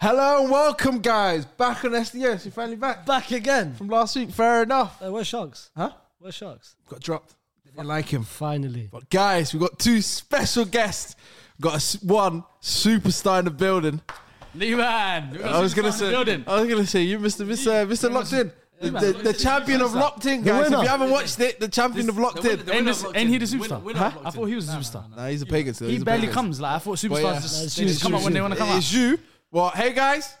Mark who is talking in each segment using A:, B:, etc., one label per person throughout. A: Hello and welcome, guys. Back on SDS. You're finally back
B: Back again.
A: from last week. Fair enough.
B: Uh, where sharks?
A: Huh?
B: Where sharks?
A: Got dropped. Didn't like him.
B: Finally.
A: But guys, we got two special guests. Got a s one superstar in the building.
C: Lee man.
A: I was gonna say.
C: Building.
A: I was gonna say you, Mister Mister Mister Locked In, the, the, the champion of Locked In, guys. If
B: winner.
A: you haven't watched it, the champion of Locked In.
C: Ain't, this, ain't he the
D: We're
C: superstar?
D: not- we're
C: Huh?
D: not
C: I
D: locked
C: thought he was a superstar.
A: Nah, he's a pagan. So
C: He
A: he's a
C: barely
A: pagan.
C: comes. Like I thought superstars
A: yeah.
C: just,
B: No,
C: they just come out when they want to come out.
A: It's you. Well, hey guys,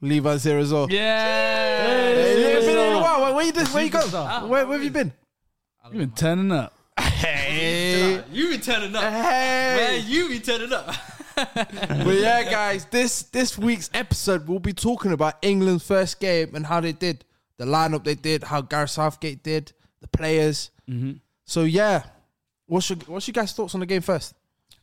A: Levi's here as well.
C: Yeah.
A: Hey, it's been a
C: Superstar.
A: little while. Where, where you this? Where you go?
B: Superstar.
A: Where, where have you been?
C: You've been turning up.
A: Hey.
D: You be turning up.
A: Hey.
D: Man, you be turning up.
A: But yeah, guys, this this week's episode we'll be talking about England's first game and how they did, the lineup they did, how Gareth Southgate did, the players.
C: Mm-hmm.
A: So yeah, what's your what's your guys' thoughts on the game first?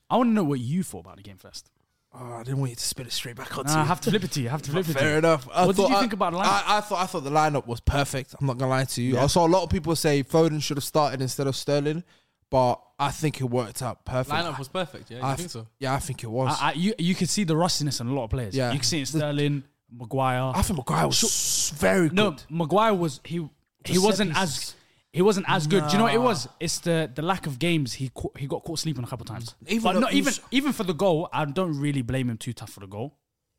C: I want to know what you thought about the game first.
A: Oh, I didn't want you to spit it straight back onto
C: Nah, I
A: you.
C: have to flip it to you. I have to flip it to
A: Fair
C: you.
A: enough. I
C: What did
A: thought
C: you
A: I-
C: think about the lineup?
A: I, I thought I thought the lineup was perfect. I'm not gonna lie to you. I saw a lot of people say Foden should have started instead of Sterling, but I think it worked out perfect.
D: Lineup was perfect. Yeah, you
A: I
D: think
A: th-
D: so?
A: Yeah, I think it was.
C: I, I, you, you could see the rustiness in a lot of players.
A: Yeah.
C: You can see it in
A: The-
C: Sterling, Maguire.
A: I think Maguire was s- very good.
C: no, Maguire was he. He
A: set
C: wasn't
A: pieces.
C: as he wasn't as good. Do you know what it was? It's the the lack of games. He cau- he got caught sleeping a couple times.
A: Even
C: but
A: though
C: not
A: he
C: even
A: was-
C: even for the goal. I don't really blame him too tough for the goal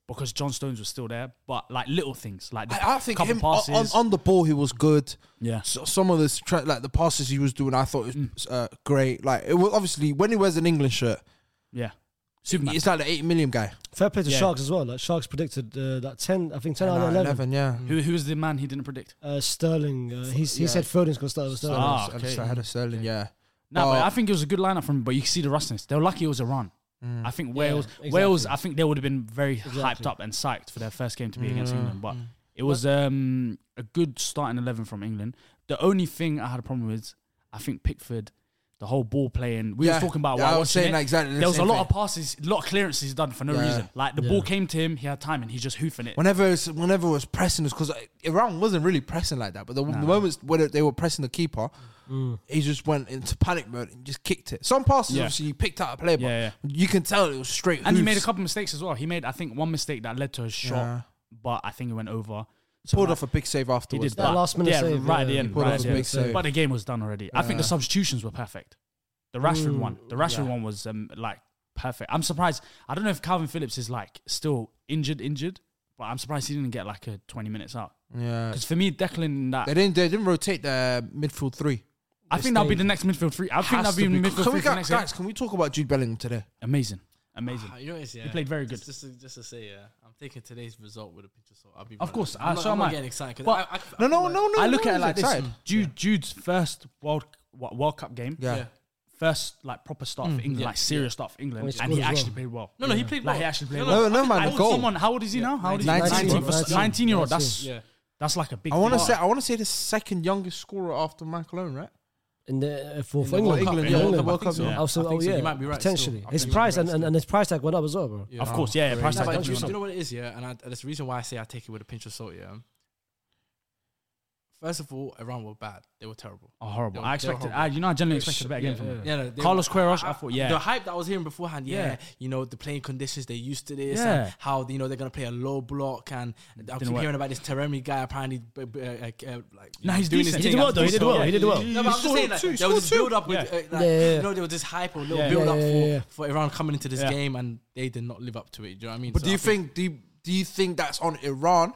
C: because John Stones was still there. But like little things, like the
A: I, I think
C: couple
A: him on,
C: passes.
A: on, on the ball he was good.
C: Yeah.
A: So, some of the stra- like the passes he was doing, I thought it was
C: Mm.
A: uh, great. Like it was obviously when he wears an England shirt,
C: yeah, Superman.
A: it's like the eight million guy.
B: Fair play to
C: Yeah.
B: sharks as well. Like sharks predicted uh, that ten. I think ten, out
A: Nah,
B: of eleven.
A: yeah.
C: Who who was the man he didn't predict?
B: Uh, Sterling. Uh, he's, he
A: Yeah.
B: said Foden's gonna start with Sterling.
C: Ah,
A: I
C: okay.
A: just ahead of Sterling, yeah.
C: No, but
A: Oh.
C: I think it was a good lineup from. But you can see the rustiness. They were lucky it was Iran.
A: Mm.
C: I think Wales,
B: exactly.
C: Wales. I think they would have been very hyped up and psyched for their first game to be
A: Mm.
C: against England. But it was um, a good starting eleven from England. The only thing I had a problem with, I think Pickford, the whole ball playing. We
A: Yeah.
C: were talking about.
A: Yeah,
C: while
A: I was
C: watching
A: saying
C: it,
A: exactly the
C: There was a
A: same
C: lot of passes, a lot of clearances done for no
A: Yeah.
C: reason. Like the ball came to him, he had time, and he's just hoofing it.
A: Whenever it was, whenever it was pressing, because Iran wasn't really pressing like that, but the, the moments when they were pressing the keeper, he just went into panic mode and just kicked it. Some passes,
C: Yeah.
A: obviously, he picked out a player, but
C: Yeah,
A: you can tell it was straight.
C: and he made a
A: hoofs.
C: couple mistakes as well. He made, I think, one mistake that led to a shot,
A: Yeah.
C: but I think it went over.
A: pulled off a big save
C: He
A: afterwards.
C: did
B: That last minute
C: yeah,
B: save,
C: right at
B: yeah.
C: the
B: He
C: end.
A: pulled
C: Right
A: off
C: at
A: a
C: the end.
A: big save.
C: But the game was done already. I think the substitutions were perfect. The
A: Mm.
C: Rashford one, the Rashford one was um, like perfect. I'm surprised. I don't know if Calvin Phillips is like still injured, injured, but I'm surprised he didn't get like a 20 minutes out.
A: yeah,
C: Because for me, Declan, in that
A: they didn't. They didn't rotate the midfield three.
C: I think that'll be the next midfield three. I think that'll
A: Has
C: be,
A: to
C: the
A: be-
C: midfield
A: Can
C: three
A: we
C: for
A: go,
C: next game.
A: guys? Can we talk about Jude Bellingham today?
C: Amazing, amazing.
D: Ah, You know what it is, yeah.
C: played very
D: Just,
C: good.
D: just, to, just to say, yeah, I'm taking today's result with a pinch of salt. I'll be.
C: Of
D: real.
C: course,
D: I'm
C: uh,
D: not,
C: so
D: I'm
C: am
D: not
C: I.
D: getting excited because
C: But-
D: I, I,
A: No, no, no, no.
C: I look
A: no,
C: at it
A: he's
C: like this:
A: excited.
C: Jude, Jude's first World Wo- World Cup game,
A: Yeah.
D: Yeah.
C: first like proper start for England, like serious start for England,
B: Well, he
C: and
B: scored
C: he
B: as well.
C: actually played well.
D: No, no, he played
C: Like
D: well.
C: he actually played
D: No,
C: well.
A: No, no, man.
C: I
A: the
C: was
A: goal.
C: someone. How old is he now? How old is he?
A: 19,
C: 19,
A: bro.
C: 19, year old. That's
D: Yeah.
C: that's like a big.
A: I want to
C: thing.
A: say. I want to say the second youngest scorer after Michael Owen, right?
B: In the uh, for,
A: In
B: for
A: the World
B: England.
A: Cup,
B: For
A: yeah,
B: England.
A: the World Cup,
B: Yeah.
A: yeah.
B: Also,
D: I
B: oh
D: think so.
B: yeah,
D: You might be right
B: potentially.
D: still. I
B: His
D: think you might
B: price
D: be right
B: and, and,
D: still.
B: and his price tag went up as well, bro.
C: of course, yeah, yeah price
D: No,
C: tag.
D: but
C: does
D: do you, do
C: matter.
D: you know what it is, yeah? And I, that's the reason why I say I take it with a pinch of salt, yeah? First of all, Iran were bad. They were terrible.
C: Oh, horrible.
D: They were-
C: I
D: they were
C: expected.
D: horrible.
C: I, you know, I generally expected a better game from him.
D: Yeah, no, they
C: Carlos
D: were-
C: Queiroz, I thought, yeah.
D: The hype that I was hearing beforehand, yeah,
C: Yeah.
D: you know, the playing conditions, they're used to this,
C: Yeah.
D: and how, you know, they're going to play a low block, and I keep
C: work.
D: hearing about this Teremi guy, apparently, b- b- uh, uh, like,
C: Nah, he's
D: doing
C: decent.
D: his
C: He
D: thing.
C: did well, though. He
B: did well. He did well.
D: No, but I'm just
A: scored
D: saying, like,
A: two, he
D: there was
A: scored
D: this
A: two.
D: build-up with,
C: Yeah.
D: uh, like,
B: Yeah, yeah, yeah.
D: you know, there was this hype or little
C: Yeah.
D: build-up
B: Yeah, yeah, yeah, yeah.
D: For, for Iran coming into this
C: Yeah.
D: game, and they did not live up to it, do you know what I mean?
A: But
D: So
A: do
D: I
A: you think do you, do you think that's on Iran?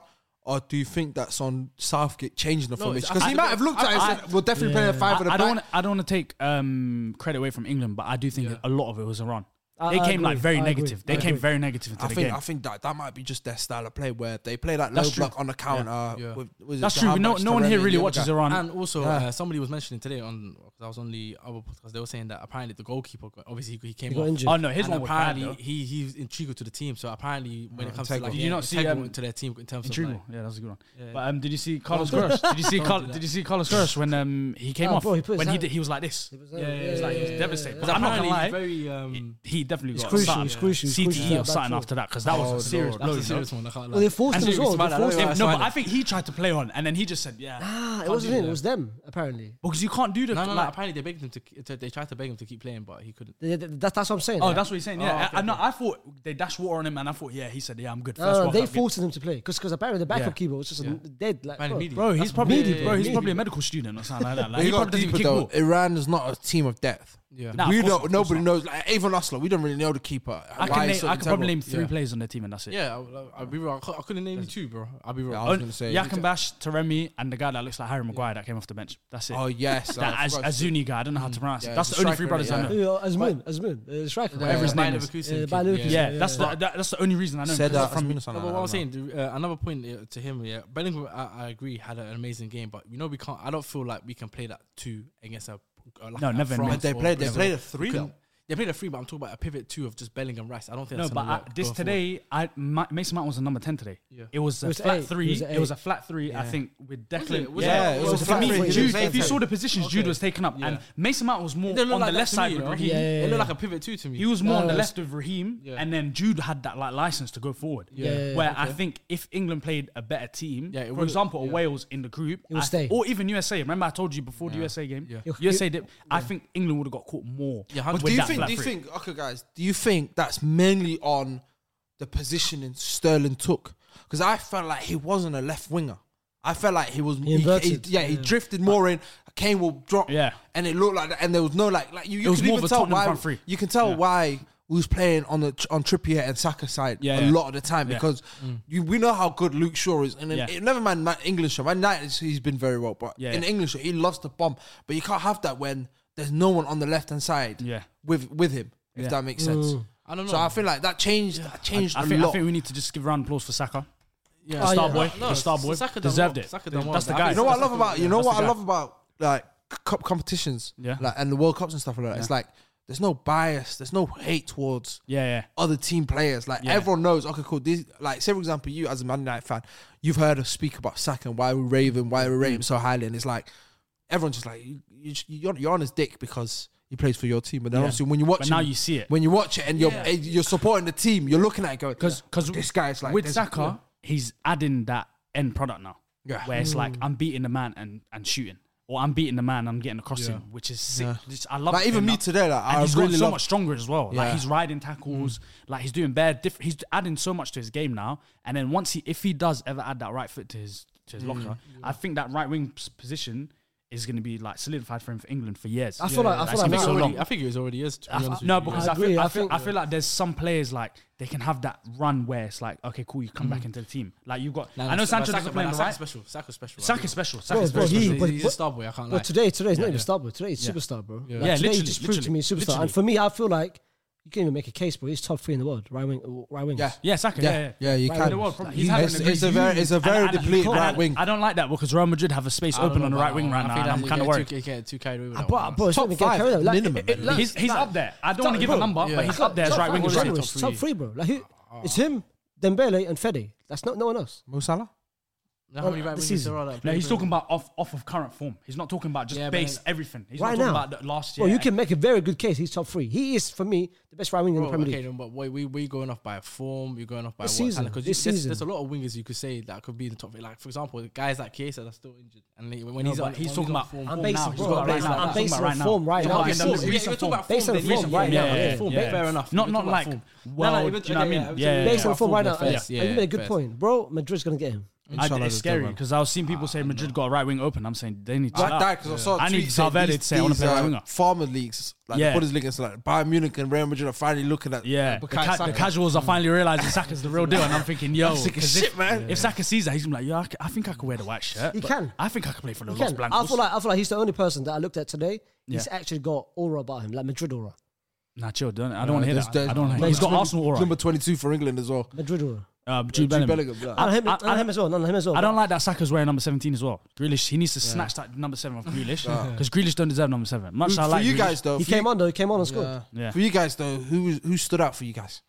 A: Or do you think that's on Southgate changing the
D: No,
A: formation?
D: it's-
A: Because he
D: I-
A: might have looked at it
C: I-
A: and said, "We'll definitely play a
C: I,
A: five at the
C: I
A: back."
C: don't. Wanna, I don't want to take um, credit away from England, but I do think a lot of it was Iran.
B: I-
C: they
B: I
C: came like
B: agree,
C: very
B: I agree,
C: negative.
B: I
C: They came
B: agree.
C: very negative into
A: I
C: the
A: think
C: game.
A: I think that that might be just their style of play where they play that
C: That's
A: low
C: true.
A: block on the counter.
D: Yeah.
A: With, was it
C: That's true.
A: Jahan
C: No, no one here
A: Bakhtiari,
C: really
A: the other
C: watches
A: guy?
C: Iran.
D: And also,
A: Yeah.
D: uh, somebody was mentioning today on because I was on the other podcast. They were saying that apparently the goalkeeper got, obviously he came
B: He got
D: off.
B: injured.
C: oh no, his
D: and
C: one was bad.
D: apparently
C: though.
D: he he's integral to the team. So apparently when it comes to
A: Uh, integral.
D: like
C: Did you not see,
D: integral
C: um,
D: to their team in terms
C: Intrigue.
D: of like,
C: yeah, that was a good one.
D: yeah,
C: But um, did you see Carlos
D: do
C: Gross? Did you see
D: Don't
C: Carl,
D: do that.
C: Did you see Carlos Gross when um he came
B: Oh,
C: off
B: bro, he put his
C: when he
B: hand-
C: did, he was like this.
B: It was,
D: Yeah,
B: yeah,
D: yeah,
C: He was
D: yeah,
C: like he was
D: yeah,
C: devastated.
D: yeah.
C: But I'm not gonna
D: Apparently
C: lie.
D: he's very um,
C: He definitely
B: It's
C: got
B: crucial,
C: something-
B: it's crucial, it's crucial.
C: CTE or
B: That
C: something
B: back
C: after that because that
A: Oh,
C: was a serious
A: Lord.
C: blow.
D: that's a
C: you know?
D: serious one. I can't
B: Well, they
D: lie.
B: forced him as well. They forced
C: Him-
B: him.
D: That's
C: no,
D: fine.
C: but I think he tried to play on, and then he just said, "Yeah,
B: Ah, it
C: can't
B: wasn't
C: do
B: him.
C: that.
B: It was them. Apparently,
C: because you can't do that."
D: No, no, no.
C: like-
D: apparently they begged him to, k- to. They tried to beg him to keep playing, but he couldn't.
B: They- they- that's that's what I'm saying.
C: Oh,
B: like,
C: that's what he's saying. Yeah,
D: Oh, okay,
C: I, I know. I thought they dashed water on him, and I thought, yeah, he said, "Yeah, I'm good."
B: no, no, no,
C: World
B: they
C: Cup, yeah.
B: forced him to play because apparently the backup
C: Yeah.
B: keeper was just a
D: Yeah.
B: dead. Like, bro.
D: Apparently media.
C: Bro, he's
D: That's
C: probably
B: media,
C: bro, he's
B: media.
C: probably a medical student or something like that. Like,
A: But
C: he
A: you got
C: probably doesn't
A: deeper
C: kick
A: though.
C: ball.
A: Iran is not a team of depth.
D: Yeah.
C: Nah,
A: we don't.
C: of course not, of course
A: Nobody
C: not.
A: knows. Like even Oslo, we don't really know the keeper.
C: I
A: Why
C: can
A: he's
C: name,
A: so
C: I could probably
A: integral.
C: name three
D: Yeah.
C: players on their team, and that's it.
D: Yeah, I'll, I'll be wrong. I cou- I couldn't name you two, bro. I'll be
A: Yeah,
D: wrong.
A: I was gonna say.
C: Yakinbash, Taremi, and the guy that looks like Harry Maguire that came off the bench. That's it.
A: Oh yes,
C: that
A: I
C: Az-
A: forgot. Mm.
C: Azuni guy. I don't know how to pronounce
A: Yeah,
C: it. That's
A: he's
C: the
A: a
C: only three
A: striker,
C: brothers I
A: innit?
C: know.
B: Yeah, Asmun, Asmun, uh, striker.
C: Whatever his
D: Yeah,
C: name
D: Bayer
C: is.
D: Leverkusen
B: Yeah,
D: kid,
B: Bayer
D: yeah.
B: Leverkusen.
C: Yeah,
B: Yeah,
C: that's
B: yeah.
C: the that, that's the only reason I know.
A: said
C: him, 'cause
A: that
C: he's from
D: No, but what I was saying, the- uh, another point uh, to him, yeah, Bellingham, I, I agree, had an amazing game, but you know we can't. I don't feel like we can play that two against a. Uh, like
C: No,
D: a
C: never in
D: France
C: But
A: they
D: or
A: played. They
D: Brazil.
A: played a three.
D: You can-
A: though.
D: They played a three, but I'm talking about a pivot two of just Bellingham Rice. I don't think
C: No,
D: that's
C: but
D: gonna
C: I,
D: work
C: this
D: going
C: today, I my, Mason Mount was a number ten today.
D: Yeah.
C: It was a
B: It was
C: flat
B: eight.
C: three.
B: It was
C: It was a flat three. I
A: Yeah.
C: think with Declan.
D: it? Was
C: yeah,
A: it-
C: it
A: was
C: was
A: it
C: for
A: flat
C: me.
A: three?
C: Jude,
A: Yeah.
C: if you saw the positions, Jude
D: Okay.
C: was taken up, and
D: Yeah.
C: Mason Mount was more
D: forward. It looked
C: on
D: like
C: the
D: that
C: left
D: to
C: side
D: me,
C: with
D: you know?
C: Raheem.
B: Yeah, yeah,
D: It
B: yeah.
D: looked like a pivot two to me.
C: He was more on the
B: Yeah.
C: left with Raheem,
D: Yeah.
C: and then Jude had that like license to go forward.
D: Yeah. Yeah, yeah,
C: Where
D: yeah,
C: I
D: okay.
C: think if England played a better team,
D: Yeah, it
C: for
D: would-
C: example,
D: yeah.
C: Wales in the group,
B: It would
C: I-
B: stay.
C: or even USA. Remember, I told you before the USA game,
D: Yeah.
B: You'll-
C: USA did. I think England would have got caught more.
D: Yeah, hundred-
C: with
A: do you
C: that
A: think?
C: flat
A: Do you
C: three.
A: think? Okay, guys. Do you think that's mainly on the positioning Sterling took? Because I felt like he wasn't a left winger. I felt like he was. He
B: inverted.
A: he- yeah, he drifted more in. Kane will drop.
C: Yeah.
A: and it looked like that. And there was no like like you.
C: It
A: you
C: was
A: can
C: more
A: even
C: of a
A: tell
C: Tottenham
A: why.
C: front three.
A: You can tell
C: Yeah.
A: why. We was playing on the on Trippier and Saka side
C: Yeah,
A: a
C: yeah.
A: lot of the time
C: Yeah. Mm.
A: because you, we know how good Luke Shaw is, and then,
C: Yeah.
A: never mind my English show. My night is- he's been very well, but
C: Yeah,
A: in
C: yeah.
A: English he loves to bomb, but you can't have that when there's no one on the left hand side
C: Yeah.
A: with with him, if
C: Yeah. Mm.
A: that makes sense.
D: I don't know.
A: So I feel like that changed that changed
C: I
A: a
C: think, I
A: lot.
C: think we need to just give a round of applause for Saka.
D: yeah.
C: The
B: Oh,
C: star
B: yeah.
C: boy.
D: No,
C: the star boy.
D: Saka done
C: Deserved
D: well.
C: it.
D: Saka done well.
C: That's the
D: I
C: guy.
A: you
D: think
A: know what I
D: That's
A: love
D: the-
A: about you
C: yeah,
A: know
C: that's
A: what
C: the
A: I
C: guy.
A: love about like cup competitions,
C: Yeah.
A: like, and the World Cups and stuff like that. It's like there's no bias, there's no hate towards
C: Yeah, yeah.
A: other team players. Like
C: Yeah.
A: everyone knows, okay, cool. These like say for example, you as a Man United fan, you've heard us speak about Saka and why we rave him, why we
C: Mm.
A: rate him so highly, and it's like everyone's just like you, you, you're, you're on his dick because he plays for your team. But then
C: Yeah.
A: obviously when you watch,
C: But
A: him,
C: now you see it.
A: When you watch it and you're eh, you're supporting the team, you're looking at it going
C: Because because
A: this guy's like
C: with
A: there's-
C: Saka, he's adding that end product now,
A: Yeah.
C: where it's like I'm beating the man and and shooting, or I'm beating the man, I'm getting a crossing,
D: Yeah.
C: which is sick. Just- I love
A: Like,
C: it
A: even
C: in
A: me
C: that.
A: today, like,
C: and
A: I
C: he's
A: really
C: gotten so
A: love-
C: much stronger as well. Like
A: Yeah. Mm.
C: he's riding tackles, like he's doing bare different. He's adding so much to his game now. And then once he, if he does ever add that right foot to his to his
A: Mm.
C: locker, I think that right wing s- position is going to be like solidified for him for England for years.
B: I feel like- I feel like now-
C: it's gonna be so long.
D: I think it was already is. To be honest with
C: No,
D: you.
C: because
B: I
C: I,
B: agree,
C: feel, I,
B: I
C: feel,
B: think-
C: I feel like there's some players like they can have that run where it's like, okay, cool, you come
D: Mm.
C: back into the team. Like you've got,
D: Nah,
C: I know
D: nah,
C: Sancho
D: Saka-
C: doesn't
D: nah,
C: play on the
D: Saka's
C: right.
D: special. Saka's special.
C: Saka's special. Saka's
B: Bro, bro,
C: very special.
B: he-
D: He's,
B: but-
D: he's a
B: but-
D: star boy. I can't lie.
B: But today, today is not even
D: yeah.
B: star boy. Today is superstar, bro.
D: Yeah.
C: Yeah,
B: Like, today
C: literally,
B: he just proved to
C: literally,
B: me he's superstar.
C: literally.
B: And for me, I feel like you can't even make a case, bro. He's top three in the world, right wing, right wing.
A: Yeah.
C: yeah, Saka. Yeah,
A: Yeah, yeah,
C: yeah.
A: you
B: Right
A: can.
B: wing.
C: The world, probably.
A: He-
C: He's having
A: it's,
C: a
A: it's
C: good
A: a
C: year.
A: very, it's a
C: And-
A: very
C: and he
A: depleted
C: can't-
A: right wing.
C: I don't like that because Real Madrid have a space
D: I don't
C: open
D: know
C: on the
D: about
C: right
D: that
C: wing
D: one.
C: right
D: I
C: now,
D: think
C: and
D: that's-
C: I'm
D: you
C: kind of
D: get
C: worried.
D: Too, you get too carried away with that
B: Bro,
D: one.
B: Ah, bro, it's
A: Top
B: not even getting
A: five
B: carried out. Like,
A: minimum,
B: it- it-
A: man.
B: like,
C: He's he's
B: like,
C: up there. I don't want to
B: top-
C: give a
B: bro,
C: number,
D: yeah.
C: but he's up there as
B: top
C: right wing.
B: five or
C: is right.
B: generous,
D: top
B: top
D: three.
B: three, bro. Like who? It's him, Dembele, and Fede. That's not no one else.
A: Mo Salah?
D: Now, how many
B: Well,
D: right
B: this
D: wingers
B: season.
D: there are that
C: No,
D: play
C: he's
D: for him?
C: talking about off off of current form. He's not talking about just
D: Yeah, but
C: base
D: then-
C: everything. He's
B: Right
C: not talking
B: now.
C: about the last year.
B: Bro, you can make a very good case. He's top three. He is for me the best right wing in the
D: Bro,
B: Premier
D: okay,
B: League.
D: then, but we we we going off by form. You're going off by
B: This
D: what
B: season,
D: Because
B: this
D: there's,
B: season.
D: there's a lot of wingers you could say that could be in the top. Like for example, guys like Chiesa that's still injured, and they- when
C: No,
D: he's
C: but
D: on,
C: he's
D: when
C: talking
D: on
C: about
D: form,
C: form
B: I'm based
C: now.
B: on
C: He's
B: form.
C: talking about
D: I'm
C: right now.
D: based
C: He's
B: on
C: talking about
B: form right
C: He's
B: now.
C: talking
B: Based
C: about
B: on
C: recent
B: form.
D: Yeah, you're talking about
B: Based
D: form,
B: on
D: then recent
B: form right
D: form.
B: now.
D: Yeah,
B: Yeah,
D: form.
C: yeah,
D: Fair enough.
C: Not
D: We're
C: not
D: talking
C: like
D: about form. No,
C: well.
D: no,
C: Do you
D: even-
C: know what I
D: yeah,
C: mean?
D: yeah,
C: Yeah,
D: yeah,
B: Based on
D: yeah,
B: form
D: form
B: right now,
D: is
B: and-
D: first,
B: and
D: yeah,
B: you made a good
D: first.
B: point, bro. Madrid's gonna get him.
C: I,
A: Inshallah,
C: it's
A: they'll
C: scary
A: do well.
C: because I was seeing people say Madrid got a right wing open. I'm saying they need to.
A: Like
C: chill
A: that,
C: out.
A: 'cause I saw a
C: I need
A: tweet saying
C: Valverde to
A: these-
C: say I wanna
A: these,
C: play right
A: uh,
C: winger.
A: Farmer leagues, like
C: Yeah.
A: the Bundesliga, so like Bayern Munich and Real Madrid are finally looking at
C: Yeah, the,
A: Bukayo
C: ca-
A: Saka.
C: the casuals are finally realizing Saka's the real deal, and I'm thinking, yo,
A: sick of
C: 'cause
A: shit,
C: if,
A: man.
C: If Saka sees that, he's gonna be like, yo, I, c- I think I could wear the white shirt.
B: He
C: but
B: can.
C: I think I could play for the
B: He
C: Los
B: can. I
C: Blancos.
B: feel like I feel like he's the only person that I looked at today. He's
C: Yeah.
B: actually got aura about him, like Madrid aura.
C: Nah, chill. Don't, I don't want to hear
A: there's-
C: that.
A: there's-
C: I don't want to hear.
B: there's
C: He's got
B: number-
C: Arsenal aura.
A: Number 22 for England as well.
B: Madrid or
C: Uh, Jude
A: Jude
C: Bellingham.
A: Bellingham, yeah.
C: I-
B: and him,
C: I-
B: and him as well. None him as well.
C: I don't like that Saka's wearing number 17 as well. Grealish, he needs to snatch that number seven off Grealish because Grealish don't deserve number seven. Much as I
A: for
C: like
A: you
C: Grealish-
A: guys though,
B: He
A: for you-
B: came on though. He came on and scored.
A: Yeah.
C: Yeah.
A: For you guys though, who who stood out for you guys?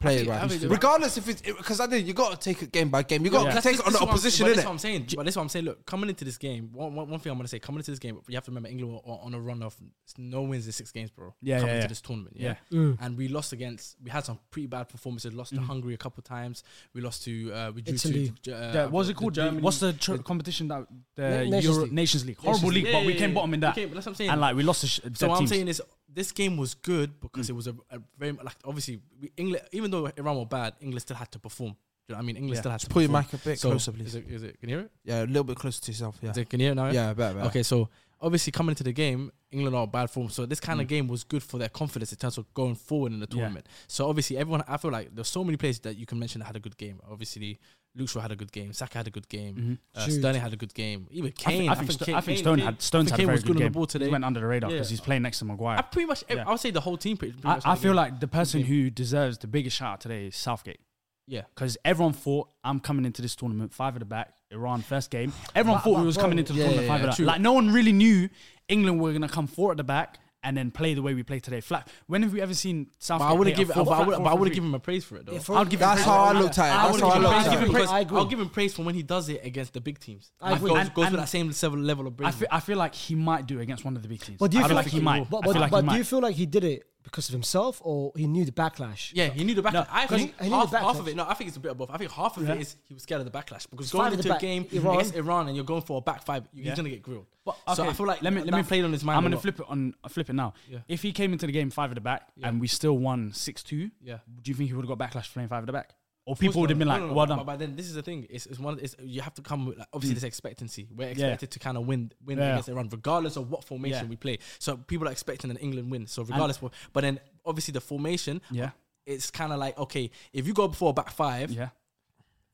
A: Players,
D: I
A: right?
D: think-
A: Regardless if it's because I think you got to take it game by game. You got
C: Yeah.
A: to take it on
D: Oh,
A: the
D: This is what I'm-
A: opposition,
D: but That's what
A: innit?
D: I'm saying. But that's what I'm saying. Look, coming into this game, one, one, one thing I'm gonna say, coming into this game, you have to remember England were on on a run of no wins in six games, bro.
C: Yeah,
D: coming
C: yeah,
D: into
C: yeah.
D: this tournament, yeah.
A: Mm.
D: And we lost against. We had some pretty bad performances. Lost to Hungary a couple of times. We lost to. Uh, we drew
B: Italy.
D: to. Uh,
C: Yeah, what's it called?
D: The Germany.
C: What's the tr- competition that the
B: Nations
C: Euro-
B: League.
C: Nations League? Horrible
D: Nations
C: league,
D: League.
C: but
D: Yeah,
C: we
D: yeah,
C: came
D: yeah.
C: bottom in that.
D: Okay, but that's what I'm saying.
C: And like we lost the sh-
D: So
C: dead
D: what I'm
C: teams.
D: saying is this game was good because
A: Mm.
D: it was a, a very like obviously we, England even though Iran were bad, England still had to perform. Do you know what I mean? England
C: Yeah.
D: still had to
A: Pull your
D: perform.
A: mic a bit
D: So,
A: closer, please.
D: Is it, is it, can you hear it?
A: Yeah, a little bit closer to yourself. Yeah,
D: Is it can you hear it now?
A: yeah, better, better.
D: Okay, so obviously coming into the game, England are in bad form. So this kind of game was good for their confidence in terms of going forward in the
C: Yeah.
D: tournament. So obviously everyone, I feel like there's so many players that you can mention that had a good game. Obviously, Luke Shaw had a good game. Saka had a good game. Uh,
B: Jude.
D: Sterling had a good game.
C: I
D: Even
C: think-
D: Kane.
C: I think, Sto-
D: Kane-
C: I think
D: Kane-
C: Stone
D: Kane-
C: had Stone's
D: I think
C: had a
D: Kane
C: very
D: was
C: good
D: good
C: game.
D: on the ball today.
C: He went under the radar because
D: Yeah.
C: he's playing next to
D: I
C: Maguire.
D: pretty much,
C: Yeah.
D: I would say the whole team. Pretty, pretty
C: I,
D: much
C: I
D: had a
C: feel
D: good-
C: like the person
D: game.
C: who deserves the biggest shout out today is Southgate.
D: yeah.
C: Because everyone thought I'm coming into this tournament five at the back, Iran first game. Everyone thought we was coming into the
A: yeah,
C: tournament
A: yeah,
C: five at the
D: true.
C: back. Like no one really knew England were gonna come four at the back and then play the way we play today. Flat. When have we ever seen Southgate?
D: But I would
C: play
D: have
C: a
D: given,
C: four-
D: but I
C: flat
D: would,
C: four
D: but I
C: three
D: would have
C: three?
D: given him a praise for it though.
B: Yeah, for-
C: I'll give him
A: That's
C: praise.
A: how I
C: I'll-
A: looked at it.
C: I
A: That's
C: would
D: would
A: how I
C: give him
A: looked at
C: praise.
D: give
A: it.
D: him
B: I
D: praise.
B: agree.
D: I'll give him praise for when he does it against the big teams.
B: I agree.
D: Goes,
C: And-
D: goes
C: and-
D: with that same level, level of
C: I
D: bravery.
C: feel, I feel like he might do it against one of the big teams.
B: But do you
C: I
B: feel
C: don't
B: like
C: think
B: he
C: might?
B: But,
C: I feel
B: but,
C: like
B: but
C: he
B: do
C: might.
B: you feel like he did it because of himself or he knew the backlash?
D: yeah, he knew the backlash.
C: No,
D: I
B: he-
D: think
B: he knew
D: half,
B: the
D: half of
B: backlash.
D: it. No, I think it's a bit of both. I think half of
C: Yeah.
D: it is he was scared of the backlash because
B: It's
D: going
B: five at the
D: into a
B: back.
D: game
B: Iran.
D: against Iran and you're going for a back five, you're
C: Yeah.
D: gonna get grilled.
C: But,
D: So
C: okay,
D: I feel like
C: let me let
D: that
C: me
D: played on his mind.
C: I'm
D: a
C: gonna
D: lot.
C: flip it on flip it now.
D: Yeah.
C: If he came into the game five at the back and we still won six two,
D: Yeah.
C: do you think he would have got backlash for playing five at the back? Or
D: course
C: people would
D: not.
C: have been
D: No,
C: like,
D: no, no,
C: "Well
D: but-
C: done." Hmm.
D: But then this is the thing. It's, it's one. It's, you have to come with like, obviously this expectancy. We're expected to kind of win win
C: Yeah.
D: against Iran, regardless of what formation
C: Yeah.
D: we play. So people are expecting an England win. So regardless, what, but then obviously the formation.
C: Yeah.
D: It's kind of like okay, if you go before a back five,
C: Yeah.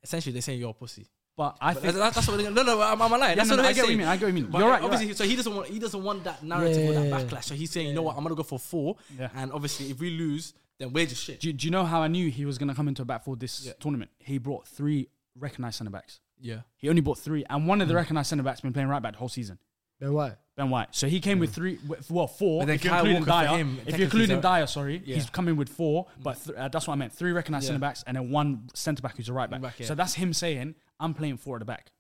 D: essentially they're saying you're a pussy.
C: But I
D: But
C: think
D: that- that's what. They, no, no, I'm, I'm a lie. That's
C: no,
D: what
C: no,
D: they're
C: I get what you
D: saying.
C: mean, I get what you mean.
D: But
C: You're right, you're
D: Obviously, so he doesn't want he doesn't want that narrative or that
B: Yeah.
D: backlash. So he's saying, you know what, I'm gonna go for four.
C: Yeah.
D: And obviously, if we lose, then we're just shit.
C: do, do you know how I knew he was going to come into a back for this
D: Yeah.
C: tournament? He brought three recognized centre backs.
D: Yeah. Mm.
C: He only bought three, and one of the recognized centre backs been playing right back the whole season.
B: Then why?
C: Ben White. So he came with three, with, well, four.
D: Mm. But then
C: If you're
D: Kyle
C: including
D: Walker for
C: Dyer,
D: him,
C: if
D: technically
C: you're including
D: is a-
C: Dyer, sorry,
D: Yeah.
C: he's coming with four. But th- uh, that's what I meant: three recognised
D: Yeah.
C: centre backs and then one centre back who's a right back.
D: Back, yeah.
C: So that's him saying, "I'm playing four at the back."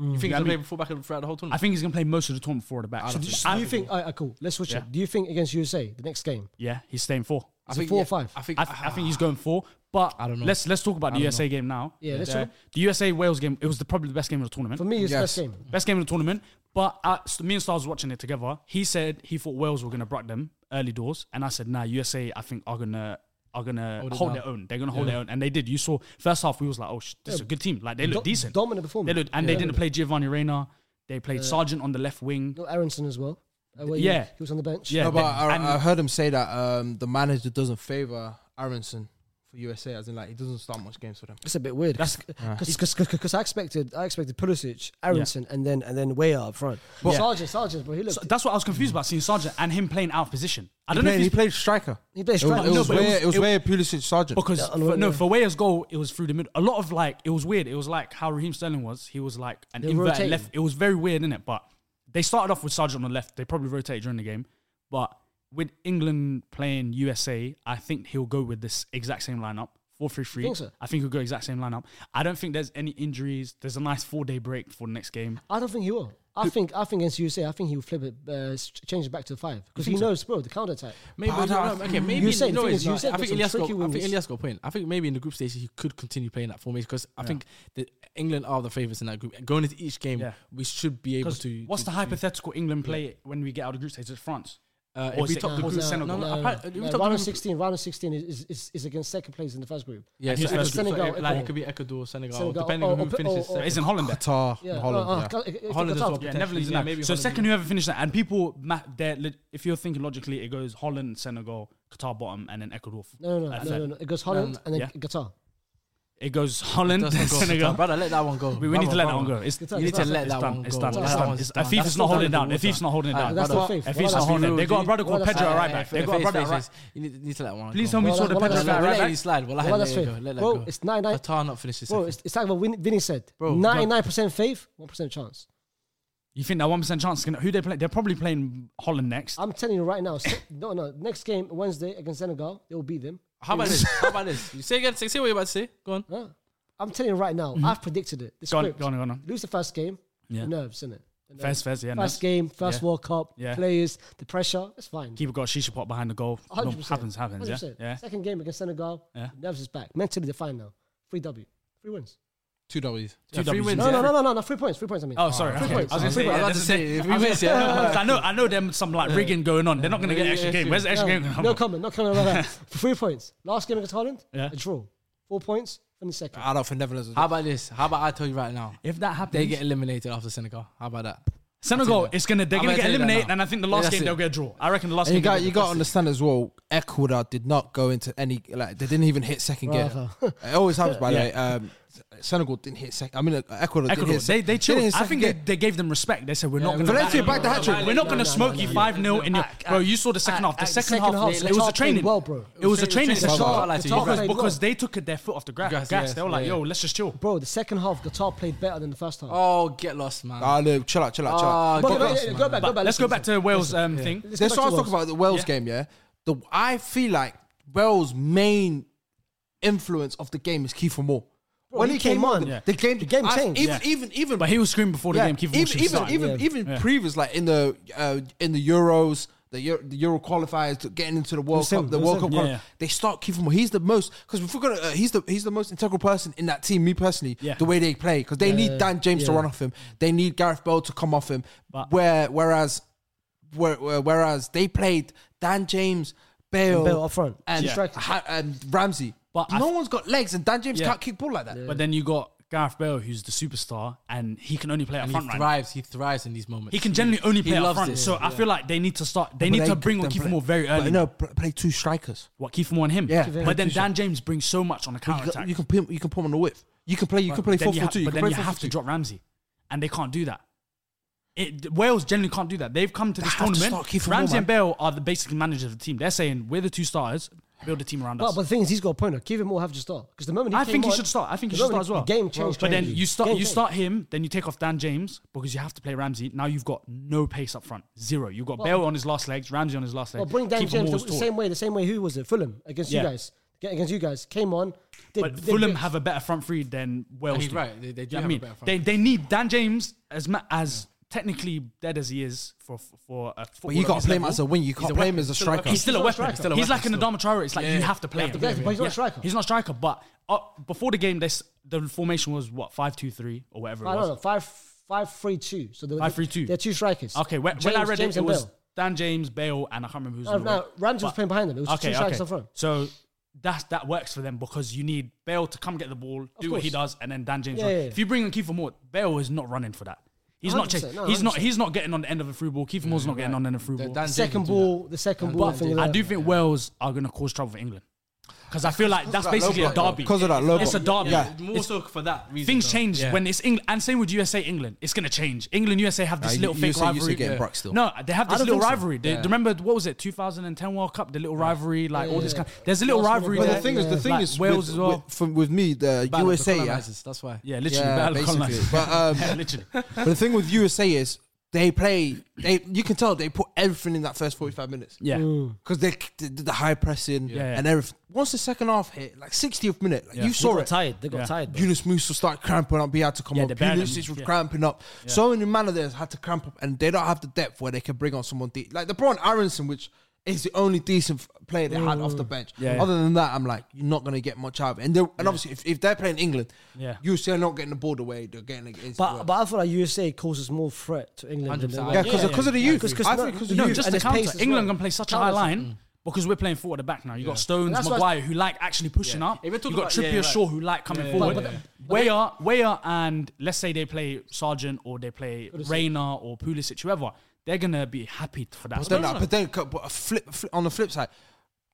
B: Mm.
D: You think
C: I
D: he's
C: mean-
D: gonna play fullback throughout the whole tournament?
C: I think he's gonna play most of the tournament four at the back.
B: So do, so do you think? All right, cool. Let's switch
C: Yeah.
B: it. Do you think against USA the next game?
C: Yeah, he's staying four.
D: I
B: Is it four or
D: yeah,
B: five?
D: I think
C: I, th- I think he's going four. But
D: I don't know.
C: let's let's talk about the USA game now.
B: Yeah, let's
C: Uh,
B: talk-
C: the USA Wales game. It was the, probably the best game of the tournament.
B: For me, it's the
A: Yes.
B: best game.
C: Best game of the tournament. But uh, s- me and Star was watching it together. He said he thought Wales were going to break them early doors, and I said, "Nah, USA. I think are gonna are gonna hold,
D: it down.
C: their own. They're gonna hold their own." And they did. You saw first half. We was like, "Oh, sh- this is a good team. Like they look
B: Do-
C: decent.
B: Dominant performance.
C: They look, and they didn't play Giovanni Reina. They played Sargent on the left wing.
B: No, Aronson as well. Uh, where he-
C: Yeah.
B: he, was on the bench.
C: Yeah,
A: No, but
C: they-
A: I,
C: and-
A: I heard him say that um, the manager doesn't favor Aronson for USA, as in like he doesn't start much games for them.
B: It's a bit weird.
C: That's-
B: because I expected I expected Pulisic, Aronson, and then and then way up front.
C: But- Yeah.
B: Sergeant, Sergeant, bro, he looked.
C: So that's what I was confused about seeing Sargent and him playing out of position. I
A: He
C: don't know if
A: played-
C: he's
A: he played striker.
B: he played
A: It was,
B: straight.
A: it
C: No,
A: was
C: but it
A: where
C: was-
A: it was
C: it-
A: where Pulisic Sargent
C: Because
B: Yeah, I know,
C: for, no,
B: yeah.
C: for Weah's goal, it was through the middle. A lot of like it was weird. It was like how Raheem Sterling was. He was like an
B: They
C: inverted
B: rotated.
C: left. It was very weird, innit? But they started off with Sargent on the left. They probably rotated during the game, but with England playing USA, I think he'll go with this exact same lineup. 4 3 3.
B: Think so?
C: I think he'll go exact same lineup. I don't think there's any injuries. There's a nice four day break for the next game.
B: I don't think he will. I think I think against USA, I think he will flip it, uh, s- change it back to five because he knows, bro, the counter attack.
D: Maybe
A: But I
D: no,
A: don't-
D: no, okay. Maybe
B: You said-
D: no,
B: the thing
D: it's-
B: is, you
D: I
B: said
D: think
B: there's some
D: Elias got,
B: tricky
D: I think
B: wins.
D: Elias got a point. I think maybe in the group stage he could continue playing that formation because I think that England are the favorites in that group. Going into each game,
C: Yeah.
D: we should be able
C: Because
D: to.
C: what's
D: to,
C: the hypothetical England play when we get out of the group stage? It's France.
D: Uh,
C: Or
D: if we
C: is it-
D: top the
C: or
D: group,
C: is it
D: no,
C: Senegal?
D: no, no, apparent- we
B: No,
D: top the
B: round of
D: group-
B: sixteen, round of sixteen is, is, is, is against second place in the first group.
D: Yeah,
C: And
D: so
C: who's
D: Ecuador,
C: first?
B: Senegal,
D: so, like
B: Ecuador.
D: it could be Ecuador, or Senegal,
B: Senegal, oh,
D: depending on
B: or-
D: who
B: or-
D: finishes
B: or-
D: second.
C: Isn't Holland there?
A: Qatar and Holland.
B: uh,
A: yeah.
B: uh, Qatar-
D: Holland as
B: Qatar-
D: well.
C: Yeah,
D: Potentially,
C: Netherlands.
D: yeah,
C: Yeah,
D: maybe
C: so
D: Holland
C: second, whoever finished that, and people, ma- they're li- if you're thinking logically, it goes Holland, Senegal, Qatar bottom, and then Ecuador. f-
B: No, no,
C: uh,
B: no, no,
C: third.
B: no, no. It goes Holland
D: no,
B: and then
C: yeah.
B: Qatar.
C: It goes Holland,
D: Doesn't go.
C: Senegal.
D: Brother, let that one go.
C: We, we need to
D: Brother,
C: let that one
D: brother.
C: go. It's,
B: It's
C: it's,
B: done,
D: You need to
B: done.
D: let that
C: done.
D: one go.
C: It's done.
D: That
C: It's done.
D: one's
C: It's-
D: done.
C: Afif
D: That's
C: is not holding it
D: done.
C: down. Afif's not holding it
D: Alright,
C: down.
B: Uh, That's not
D: brother.
B: faith.
C: Afif's
B: Well,
C: not
B: that's-
D: be
C: holding it.
D: real,
C: They got E a
D: G.
C: brother called
B: Well, that's-
C: Pedro
D: Alright,
C: right
D: alright,
C: back.
D: fair
C: They got a
D: face,
C: brother
D: fair
C: right back.
D: face. E You need, you need to let that one
C: Please
D: go.
C: tell me
B: Well,
C: you saw
B: that-
C: the
B: well,
C: Pedro
B: that's
C: guy
D: Let
C: right
D: it-
C: back.
D: let it slide. Well,
B: Well, that's faith.
D: Let that
B: Bro,
D: go.
B: it's 99.
D: Qatar not finish this.
B: Bro,
D: second.
B: it's, it's like what Win- Vinny said.
D: Bro,
B: 99% faith, 1% chance.
C: You think that one percent chance? is Gonna, who they play? They're probably playing Holland next.
B: I'm telling you right now. se- no, no. Next game, Wednesday against Senegal, they'll beat them.
D: How about this? How about this? You say again. Say, say what you're about to say. Go on.
B: Huh? I'm telling you right now. I've predicted it. The
C: Mm-hmm. Go on,
B: script.
C: go on, go on.
B: Lose the first game.
C: Yeah.
B: Nerves, innit? The nerves.
C: First, first, yeah. no.
B: First game, first
C: Yeah.
B: World Cup,
C: Yeah.
B: players, the pressure, it's fine.
C: Keeper got a shisha pot behind the goal. No,
B: 100%.
C: happens, happens. Yeah,
B: 100%.
C: yeah.
B: Second game against Senegal,
C: Yeah.
B: nerves is back. Mentally, they're fine now. 3 W. 3 wins.
D: Two W's.
C: Two
D: Three
C: Ws.
D: wins.
B: No,
D: yeah.
B: no, no, no, no, no, 3 points, 3 points, I mean.
C: Oh, sorry.
B: Three
C: okay.
B: points.
C: I was gonna
B: Three
C: say.
D: points.
C: yeah,
D: I was
C: that's
D: about
C: the thing.
D: to say, if
C: I was
D: we
C: gonna
D: miss,
C: say,
D: yeah.
C: no, 'cause I know, I know them some like rigging going on. They're not gonna get an
D: Yeah,
C: extra
D: yeah,
C: game.
D: yeah.
C: Where's the extra game?
B: No comment, no comment about that. For 3 points. Last game against Holland,
C: Yeah. Ah.
B: a draw. 4 points, finish second.
A: I don't think Netherlands.
D: How about this? How about I tell you right now?
C: If that happens,
D: They get eliminated after Senegal. How about that?
C: Senegal,
D: I'll tell you that.
C: it's gonna they're
D: I'm
C: gonna
D: gonna
C: get
D: tell you that
C: eliminated,
D: now.
C: and I think the
D: Yeah,
C: last
D: that's
C: game
D: it.
C: they'll get a draw. I reckon the last
A: And you
C: game.
A: got
C: they'll
A: you
C: get
A: got to
C: a
A: understand as well. Ecuador did not go into any like they didn't even hit second gear. it always happens by the
C: Yeah.
A: way. Um, Senegal didn't hit second. I mean, uh, Ecuador,
C: draw. Ecuador,
A: didn't hit
C: they they
A: didn't
C: chilled.
A: hit
C: I
A: second
C: think
A: gear.
C: they, they gave them respect. They said we're not
B: Yeah,
C: gonna.
A: Valencia
C: back
A: backed the hat-trick.
C: We're not
B: No, no,
C: gonna
B: no,
C: smoke you
B: no,
C: five 0 in your.
B: Act-
C: Bro, you saw the second half. The
B: act-
C: second
B: second
C: half,
B: half,
C: it was
B: Qatar
C: a
B: played
C: training.
B: well, bro.
C: It was a
D: Qatar-
C: training
D: Qatar-
C: session
D: Qatar-
C: because
D: Qatar
B: played
C: because
B: well.
C: they took their foot off the gra-
D: Gas,
C: gas.
D: yes,
C: They were like,
D: yeah.
C: yo, let's just chill.
B: Bro, the second half, Qatar played better than the first half.
D: Oh, get lost, man.
A: Ah, no, chill out, chill out, chill out.
D: Ah,
B: But-
D: get
B: but-
D: lost,
B: yeah,
D: man.
B: go back, go
C: But
B: back.
C: let's go
B: listen,
C: back to Wales um thing.
B: let's go
A: That's
B: back
A: what I
B: to
A: was talking
B: Wales.
A: about the Wales
C: Yeah.
A: game. Yeah, the I feel like Wales' main influence of the game is Kiefer Moore.
B: he came on,
A: the game,
B: the game
A: I-
B: changed.
A: Even,
C: Yeah.
A: even, even,
C: But he was screaming before the
A: yeah,
C: game. Keeper
A: even, even, even,
B: Yeah.
A: even
C: Yeah.
A: previous, like in the uh, in the Euros, the Euro, the Euro qualifiers, to getting into the World
B: was him,
A: Cup, the
B: it was
A: World
B: him.
A: Cup,
C: Yeah,
A: quali-
C: yeah.
A: they start Kiefer Moore. He's the most because we forgot. Uh, he's the he's the most integral person in that team. Me personally,
C: Yeah.
A: the way they play because they need Dan James to
B: yeah.
A: run off him. They need Gareth Bell to come off him.
C: But-
A: where whereas where, where- whereas they played Dan James, Bale,
B: And Bale up front.
A: and,
B: Yeah. Strikers.
A: Ha- and Ramsey.
C: But
A: But
C: I
A: no
C: th-
A: one's got legs, and Dan James
C: Yeah.
A: can't kick ball like that.
C: But then you got Gareth Bale, who's the superstar, and he can only play up
D: And
C: front
D: he
C: right.
D: thrives. He thrives in these moments.
C: He can generally only
D: he
C: play up
D: loves
C: front.
D: it.
C: So I
D: Yeah.
C: feel like they need to start. They need to bring on Keeper Moore very early.
A: No, play two strikers.
C: What Keith Moore and him.
A: Yeah. Keith Moore.
C: But then Dan James brings so much on the counter
A: You can,
C: attack.
A: you can put him- you can put him on the width. You can play you can play four
C: you
A: four
C: ha-
A: two. You
C: But
A: can
C: then
A: play
C: you
A: four
C: have
A: four
C: to
A: two.
C: drop Ramsey, and they can't do that. It, Wales generally can't do that. They've come to
A: They
C: this
A: have to
C: tournament.
A: start Keith Moore,
C: Ramsey
A: man.
C: and Bale are the basic managers of the team. They're saying we're the two stars. Build a team around
B: But,
C: us.
B: but the thing is, he's got a point. Kevin Moore have to start because the moment he
C: I
B: came
C: think he
B: on,
C: should start. I think he
B: the
C: should start
B: moment
C: as well.
B: The game changed.
C: But then
B: completely.
C: you start.
B: Game
C: You
B: changed.
C: start him. Then you take off Dan James because you have to play Ramsey. Now you've got no pace up front. Zero. You've got Bale on his last legs. Ramsey on his last legs.
B: Well, bring Dan
C: Keith
B: James
C: Moore
B: the,
C: was
B: the
C: tall.
B: same way. The same way. Who was it? Fulham against
C: Yeah.
B: you guys. Ga- Against you guys came on. Did,
C: But
B: did
C: Fulham
B: bits.
C: have a better front three than Wales.
D: And he's
C: do.
D: right, they- they do
C: You know what
D: have a
C: I mean,
D: better front
C: they
D: three.
C: they need Dan James as ma- as technically dead as he is for for a footballer.
A: But you got
C: of
A: to
C: his
A: play him
C: level.
A: as a wing. You can't play him as a striker.
C: He's still a
B: not a
C: weapon.
B: striker.
C: He's,
B: Still
D: a
C: like an
D: weapon,
C: Adama Traore. It's like you have to play him.
B: play him, Yeah, but he's not a striker.
C: He's not a striker. But uh, before the game, this the formation was what five two three or whatever it
B: I don't know.
C: was.
B: Five, five, three, two. So they,
C: Five, three, two.
B: They're two strikers.
C: Okay, when, when I
B: James-
C: read
B: James
C: it, it
B: and
C: was
B: Bale.
C: Dan James, Bale, and I can't remember who's.
B: No, no, Ramsey was playing behind them. It was two strikers up front.
C: So that's that works for them because you need Bale to come get the ball, do what he
B: course.
C: does, and then Dan James.
B: Yeah,
C: run.
B: yeah, yeah.
C: If you bring in Kiefer Moore, Bale is not running for that. He's not
B: 100%,
C: chasing.
B: no,
C: he's not.
B: 100%.
C: He's not getting on the end of a through ball. Kiefer Moore's not getting on the end of a through
D: Dan
C: ball.
D: James
B: Second
D: will do
B: ball, the second ball.
D: But
B: thing
D: I
C: I
B: like
C: do
B: that.
C: think Wales are going to cause trouble for England because I feel like that's
A: that
C: basically a
A: low block,
C: derby.
A: because of that low
C: It's a
A: block.
C: derby.
A: Yeah.
D: that. More so for that reason.
C: Things
D: though.
C: change
D: Yeah.
C: when it's England, and same with USA England. It's gonna change. England USA have this
A: Nah,
C: little
A: you-
C: fake
A: USA
C: rivalry.
A: getting Yeah. brucked still.
C: No, they have this
B: don't
C: little
B: think so.
C: rivalry. They, Remember what was it? 2010 World Cup, the little rivalry, like all this
B: yeah.
C: kind. There's a little
B: Last
C: rivalry.
A: But
C: there.
A: the thing is, the thing
C: Like
A: is,
C: Wales
A: with,
C: as well.
A: with, from, with me, the
D: Battle of
A: USA.
D: the
A: Yeah,
D: colonisers, That's why.
C: yeah, literally.
A: Yeah,
C: battle of
A: basically.
C: colonists.
A: But, um,
C: Yeah, literally.
A: but the thing with USA is they play. They you can tell they put everything in that first forty-five minutes.
C: Yeah.
A: because they did the high pressing
C: Yeah.
A: and everything. Once the second half hit, like 60th minute, like
C: Yeah.
A: you saw
E: got
A: it.
E: tired. They got
C: Yeah.
E: tired. bro.
A: Yunus Moose would start cramping up. He had to come
C: Yeah,
A: up.
C: they banned
A: Yunus
C: him.
A: was
C: Yeah.
A: cramping up. So many man of theirs had to cramp up, and they don't have the depth where they can bring on someone deep. Like LeBron Aronson, which is the only decent f- player they had off the bench.
C: Mm. Yeah.
A: Other than that, I'm like, you're not going to get much out of it. And, they're- and obviously, if, if they're playing England,
C: Yeah.
A: you see they're not getting the ball the way they're getting it. It's-
B: But, but I feel like USA causes more threat to England. Than
D: 100%.
B: they
A: yeah,
B: were.
A: because
C: yeah,
A: of, 'cause of the
B: yeah.
A: youth.
B: Because- 'cause
A: I
B: no-
A: think because of
B: no,
A: youth.
C: just
B: and
C: the
B: it's
C: counter.
B: pace as
C: England
B: well.
C: can play such a high
B: Counters.
C: line
D: mm.
C: because we're playing four at the back now. You got Stones,
B: That's what I-
C: Maguire, who like actually pushing
D: Yeah.
C: up.
D: If
C: You
D: we're talking
C: got
D: about-
C: Trippier,
D: yeah, right.
C: Shaw, who like coming
D: Yeah, yeah,
C: forward.
D: yeah.
C: Weyer, Weyer, and let's say they play Sargent or they play Rayner or Pulisic, whoever. They're gonna be happy for that.
A: But then, but then but flip, flip, on the flip side,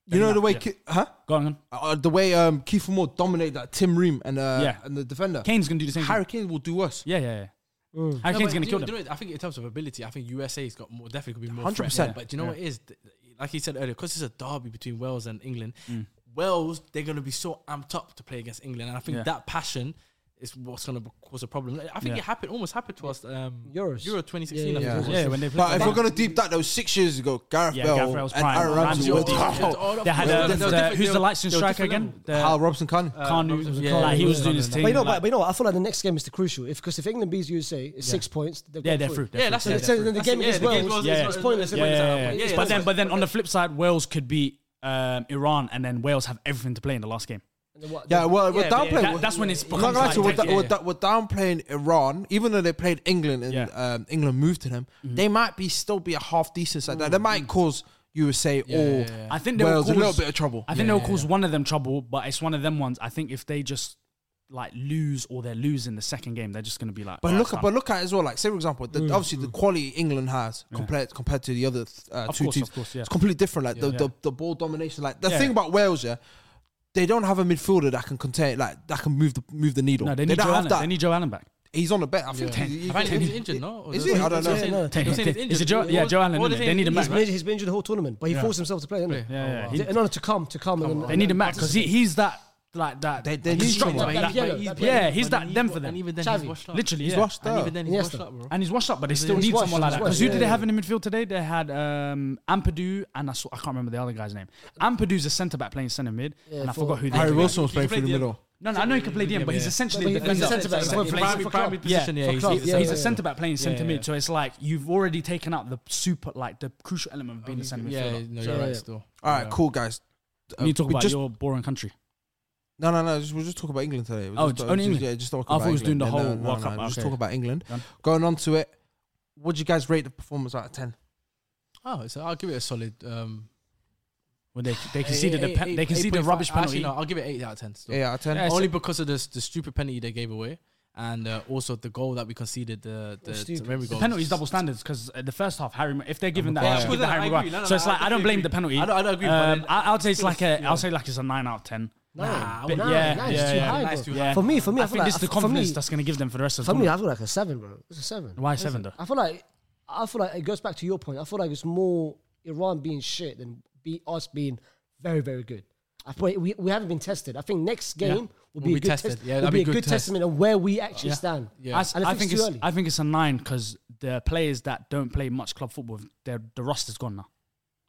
A: You know the way,
C: Yeah.
A: Ki- huh?
C: Go on.
A: Uh, the way um Kiefer Moore dominated that Tim Ream and uh
C: Yeah.
A: and the defender.
C: Kane's gonna do the same.
A: Harry
C: thing.
A: Kane will do us.
C: Yeah, yeah, yeah.
B: Mm.
C: Harry
D: No,
C: Kane's
D: but
C: gonna
D: do
C: kill
D: you
C: them.
D: know- do you know, I think in terms of ability, I think USA's got more, definitely could be more.
A: 100%.
D: threat. But do you know what it is? Th- Like he said earlier, because it's a derby between Wales and England.
C: Mm.
D: Wales they're going to be so amped up to play against England, and I think
C: Yeah.
D: that passion is what's going to cause a problem. I think
C: Yeah.
D: it happened almost happened to us um,
B: Euros.
D: Euro 2016.
B: Yeah,
D: I think it was.
A: yeah.
C: Yeah, when they
A: But
C: play.
A: if we're gonna deep that, that was six years ago. Gareth
C: Yeah,
A: Bell
C: Gareth Bell's
A: and
C: prime.
A: Aaron Ramsey.
C: Ramsey
A: were
C: was
A: the-
C: deep. They had
D: They were-
C: um,
D: they were
C: the-
D: different-
C: who's the
D: they were-
C: Leicester
D: they were
C: striker
D: different Uh,
C: again? The-
A: Hal Robson can.
C: Kanu.
D: Yeah,
C: like, he
D: yeah,
C: was
D: yeah.
C: doing his
D: But
C: thing.
B: But you know,
C: like-
B: but, but you know, what? I feel like the next game is the crucial. If because if England beats USA, it's six points. They're
C: yeah,
B: going
C: they're
B: through.
C: through. they're
D: Yeah,
C: through,
D: that's
B: So,
C: they're
D: it.
B: so
C: through.
B: then the
D: That's-
B: game
D: yeah,
B: against
D: the game
B: Wales,
D: was-
C: Yeah, yeah.
B: it's pointless.
D: Yeah,
C: yeah,
B: Everybody's
C: yeah,
B: out.
C: yeah.
D: Yeah, yeah,
C: but then,
D: that's-
C: but then on the flip side, Wales could beat um, Iran, and then Wales have everything to play in the last game.
B: And then what-
A: Yeah, well, we're
D: Yeah, but
A: downplaying.
D: Play-
C: That, that's when it's
A: I'm not
C: becomes
A: gonna lie
C: like,
A: to you, we're,
C: tactic.
A: da- we're, da- we're downplaying Iran, even though they played England and
C: Yeah. Mm-hmm.
A: um, England moved to them. They might be still be a half decent side. Like, They might cause USA or
C: I think they
A: Wales
C: will
A: a
C: cause,
A: little bit of trouble.
C: I think they'll cause one of them trouble, but it's one of them ones. I think if they just like lose or they lose in the second game, they're just gonna be like.
A: But
C: "Oh,
A: look,
C: it's
A: but
C: done."
A: look at it as well. Like, say for example, the, obviously the quality England has compared compared to the other uh,
C: Of
A: two
C: course,
A: teams,
C: of course, yeah.
A: it's completely different. Like the,
C: Yeah.
A: the the ball domination. Like the
C: Yeah.
A: thing about Wales, yeah, they don't have a midfielder that can contain, like that can move the move the needle.
C: no, they need
A: don't
C: Joe
A: have
C: Allen.
A: that.
C: They need Joe Allen back.
A: He's on the bench. I think
D: Yeah.
A: he- he-
D: Apparently
A: he-
D: he's injured, no?
A: Is he? I don't know.
D: They're saying-
B: Yeah, no.
D: they're saying he's
C: Is it
D: injured.
C: Joe? Yeah,
D: What-
C: Joe Allen.
D: what
C: innit?
D: they
C: They need him
B: He's
C: back.
D: saying?
C: right?
B: injured, he's been injured the whole tournament, but he
C: Yeah.
B: forced himself to play, isn't
D: Yeah,
B: he?
C: yeah, yeah.
B: Is it
C: He-
B: an honour to come, to come. and,
C: They need him back because he, he's that like that.
A: They- they
C: he's
A: need
C: struck
A: someone.
C: by
B: That
C: that-
B: yellow,
C: he's-
B: that
C: yeah,
B: yellow.
C: he's
D: But
C: that
D: he-
C: them for
D: and
C: them.
D: even then
B: Xavi.
D: he's washed up.
C: Literally,
A: He's
C: yeah.
A: washed
D: And
A: up.
D: even then he's
B: Iniesta.
D: washed up, bro.
C: And he's washed up, but they
D: He's
C: still need
B: washed,
C: someone like
B: he's
C: that.
B: washed,
C: Because who
B: yeah,
C: did they
B: yeah.
C: have in the midfield today? They had um, Ampadu and I, saw, I can't remember the other guy's name. Ampadu's a centre back playing centre mid,
B: Yeah,
C: and I
B: for-
C: forgot who. they
A: Harry
C: played.
A: Wilson was
D: He
A: playing
D: played
A: through the
D: the-
A: middle.
C: No, no, I know he can play DM, but he's a
D: Yeah.
B: But
C: essentially
B: he-
C: a
B: he's a
C: defender.
B: centre-back,
C: He's
B: so
C: a
B: he-
C: player-
D: Primary,
B: for
D: primary
B: club.
D: position,
C: Yeah,
D: yeah.
B: for club,
D: he's-
C: He's,
B: yeah,
C: he's
B: yeah,
C: a centre back playing centre
D: Yeah,
C: mid,
D: yeah.
C: so it's like you've already taken out the super, like the crucial element of being a centre midfielder.
D: Yeah, no, you're
B: Yeah,
D: right
B: yeah.
D: still.
A: All right,
D: Yeah.
A: cool guys. Uh,
C: You need to talk
A: we
C: about
A: just-
C: your boring country.
A: No, no, no. Just, we're just talking about England today. We're
C: Oh,
A: just,
C: j-
A: we're
C: only
A: just-
C: England?
A: Yeah, just talking
C: I
A: about
C: thought it was doing
A: England.
C: the
A: No,
C: whole
A: no,
C: World
A: no,
C: Cup.
A: no, Just
C: Okay.
A: talking about England.
C: Done.
A: Going on to it, would you guys rate the performance out of ten?
D: Oh, so I'll give it a solid. Um,
C: When they they conceded a
D: eight-
C: pe-
D: eight-
C: they conceded a
D: 8.5.
C: rubbish
D: Actually,
C: penalty.
D: no, I'll give it eight out of ten. Still.
A: Yeah, out of ten.
C: Yeah, it's-
D: Only because of this the stupid penalty they gave away, and uh, also the goal that we conceded. The the, the,
B: stupid.
D: memory
B: The
D: goal.
C: Penalties double standards because the first half Harry Ma- if they're given that
D: Yeah,
C: they should
D: of
C: give the
D: course, I
C: Harry
D: agree.
C: Maguire.
D: No, no,
C: so it's
D: no,
C: like
D: I
C: I don't blame
D: agree.
C: the penalty.
D: I don't- I don't agree, but
C: Um,
D: then-
C: I, I'll say it's like a
D: Yeah.
C: I'll say like it's a nine out of ten.
B: No,
D: Nah,
B: but
D: nah,
C: yeah,
B: nah, it's
C: yeah,
B: too
C: yeah.
B: high,
D: Nice,
B: bro.
D: too
C: Yeah.
D: high.
B: For me, for me, I
C: I
B: feel
C: think
B: like
C: this is the
B: for me-
C: confidence that's going to give them for the rest of the
B: For me, I
C: tournament.
B: feel like a seven, bro. It's a seven.
C: Why seven though?
B: I feel like I feel like it goes back to your point. I feel like it's more Iran being shit than be us being very very good. I feel like we, we haven't been tested. I think next game will be a
D: We'll be
B: good
D: tested.
B: test.
D: Yeah,
B: will
D: that'd
B: be
D: be
B: a
D: good
B: good
D: test.
B: testament of where we actually
C: Yeah.
B: stand.
C: I,
D: Yeah.
C: s-
B: And I
C: I
B: think
C: think
B: it's
C: it's
B: too early.
C: I think it's a nine because the players that don't play much club football, their the roster's gone now.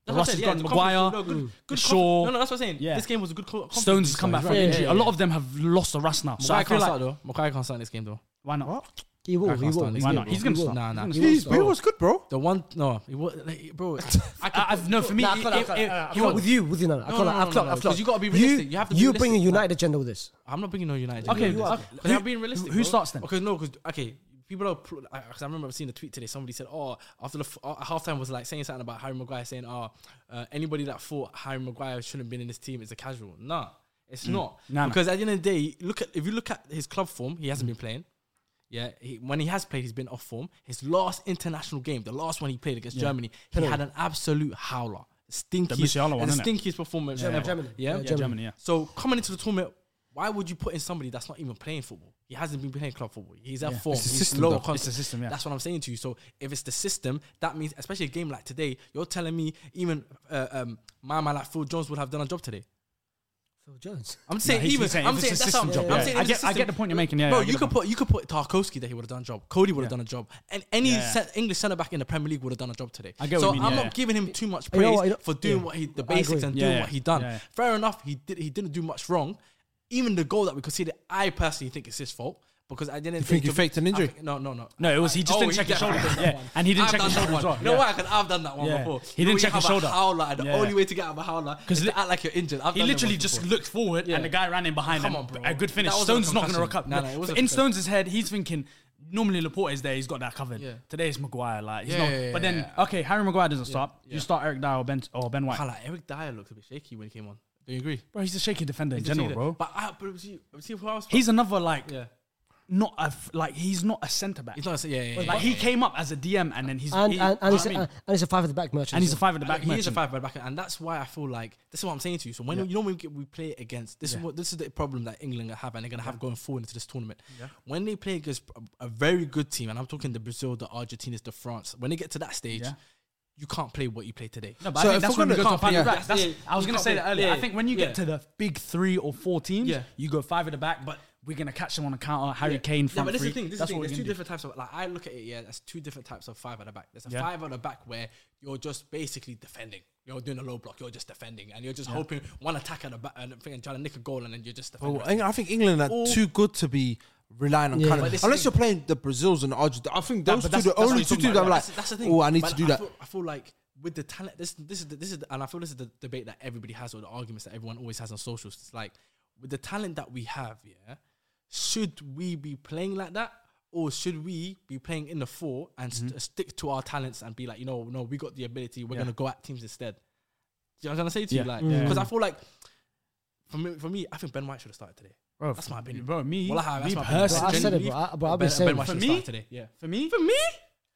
C: The
D: That's what I
C: roster's
D: said,
C: gone.
D: the
C: Maguire,
D: confidence- no, good- good
C: Shaw,
D: conf- No, no, that's what I'm saying.
C: Yeah.
D: This game was a good. Co- confidence
C: Stones has come back
D: boost,
C: from
D: right?
C: injury.
D: Yeah,
C: A
D: yeah,
C: lot of them have lost the rust now.
D: yeah.
C: So I
D: Maguire
C: feel
D: can't
C: like
D: start
C: Oh,
D: though. Maguire can't start in this game though.
C: why not?
B: He will.
D: I can't
B: He will.
D: stand
B: he
D: this.
C: Why
B: will,
C: not?
B: he
C: He's gonna
B: will.
C: start.
D: Nah, nah.
C: He's gonna
A: He's,
C: start.
A: he was good, bro.
D: The one, no, it was, like, bro. I
C: I, I've no for me.
B: Nah, I
C: it-
B: feel like-
C: it-
B: I feel like-
C: it-
D: uh,
B: I
C: you
B: feel
C: know,
B: like with you, with you, no, no, I
D: No,
B: feel
D: no,
B: like-
D: no,
B: I feel
D: no,
B: like- I
D: no,
B: feel
D: 'cause
B: like
D: you gotta be
B: You,
D: realistic. You have to be
B: you bring a
D: realistic.
B: United agenda with this.
D: I'm not bringing no United.
C: Okay,
D: bro.
C: okay.
D: Because I'm being realistic.
C: who
D: bro.
C: starts then?
D: Because no, because okay, people are. Because I remember seeing a tweet today. Somebody said, "Oh, after the f- uh, halftime was like saying something about Harry Maguire, saying, oh, uh, anybody that thought Harry Maguire shouldn't have been in this team is a casual.' Nah, it's not.
C: Mm. Nah, nah.
D: because at the end of the day, look at if you look at his club form, he hasn't been playing. Yeah, he, when he has played, he's been off form. His last international game, the last one he played against Germany, he had an absolute howler, stinky,
C: Musiala one,
D: the
C: innit?
D: stinkiest performance ever.
B: Germany.
D: Yeah,
C: yeah, Germany. Yeah.
D: so coming into the tournament, why would you put in somebody that's not even playing football? He hasn't been playing club football. He's at form.
A: It's the
D: He's
A: system,
D: lower
A: though.
D: content.
C: It's the system, yeah.
D: That's what I'm saying to you. So if it's the system, that means especially a game like today, you're telling me even uh, um, my man like Phil Jones would have done a job today.
B: Phil Jones.
D: I'm saying
C: he's-
D: even.
C: he's saying
D: I'm
C: if
D: saying
C: it's a
D: that's how
C: system job,
D: I'm
C: yeah.
D: saying
C: I
D: it's a
C: get- I get the point you're making, yeah,
D: bro,
C: yeah, I get
D: you
C: the
D: could put you could put Tarkowski that he would have done a job. Cody would have
C: Yeah.
D: done a job, and any
C: Yeah.
D: cent- English centre back in the Premier League would have done a job today.
C: I get what
D: so
C: you mean,
D: I'm
C: yeah,
D: not
C: yeah.
D: giving him too much
B: You know
D: praise
B: what, I-
D: for doing
B: yeah.
D: what he the
B: I agree.
D: basics and doing
C: Yeah,
D: what he done.
C: yeah, yeah.
D: Fair enough, he did he didn't do much wrong. Even the goal that we conceded, I personally think it's his fault because I didn't
A: You think he faked an injury?
D: no, no, no.
C: No, it was- he just didn't check his
D: Oh, definitely
C: shoulder.
D: done that
C: Yeah,
D: one.
C: and he didn't
D: I've
C: check
D: done
C: his
D: that
C: shoulder
D: one.
C: as well,
D: You know
C: yeah.
D: why? Because I've done that one
C: Yeah.
D: before.
C: He
D: You know
C: didn't
D: when
C: check
D: you
C: his
D: have a
C: shoulder.
D: Howler, and the
C: Yeah.
D: only way to get out of a howler is
C: li-
D: to act like you're injured. I've
C: He
D: done them
C: literally
D: once
C: just
D: before.
C: looked forward
D: Yeah.
C: and the guy ran in behind
D: Come
C: him.
D: on, bro.
C: A good finish.
D: That wasn't
C: Stone's not going to
D: concussion.
C: recover.
D: Nah, nah, it wasn't
C: in
D: concussion.
C: Stones' head, he's thinking, normally Laporte is there, he's got that covered.
D: Yeah.
C: Today it's Maguire. Like, he's
D: Yeah,
C: not.
D: yeah, yeah,
C: but then,
D: yeah.
C: okay, Harry Maguire doesn't start. You start Eric Dyer or Ben, or ben White.
D: Kinda like Eric Dyer looked a bit shaky when he came on. Do you agree?
C: Bro, he's a shaky defender in
D: He's a
C: general,
D: shaky-
C: bro.
D: But I, but see, see who else?
C: He's another, like,
D: yeah.
C: not a f- like he's not a centre back.
D: He's not. A, yeah, yeah. yeah,
C: Like he came up as a DM and then he's
B: And and,
C: he- you know
B: and,
C: what
B: it's,
C: I mean?
B: and it's a five at the back merchant.
C: and he's a five at the
D: Like,
C: back.
D: he is a
C: merchant.
D: five by back, and that's why I feel like this is what I'm saying to you. So when you know when we, get, we play against this
C: Yeah.
D: is what this is the problem that England have, and they're gonna have going forward into this tournament. When they play against a, a very good team, and I'm talking the Brazil, the Argentinas, the France. When they get to that stage,
C: Yeah.
D: you can't play what you play today.
C: No, but
A: So
C: I
A: if
C: think that's
A: we're
C: when
A: gonna
C: you go
A: go
C: to five
A: for-
C: at the
A: yeah.
C: back. That's, I was going to say that earlier. I think when you get to the big three or four teams,
D: Yeah.
C: you go five at the back, but we're going to catch them on a counter. Harry Kane,
D: Yeah,
C: front
D: but this
C: three.
D: is the thing. This
C: that's
D: is the thing.
C: what
D: There's
C: we're going to
D: two
C: do.
D: different types of like I look at it. Yeah, there's two different types of five at the back. There's a
C: Yeah.
D: five at the back where you're just basically defending. You're doing a low block. You're just defending, and you're just hoping one attack at the back and the thing and trying to nick a goal, and then you're just defending.
A: Oh, Eng- I think England are too good to be relying on Canada.
D: Oh. But this
A: Unless
D: thing-
A: you're playing the Brazils and Argentina. I think
C: That-
A: those
C: but
A: two,
C: that's-
A: the
C: that's what
A: only
C: he's
A: two
C: talking
A: teams
C: about.
A: that I'm like,
D: that's, that's the thing.
A: oh, I need
D: But
A: to do
D: I
A: that.
D: Feel, I feel like with the talent, this this is the, this is, the, and I feel this is the debate that everybody has or the arguments that everyone always has on socials. It's like with the talent that we have, yeah, should we be playing like that? Or should we be playing in the four and
A: Mm-hmm.
D: st- stick to our talents and be like, you know, no, we got the ability. We're
C: Yeah.
D: gonna go at teams instead. Do you know what I'm trying to say to
C: Yeah.
D: you, like,
A: Mm.
C: Yeah.
D: because I feel like for me, for me, I think Ben White should have started today. That's my opinion.
C: Bro, me,
D: Well, I-
C: me
D: that's my
B: Bro,
D: opinion.
B: I
C: personally,
B: said it, bro. I, bro I've been
D: ben,
B: saying
D: ben
B: it.
D: White should have
C: me-
D: started today. Yeah,
C: for me,
D: for me,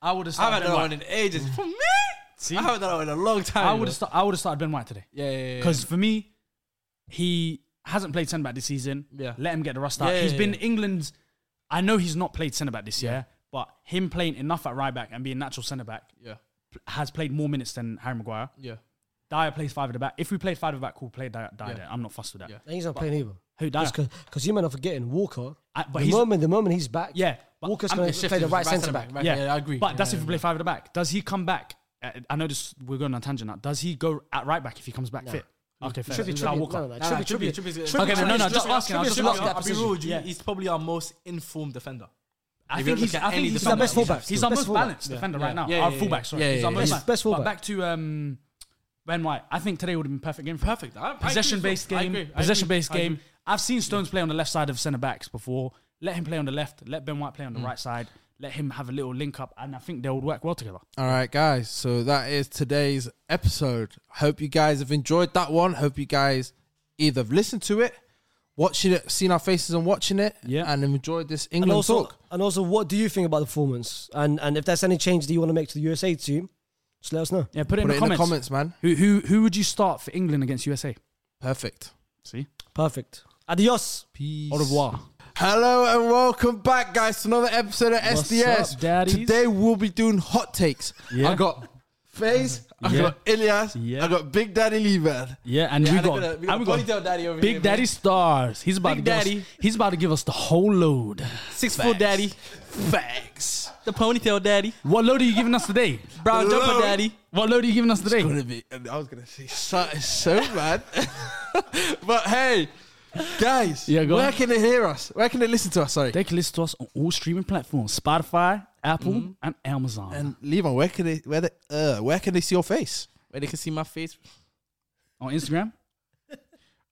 C: I would have
D: I haven't
C: started
D: done
C: Ben
D: one
C: White.
D: in ages. For me,
C: See?
D: I haven't done one in a long time.
C: I
D: you
C: would
D: know.
C: have sta- I would have started Ben White today.
D: Yeah, yeah, yeah.
C: Because for me, he hasn't played centre back this season.
D: Yeah.
C: Let him get the rust out.
D: Yeah, yeah,
C: He's been
D: yeah.
C: England's. I know he's not played centre back this year, but him playing enough at right back and being natural centre back
D: yeah,
C: pl- has played more minutes than Harry Maguire.
D: yeah,
C: Dyer plays five at the back. If we played five at the back, we'll play Dyer. Dyer.
D: Yeah.
C: there. I'm not fussed with that.
D: Yeah.
B: He's not playing either.
C: Who Dyer?
B: Because you might not forgetting Walker.
C: I- but
B: the
C: he's-
B: moment the moment he's back,
C: Yeah, but
B: Walker's
C: I'm-
B: going
C: it's
B: to play the
D: shifted,
B: right
D: right
B: centre back.
D: centre-back, right. Yeah, I agree.
C: But that's
D: Yeah,
C: if we play
D: yeah,
C: five at the back. Does he come back? Uh, I know this. We're going on a tangent now. Does he go at right back if he comes back fit? Okay, fair.
B: Trippier,
C: Without
B: Trippier,
C: Walker.
B: no, no, no,
D: Nah, nah,
B: Trippier, Trippier.
D: Trippier, Trippier.
C: Trippier, Okay, no, no,
D: Trippier,
C: just
D: Trippier,
C: asking, I was
D: Trippier,
C: just
D: Trippier,
C: asking that
D: I'll be real with you,
C: position. Yeah.
D: He's probably our most informed defender.
C: I
D: If
C: think
D: you
C: he's,
D: look at
C: I think
D: any
C: he's
D: defender
C: our
D: we
C: best
D: have.
C: fullback. He's
B: He's
C: our
B: best
C: most
B: fullback.
C: balanced
B: Yeah.
C: defender right now.
D: Yeah,
C: Our
D: yeah,
C: fullback,
D: yeah.
C: sorry.
D: Yeah,
C: he's our
D: yeah,
C: most
D: yeah.
B: He's best
C: But
B: fullback.
C: back to um, Ben White. I think today would have been perfect game. for him.
D: Perfect. I- I agree
C: Possession
D: as
C: based
D: well. I
C: game.
D: agree, I agree,
C: Possession based
D: I agree.
C: game. I've seen Stones play on the left side of centre backs before. Let him play on the left. Let Ben White play on the right side. Let him have a little link up, and I think they would work well together.
A: All right, guys. So that is today's episode. Hope you guys have enjoyed that one. Hope you guys either have listened to it, watching it, seen our faces and watching it,
C: Yeah.
A: and have enjoyed this
B: and
A: England
B: also,
A: talk.
B: and also, what do you think about the performance? And and if there's any change that you want to make to the USA team, just let us know.
C: Yeah, put
A: Put
C: it, in,
A: it
C: the
A: in
C: comments.
A: the comments, man.
C: Who who who would you start for England against USA?
A: Perfect.
C: See,
B: Perfect. Adios.
A: Peace.
C: au revoir.
A: Hello and welcome back, guys, to another episode of
C: What's
A: SDS.
C: up, daddies?
A: Today we'll be doing hot takes.
C: Yeah.
A: I got FaZe, I
C: Yeah.
A: got Ilias,
C: Yeah.
A: I got Big Daddy Lever.
C: Yeah, and
D: Yeah,
C: we
D: and I
C: got,
D: got a- we
C: and we
D: got
C: got
D: Ponytail Daddy over
C: Big
D: here, man.
C: Daddy stars. He's about
D: Big
C: to give
D: Daddy.
C: Us, he's about to give us the whole load.
D: Six foot daddy.
A: Facts.
D: The ponytail daddy.
C: What load are you giving us today?
D: Brown
A: Hello.
D: jumper daddy.
C: What load are you giving us today?
A: gonna be. and I was gonna say something so bad, but hey, guys,
C: Yeah, go
A: where
C: on.
A: can they hear us? Where can they listen to us? Sorry,
C: They can listen to us on all streaming platforms: Spotify, Apple, and Amazon.
A: and Levon, where can they where they, uh, where can they see your face?
D: Where they can see my face.
C: on Instagram,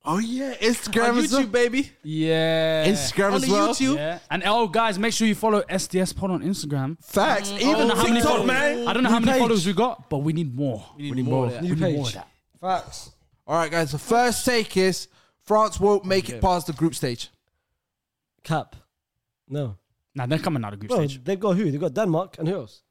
A: Oh yeah,
D: On
A: Instagram as well.
D: YouTube, baby.
C: yeah,
A: Instagram
D: On
A: as
D: the
A: well.
D: YouTube.
C: yeah. And oh, guys, make sure you follow SDS Pod on Instagram.
A: Facts.
C: I don't
A: Mm, Even
C: know how many,
A: TikTok,
C: followers,
A: man.
C: I don't know how
A: New
C: many
A: page.
C: followers we got, but we need more.
D: We need more of that.
C: We need
B: page.
C: more of that.
B: Facts.
A: All right, guys. The first take is France won't make it past the group stage.
B: Cap. No.
C: Nah, they're coming out of group
B: Bro,
C: stage.
B: they've got who? They've got Denmark and who else?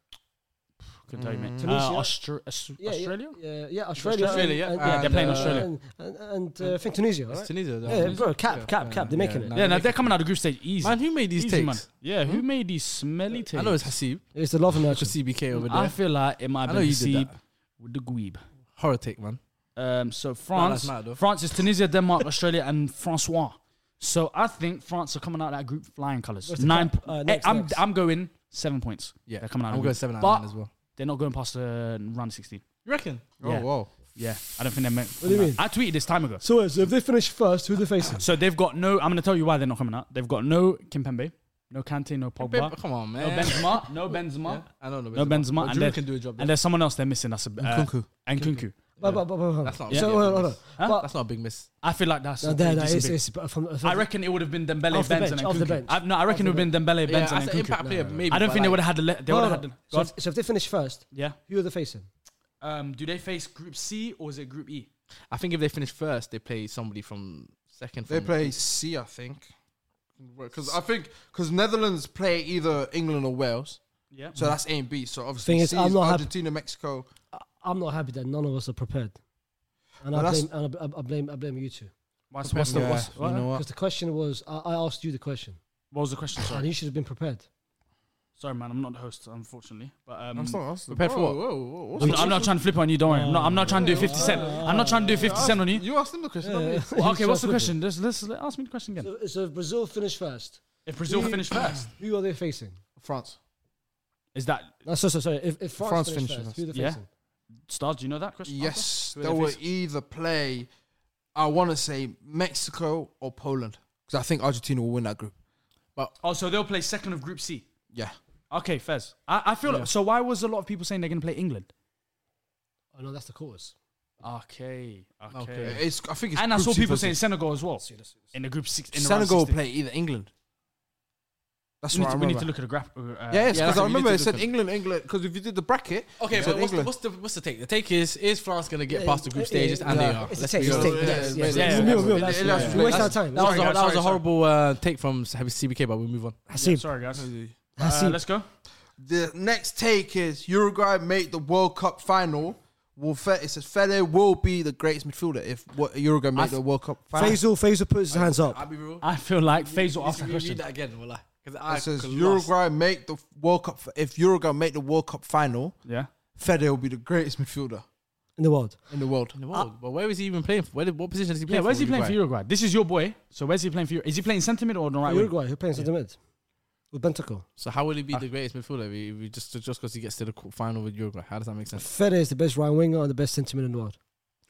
C: Could tell you, mate. Uh,
B: Tunisia?
C: Austra- Aus-
B: Yeah, yeah,
C: Australia.
B: Yeah, yeah, Australia.
D: Australia, yeah.
B: and-
C: Yeah, they're playing
B: and, uh,
C: Australia.
B: And, and, and, uh, I think Tunisia. Right?
D: Tunisia.
B: Yeah, bro, cap, cap, cap. They're making it.
C: Yeah, no, they're coming out of group stage easy.
D: Man, who made these
C: Easy, man.
D: takes?
C: Yeah, who made these smelly takes?
D: I know it's Hasib.
B: It's the love
D: It's
B: merchant.
D: CBK over
C: I
D: there.
C: feel like it might
D: I know
C: be
D: you
C: Sib
D: did that.
C: with the Guib.
D: Horror take, man.
C: Um, so France,
D: mad, though.
C: France is Tunisia, Denmark, Australia, and Francois. So I think France are coming out of that group flying colours.
B: Where's the
C: Nine.
B: cup? Uh,
C: eh,
B: next,
C: I'm
B: next.
C: I'm going seven points.
D: Yeah,
C: they're coming out. of
D: I'm going
C: group.
D: seven out
C: But
D: of nine as well.
C: They're not going past the round of sixteen.
D: You reckon?
A: Oh
C: Yeah.
A: wow.
C: Yeah, I don't think they're meant.
B: What do you mean?
C: I tweeted this time ago.
B: So, uh, so if they finish first, who are they facing?
C: So they've got no. I'm going to tell you why they're not coming out. They've got no Kimpembe, no Kante, no Pogba,
D: Babe, Oh, Come on,
C: no
D: man.
C: Benzema, no Benzema,
D: I don't know.
C: no Benzema,
D: But
C: and,
D: Giroud
C: there-
D: can do a job.
C: and
D: there.
C: there's someone else they're missing. That's a, uh,
A: Kunku.
C: and Kunku.
B: But, but, but, but, but,
D: That's not.
C: Yeah.
D: Yeah.
B: So, hold on, hold on.
C: Huh?
B: But,
D: That's not a big miss.
C: I feel like that's.
B: no,
C: a
B: no, no,
C: decent
B: it's,
C: big-
B: it's but from, from,
C: I reckon it would have been Dembele,
B: Off the
C: Benson,
B: bench,
C: and
B: off the
C: Kunku.
B: bench.
C: I, no, I reckon it would have been Dembele,
D: Yeah,
C: Benson,
D: as
C: and
D: an impact
C: Kunku.
D: player, maybe.
C: I don't
D: but
C: think they
D: like-
C: would have had. The le- they would
B: Hold on.
C: have had. The,
B: so,
C: God.
B: if, so if they finish first,
C: Yeah.
B: who are they facing?
C: Um, do they face Group C or is it Group E? Mm.
D: I think if they finish first, they play somebody from second.
A: They
D: from-
A: play C, I think. Because I think because Netherlands play either England or Wales,
C: Yeah.
A: so that's A and B. So obviously,
B: Thing is,
A: C
B: I'm
A: is
B: not happy-
A: Argentina, Mexico.
B: I'm not happy that none of us are prepared. And
A: Well,
B: I,
A: that's-
B: blame, and I, I- I blame I blame you two
C: What's, what's the,
A: Yeah,
C: what's,
A: you know
B: because
A: what?
B: the question was I, I asked you the question
C: what was the question?
B: and
C: Sorry.
B: you should have been prepared.
C: Sorry, man. I'm not the host, unfortunately. But um,
A: I'm
C: I'm,
A: sorry. that's-
C: prepared for
A: whoa,
C: what?
A: Whoa, whoa, what's
C: not, I'm not trying to flip on you. Don't worry. I'm not, I'm not trying to do 50 cent. I'm not trying to do 50 cent on you.
A: You asked him the question. not me.
C: Well, okay, what's the question? Let's, let's, let- ask me the question again.
B: So, so if Brazil finish first,
C: If Brazil finish first,
B: who are they facing?
A: France.
C: is that
B: No, so, so, sorry. If, if France,
A: France
B: finish
A: finish
B: first, who are they
C: Yeah.
B: facing?
C: stars? Do you know that question?
A: Yes,
C: Answer?
A: they will either play. I want to say Mexico or Poland because I think Argentina will win that group.
C: Oh, so they'll play second of Group C.
A: Yeah,
C: Okay, Fez. I, I feel like, so. Why was a lot of people saying they're going to play England?
B: Oh no, that's the cause.
C: Okay, okay.
A: it's. I think it's.
C: And I
A: Group
C: saw
A: C
C: people
A: versus-
C: saying Senegal as well in the Group Six. In the round
A: Senegal will
C: 16.
A: play either England. That's
C: We need,
A: what I
C: to, we
A: remember.
C: need to look at a graph. Uh, yeah,
A: Yeah, because
C: that's what
A: I
C: we need
A: remember
C: to
A: it
C: look
A: said
C: at.
A: England, England. Because if you did the bracket,
D: Okay,
A: it said
D: but what's the,
A: England.
D: what's the what's the take? The take is is France gonna get
B: Yeah,
D: past the group
B: yeah,
D: stages and
A: yeah.
D: they are.
B: It's a
D: Let's
B: take,
D: be
B: it's a
D: honest.
B: take. Yes, yes,
C: yes.
A: yeah,
C: Real,
A: yeah,
C: real,
A: yeah,
B: that's-
A: yeah,
B: yeah.
A: yeah.
B: Waste our time.
D: That was,
C: Sorry, guys,
D: that was
C: sorry,
D: a
C: sorry.
D: horrible uh, take from Heavy CBK, but we move on.
C: Yeah, sorry, guys. Uh, let's go.
A: The next take is Uruguay made the World Cup final. Will Fe- it says Fede will be the greatest midfielder if what Uruguay made the World Cup final.
B: Faisal, Faisal puts his hands
D: I'll
B: up.
D: be real.
C: I feel like
D: You
C: Faisal asked that
D: should read
C: question.
D: that again, wallah. 'Cause I
A: It says
D: could lost.
A: Uruguay make the World Cup if Uruguay make the World Cup final.
C: Yeah.
A: Fede will be the greatest midfielder
B: In the world.
A: in the world.
D: In the world. but where is he even playing? For? Where did, what position is he
C: Yeah,
D: playing?
C: where's
D: for
C: he playing for
D: Uruguay?
C: Uruguay? This is your boy. So where's he playing for? Ur- Is he playing centre mid or on the right wing?
B: Uruguay, who plays in the mid? With Bentaco.
D: So how will he be the greatest midfielder if he, if he just just because he gets to the qu- final with Uruguay? How does that make sense?
B: Fede is the best right winger and the best sentiment in the world.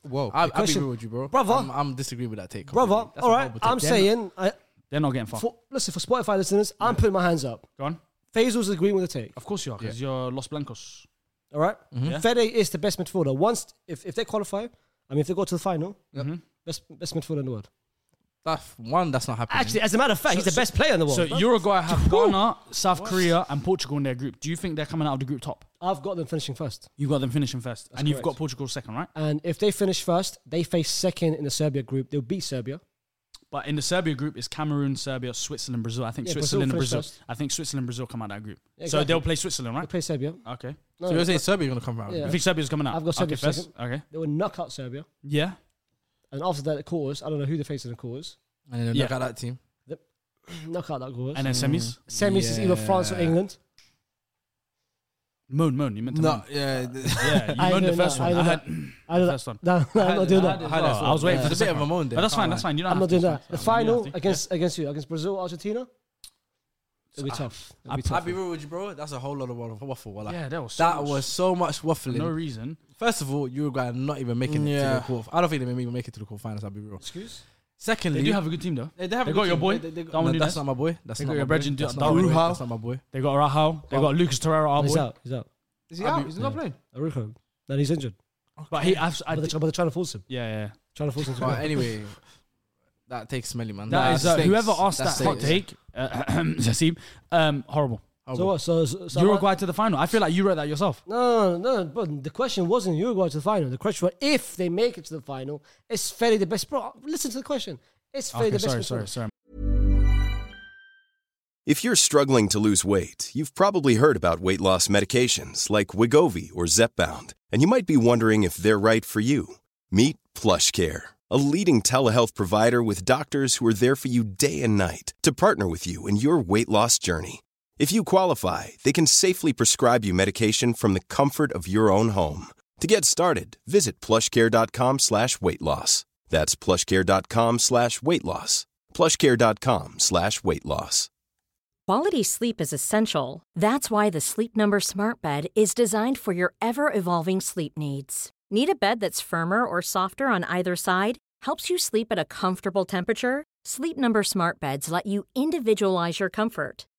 A: Whoa,
D: I, I'll be
B: question.
D: real with you, bro.
B: Brother.
D: I'm, I'm disagreeing with that take.
B: Brother,
D: completely. That's a
B: all right,
D: horrible take.
B: I'm
D: They're
B: saying, I,
C: They're not getting far.
B: for, listen, for Spotify listeners, I'm putting my hands up.
C: Go on.
B: Faisal's agreeing with the take,
C: Of course you are, because you're Los Blancos.
B: all right?
D: Mm-hmm.
C: Yeah.
B: Fede is the best midfielder. Once, if, if they qualify, I mean, if they go to the final,
D: Mm-hmm.
C: Mhm.
B: best, best midfielder in the world.
D: not- that's one that's not happening.
B: Actually, as a matter of fact,
C: So-
B: he's the
C: so-
B: best player in the world.
C: So Uruguay have Ghana, South Korea, and Portugal in their group. Do you think they're coming out of the group top?
B: I've got them finishing first.
C: You've got them finishing first, and you've got
B: correct.
C: Portugal second, right?
B: And if they finish first, they face second in the Serbia group. They'll beat Serbia.
C: But in the Serbia group is Cameroon, Serbia, Switzerland, Brazil. I think
B: Yeah, Brazil
C: Switzerland
B: finished
C: and Brazil.
B: first.
C: I think Switzerland and Brazil come out of that group.
B: Yeah,
C: So
B: exactly.
C: they'll play Switzerland,
B: They
C: right?
B: play Serbia.
C: Okay.
B: No,
D: so you're
B: no,
D: saying Serbia going to come out?
B: Yeah.
C: You think Serbia's coming out?
B: I've got Serbia
C: okay, first.
B: second.
C: Okay.
B: they will knock out Serbia.
C: Yeah.
B: And after that, the quarters, I don't know who they face in the quarters.
D: And then
C: Yeah.
D: look at that team.
B: knock out that quarters.
C: And then semis.
B: Semis is either France or
A: Yeah.
B: England.
C: Moan, moan. You meant to
A: no,
C: moan.
A: yeah, th-
C: Yeah, you
B: I
C: moaned the
B: don't know,
C: first
B: I
C: one. I
B: don't
C: had
B: I don't,
C: first one.
B: no, no, I'm not doing
D: I
B: that.
D: had it as
C: Oh, I was
D: well.
C: waiting for the
D: There's a bit
C: second
D: of a moan there.
C: But that's fine. That's fine. You don't
B: I'm
C: have
B: not
C: to.
B: doing that. The
C: It's fine. You don't
B: final
C: have to.
B: against against who? Against Brazil, Argentina. It'll be
D: Ah,
B: tough. It'll
C: I-
B: be
D: I'll
B: tough.
D: be real with you, bro. That's a whole lot of waffle. waffle wallah.
C: Yeah, that was. so
D: that
C: much-
D: was so much
C: for
D: waffling.
C: no reason.
D: First of all, Uruguay are not even making it to
A: Yeah.
D: the quarter. I don't think they may even make it to the quarterfinals. I'll be real.
B: Excuse?
D: Secondly,
C: They do have a good team though.
D: They, they have
C: They
D: a
C: got
D: good
C: your
D: team.
C: boy,
D: They- they- they-
C: Darwin
D: no, that's
C: Nunes.
D: not my boy. That's
C: They
D: not
C: got
D: my
C: your
D: boy.
C: Bredgen
D: That's
C: Dar-
D: not my boy.
C: Darwin
D: That's not my boy.
C: They got Rahal. They
D: Well-
C: got Lucas Torreira. Our
B: He's
C: boy.
B: out. He's out.
A: is he
D: I'll
A: out?
D: be-
A: He's not playing.
B: Arujo. No, he's injured.
C: But he, I've, I
B: But
C: did,
B: they're, but they're trying to force him.
C: yeah, yeah.
B: Trying to force him to
D: But
B: go.
D: anyway, that takes smelly man.
C: That
D: Nah,
C: is uh,
D: stinks.
C: whoever asked that, hot
D: stinks.
C: take, uh, Zaseem, um, horrible.
B: So Oh, what? So, so, so
C: Uruguay to the final. I feel like you wrote that yourself.
B: No, no, no, but the question wasn't Uruguay to the final. The question was if they make it to the final, is Ferry the best? Bro, listen to the question. Is Ferry
C: Okay,
B: the best?
C: sorry,
B: midfielder?
C: sorry, sorry.
E: If you're struggling to lose weight, you've probably heard about weight loss medications like Wigovi or Zepbound, and you might be wondering if they're right for you. Meet PlushCare, a leading telehealth provider with doctors who are there for you day and night to partner with you in your weight loss journey. If you qualify, they can safely prescribe you medication from the comfort of your own home. To get started, visit plushcare.com slash weight loss. That's plushcare.com slash weight loss. plushcare.com slash weight loss.
F: Quality sleep is essential. That's why the Sleep Number Smart Bed is designed for your ever evolving sleep needs. Need a bed that's firmer or softer on either side? Helps you sleep at a comfortable temperature? Sleep Number Smart Beds let you individualize your comfort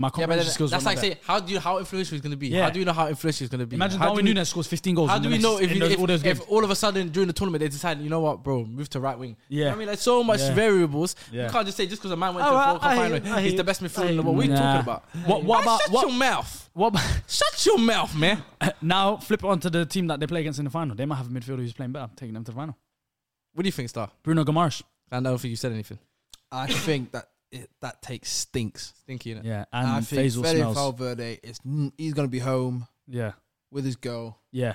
C: My
D: Yeah, but
C: comprehension
D: then
C: skills.
D: that's
C: were
D: like
C: not there.
D: say, how do you how influential he's gonna be?
C: Yeah.
D: How do you know how influential he's gonna be?
C: Imagine
D: how
C: Darwin
D: do we-
C: Nunes scores 15 goals.
D: How
C: in
D: do
C: the
D: we
C: next-
D: know if,
C: in
D: you,
C: those-
D: if,
C: all those games?
D: if all of a sudden during the tournament they decide, you know what, bro, move to right wing? You
C: Yeah.
D: know what I mean, there's so much
C: Yeah.
D: variables.
C: Yeah.
D: You can't just say just because a man went
C: Oh,
D: to
C: I-
D: the
C: I hear
D: final,
C: you, I
D: he's
C: hear
D: the
C: you,
D: best midfielder
C: I
D: in the
C: hear
D: world. What are you
C: you.
D: talking
C: Nah.
D: about?
C: What- what
D: Man,
C: about-
D: Shut
C: what-
D: your mouth.
C: What about-
D: Shut your mouth, man.
C: now flip it onto the team that they play against in the final. They might have a midfielder who's playing better, taking them to the final.
D: What do you think, Star?
C: Bruno Gomes.
D: I don't think you said anything.
A: I think that it, that take stinks.
D: Stinky, innit?
C: Yeah,
A: And I
C: and
A: think
C: Faisal
A: Fede
C: smells.
A: Valverde is n- he's gonna be home
C: Yeah,
A: with his girl
C: yeah,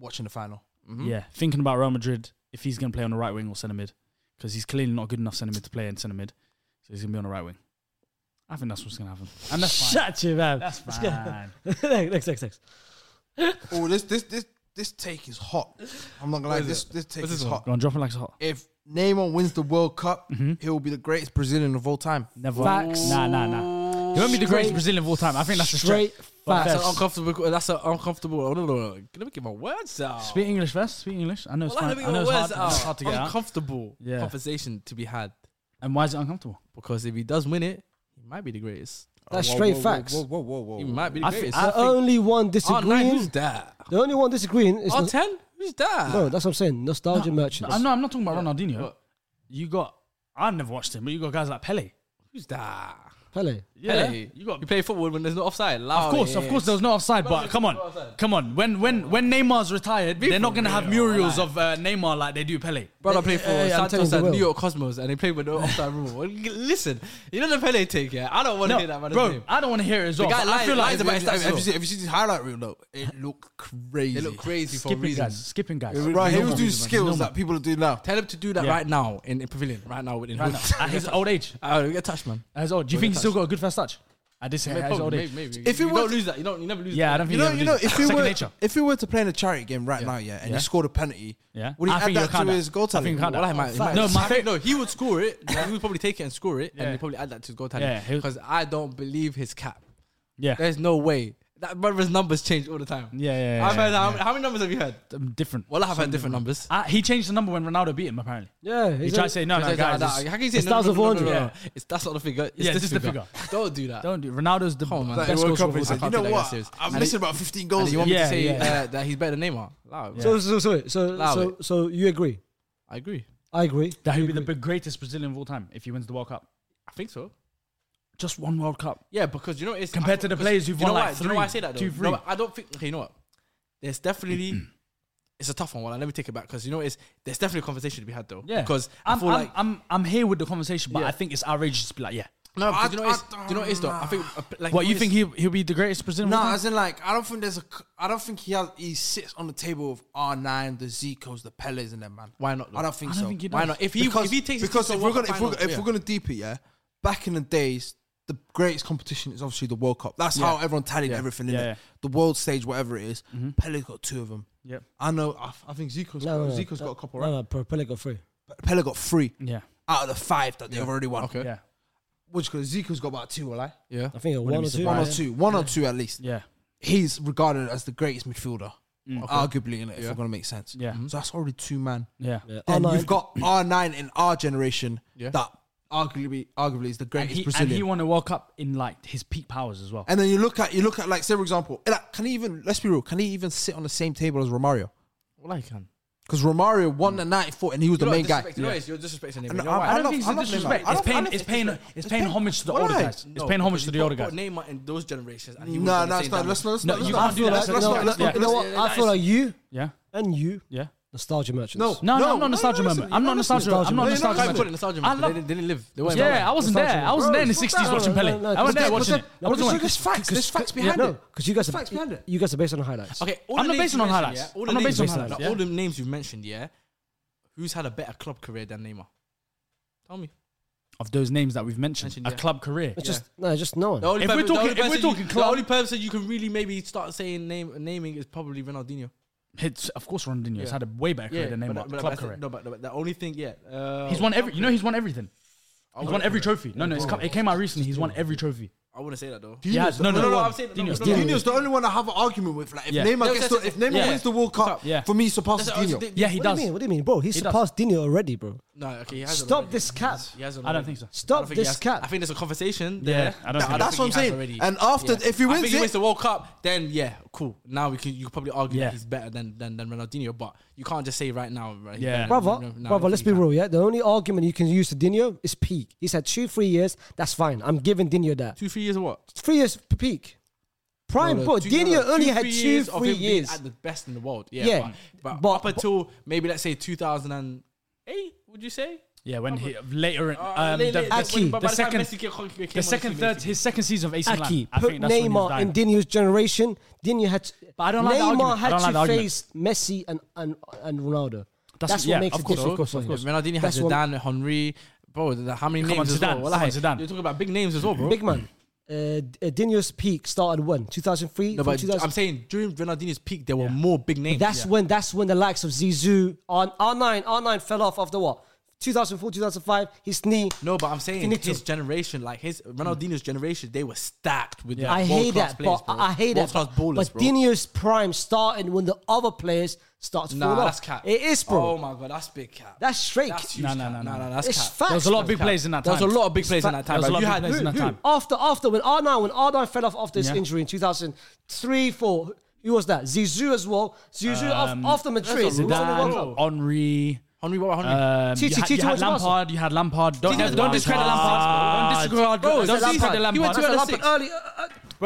A: watching the final.
D: Mhm.
C: yeah. Thinking about Real Madrid, if he's going to play on the right wing or centre mid, because he's clearly not good enough centre mid to play in centre mid, so he's going to be on the right wing. I think that's what's going to happen, and that's fine.
B: Shut you, man.
C: That's fine.
B: next, next, next.
A: Oh, this this this this take is hot. I'm not gonna lie. This this take is hot.
C: Go on, drop it like it's hot.
A: If Neymar wins the World Cup, he'll be the greatest Brazilian of all time.
C: Never.
B: Facts.
C: Nah, nah, nah. He won't be the greatest
B: Straight-
C: Brazilian of all time. I think that's
B: Straight
C: a stretch. But
D: That's
B: facts.
D: an uncomfortable. That's an uncomfortable. I don't know. Let me get my words out.
C: Speak English first. Speak English. I know it's
D: Well, let
C: fine.
D: me
C: I
D: get my
C: know it's hard,
D: words
C: I know it's hard
D: out.
C: to get out.
D: uh, Uncomfortable
C: Yeah.
D: conversation to be had
C: And why is it uncomfortable?
D: because if he does win it, he might be the greatest.
B: That's straight facts.
G: Whoa, whoa, whoa, whoa.
D: He might be the
C: I
D: greatest.
C: think-
B: The only one
D: Oh, nine,
B: disagreeing.
D: who's that?
B: the only one disagreeing is.
D: Oh,
B: nos-
D: 10? Who's that?
B: no, that's what I'm saying. Nostalgia merchants.
C: No, I'm not, I'm not talking about Ronaldinho.
D: What?
C: You got. I've never watched him, but you got guys like Pele.
D: Who's that?
B: Pele.
C: Yeah,
D: Hey,
C: you got.
D: You play football when there's no offside.
C: Of course, of course, there was no offside. But come on, come on. When when when Neymar's retired, they're not gonna have murals of uh, Neymar like they do Pele.
D: Brother played for
B: yeah, yeah, I'm telling
D: Santos
B: you,
D: and
B: they
D: New
B: will.
D: York Cosmos, and they played with no offside rule. Well, g- Listen, you know the Pele take, yeah? I don't want to
C: No,
D: hear that man's
C: bro,
D: name.
C: I don't want to hear it as well.
D: guy
C: but I
D: lied-
C: feel
D: lies
C: like
D: about his
A: Have
D: stats,
A: you
D: though.
A: seen, have you seen his highlight reel though? It looked crazy.
D: They look crazy for a
C: skipping
D: reason.
C: guys, skipping guys.
A: Right, he was
C: Normal.
A: doing skills that people do now.
D: Tell him to do that
C: Yeah.
D: right now in the pavilion, right now within
C: Right now, at his old age,
D: Oh, get touched, man.
C: at his old. Do you
D: Well,
C: think
D: he
C: he's still got a good first touch? At this at his old
D: Probably,
C: age.
D: maybe, maybe.
A: If
D: you
A: it
D: don't
A: was-
D: lose that, you don't, you never lose.
C: Yeah, I
D: that.
C: don't
A: You
C: think.
A: know,
C: he
A: you
C: ever
A: know,
C: loses.
A: if he
C: Second
A: were
C: nature.
A: if he were to play in a charity game right now, yeah, and
C: Yeah.
A: he scored a penalty,
C: Yeah.
A: would he
C: I
A: add
C: think
A: that
C: you
A: to
C: can't.
A: his goal
C: I think
A: tally?
C: you can't.
D: Well, I might.
C: Facts. No, my
D: I think-
C: fa-
D: no, he would score it. he would probably take it and score it,
C: Yeah.
D: and he probably add that to his goal tally.
C: Yeah, he'll-
D: because I don't believe his cap.
C: Yeah.
D: There's no way that brother's numbers change all the time.
C: Yeah, yeah, yeah,
D: I've heard
C: yeah,
D: how, how many numbers have you heard?
C: Um, different.
D: Well, I've heard different numbers.
C: Uh, he changed the number when Ronaldo beat him. Apparently,
B: Yeah,
C: he
B: he's
C: tried
B: a-
C: to say no,
D: How
C: no, guys. it's-
D: can you say
B: it's
D: no, no, no,
B: thousands
D: no, no,
B: of
D: no, no,
C: one.
D: no. It's that's not the figure. It's
C: Yeah,
D: this,
C: this is the
D: figure. Don't do that.
C: Don't do Ronaldo's the
D: Come on, man.
C: best
D: That
A: World Cup
C: goal scorer.
A: was
C: of all
A: like, you
C: time.
D: can't
A: know
D: take that guy
A: what?
D: serious.
A: I'm
D: And
A: missing about 15
D: And
A: goals.
D: you want me
C: Yeah,
D: to say
C: yeah.
D: uh, that he's better than Neymar? Loud.
C: Yeah.
B: So, so, so, so,
D: Allow
B: so,
D: it.
B: so you agree?
D: I agree.
B: I agree.
C: That
B: You
C: he'd be the
B: agree.
C: big- greatest Brazilian of all time if he wins the World Cup.
D: I think so.
C: Just one World Cup.
D: Yeah, because you know it's
C: Compared
D: I-
C: to the
D: because
C: players who've
D: you know
C: won,
D: why,
C: like,
D: Do you know why I
C: three,
D: say that though?
C: two,
D: No,
C: three.
D: but I don't think. Okay, you know what? There's definitely. It's a tough one. Well, let me take it back because you know it's there's definitely a conversation to be had though.
C: Yeah.
D: Because i
C: I'm,
D: feel
C: I'm,
D: like
C: I'm, I'm here with the conversation, but
D: Yeah.
C: I think it's outrageous to be like, yeah.
D: no, because you know
A: I-
D: it's
A: I
D: you know it's though. I think uh, like
C: What, you
D: know
C: think
D: it's-
C: he'll, he'll be the greatest Brazilian?
A: No,
C: of all time?
A: as in like I don't think there's a c- I don't think he has he sits on the table of R nine, the Zicos, the Pelés, and them man.
D: Why not, though?
A: I don't think
C: I don't
A: so.
C: think he
D: Why
C: does.
D: not? If he if he takes his
A: because
D: team
A: if
D: to
A: we're gonna
D: World Cup
A: if we're,
D: finals,
A: if
D: yeah.
A: we're gonna deep it, yeah. Back in the days, the greatest competition is obviously the World Cup. That's how everyone tallied everything in
C: Yeah,
A: it.
C: yeah.
A: The world stage, whatever it is, Pele's got two of them.
C: Yep.
A: I know. I, I think Zico's
B: No,
A: got,
B: no, no.
A: Zico's
B: No,
A: got a couple,
B: No,
A: right?
B: no, Pe- Pele got three.
A: Pele got three
C: Yeah.
A: out of the five that they've already won.
D: Okay.
C: Yeah.
A: Which because Zico's got about two, will I?
D: yeah.
B: I think it one or two.
A: One or
B: Yeah.
A: two, one or two at least.
C: Yeah.
A: he's regarded as the greatest midfielder, arguably, in it, if we're going to make sense.
C: Mm. Yeah. Mhm.
A: So that's already two man.
C: Yeah.
A: Then
B: R9.
A: you've got R9 in our generation
D: Yeah.
A: that arguably arguably is the
C: And,
A: greatest
C: he, and
A: Brazilian.
C: he
A: And,
C: won a World Cup in like his peak powers as well.
A: then you look at you look at like say for example, like, can he even let's be real, can he even sit on the same table as Romario?
D: Well, I can.
A: Because Romario won the 94 and he was the
D: You're not
A: main guy.
D: disrespect- You know, it's- you're disrespecting him.
A: And
D: You know
A: I'm-
D: why?
C: I
A: I'm
C: don't
A: love-
C: think
A: I
C: it's a
A: love Neymar.
C: disrespect.
A: I
C: It's
A: love- I
C: paying,
A: love
C: it's
A: it.
C: paying,
A: It's
C: it's paying
A: paying-
C: homage to the
A: Why?
C: older guys. It's
D: No,
C: paying homage
D: because
C: to
D: you
C: the older
D: put-
C: guys.
D: put Neymar in those generations. and he would've
A: No,
D: done
A: no,
D: the same
A: it's not.
D: damage.
A: Let's not. Let's
C: No,
A: not. Let's
C: you
A: not.
C: can't do that.
A: Let's
C: That's-
A: not-
C: no,
A: let's
C: yeah.
A: not-
B: You know what?
A: let's-
B: I feel like you
C: Yeah.
B: and you,
C: Yeah.
B: nostalgia merchants.
A: No.
C: No, no, I'm
A: no,
C: not a nostalgia
A: listen,
C: member. I'm
A: you
C: not
A: know, listen,
C: a nostalgia. I'm not a
A: you're not
C: nostalgia
D: I
A: Nostalgia.
D: can't put it in
C: member.
D: the sergeant
C: I
D: man. They
C: love
D: didn't, they didn't live. They weren't
C: Yeah,
D: around.
C: I wasn't
B: Nostalgia
C: there. I
B: man.
C: wasn't there in the
B: Bro, stop
C: 60s
B: that.
C: watching
B: No,
C: Pele.
B: no, no,
C: I wasn't there
B: because-
C: watching it. I
A: because
C: wasn't
A: look,
C: watching
A: it's facts. There's facts
B: Yeah,
A: behind
B: no,
A: it.
B: because you guys are
A: Facts behind it.
B: you guys are based on highlights.
D: Okay, all
C: I'm not
D: the names
C: basing
D: you
C: on
D: mentioned,
C: highlights.
D: yeah, all the
C: I'm not
D: names
C: basing
D: you
C: on
D: mentioned,
C: highlights,
D: All the names you've mentioned, yeah. Who's had a better club career than Neymar? Tell me.
C: Of those names that we've mentioned,
D: Mentioned,
C: a
D: yeah.
C: club career.
B: It's just no, just no one.
D: The only
C: If
D: person-
C: we're talking-
D: the only
C: if we're
D: person you-
C: talking club-
D: the only person you can really maybe start saying name naming is probably Ronaldinho.
C: It's, of course, Ronaldinho has
D: Yeah.
C: had a way better career than
D: but-
C: Neymar.
D: but- but
C: club
D: that's it.
C: career.
D: No, but, but the only thing, yeah, uh,
C: He's won every. You know, he's won everything. He's won every trophy. No, no, it's come, it came out recently. He's won every trophy.
D: I wouldn't say that though.
C: Yeah,
A: Dino's the
C: no, no,
A: only
C: no,
A: one-
C: I'm saying- no,
D: Dino's
C: no,
D: the
C: no.
D: only
A: Dino's the only one I have an argument with. Like, if
C: Yeah.
A: Neymar
D: No,
A: gets
D: so-
A: the,
D: so-
A: if Neymar
C: yeah.
A: wins the World Cup,
C: Yeah.
A: for me, surpasses Dino.
C: Yeah, he
B: what
C: does.
B: Do you mean? What do you mean, bro? He,
D: does.
B: surpassed Dino already, bro.
D: No, okay. He has it
B: Stop
D: already.
B: this cap.
D: He has
C: I
D: it
C: don't
D: already.
C: think so.
D: I don't
B: Stop
D: think he
B: this
D: has- I
B: cap.
D: think there's a conversation.
C: Yeah,
D: there.
C: I don't think
A: that's
D: think
A: what I'm
D: he has
A: saying. And after- if he
D: I
A: wins
D: think he
A: it-
D: wins the World Cup, then yeah, cool. Now we can you could probably argue
C: Yeah.
D: that he's better than, than than Ronaldinho, but you can't just say right now. Right, he's
C: Yeah.
D: better than
B: Brother,
D: Ronaldinho. No, I
B: brother,
D: don't
B: let's
D: think
B: be
D: you can.
B: real, yeah? The only argument you can use to Dino is peak. He's had two, three years. That's fine. I'm giving Dino that.
D: Two, three years of what?
B: Three years p- peak. Prime, bro.
D: Two-
B: Dino
D: no, no,
B: only had two,
D: of
B: three
D: him being
B: years.
D: at the best in the world. Yeah,
B: Yeah,
D: But, but,
B: but-
D: up until maybe let's say 2008, would you say?
C: Yeah, when he later in
D: Uh,
C: um,
D: late-
C: the,
D: late-
C: the,
D: when-
B: Aki.
D: by
C: the
D: the time
C: second,
D: Messi came- came
C: the
D: on
C: second,
D: scene,
C: third,
D: basically.
C: his second season of AC Milan.
B: Aki,
C: I
B: put
C: think that's
B: Neymar
C: when
B: in
C: he was
B: Dino's generation. Dino had.
C: But I don't like the
B: Neymar
C: argument. I
B: had
C: don't like
B: to
C: the argument.
B: face Messi and, and, and Ronaldo. That's,
C: That's-
B: what
C: yeah,
B: makes
C: of
B: it
C: course,
B: difficult
C: of course,
B: for
C: of
B: him.
C: course.
D: Ronaldinho has
B: That's what-
D: Zidane, Henry. Bro, the, how many
C: Come on,
D: names as
C: Zidane.
D: well?
C: Come
D: Wallahi,
C: on, Zidane.
D: You're talking about big names as well, bro.
B: Big man. Uh, D- uh, Dino's peak started when 2003.
D: No,
B: from
D: but
B: 2000
D: I'm saying during Ronaldinho's peak, there were more big names.
B: That's when that's when the likes of Zizou on R9 R9 fell off after what 2004 2005 his knee.
D: No, but I'm saying
B: Finito.
D: his generation, like his Ronaldinho's generation, they were stacked with.
B: I
D: like,
B: hate
D: world-class
B: that,
D: players,
B: but
D: bro.
B: I I hate that.
D: World-class ballers,
B: but
D: bro.
B: Dino's prime started when the other players start to
D: nah,
B: fall
D: that's
B: off.
D: cap.
B: It is, bro.
D: Oh my god, that's big cap.
B: That's straight.
D: That's huge
C: No, no,
D: cap.
C: no, no,
D: Nah,
C: no.
D: nah, that's
B: It's
D: cap.
B: facts.
C: There was a lot of
B: bro.
C: big players in that
D: There
C: time.
D: was a lot of big players in that
C: There
D: time.
C: was a
D: bro.
C: lot
D: You
C: of big
D: had
C: players in that time.
B: After after when R9 when R9 fell off after his
C: Yeah.
B: injury in 2003 4 who was that? Zizou as well. Zizou
C: Um,
B: off, after Madrid. who was on the World
C: Zidane,
B: Cup.
C: Henri.
D: Henry, what about Henry?
C: Um, you
B: Titi-
C: had, you
B: Titi
C: had
B: went to Barca.
C: Lampard. You had Lampard. Don't,
D: Titi went to
C: don't
D: Barca.
C: discredit
D: Ah.
C: Lampard. Don't discredit.
D: Bro,
C: Don't
D: is that
C: discredit
D: Lampard? He went
C: Lampard.
D: to
B: That's Lampard early.
D: Lampard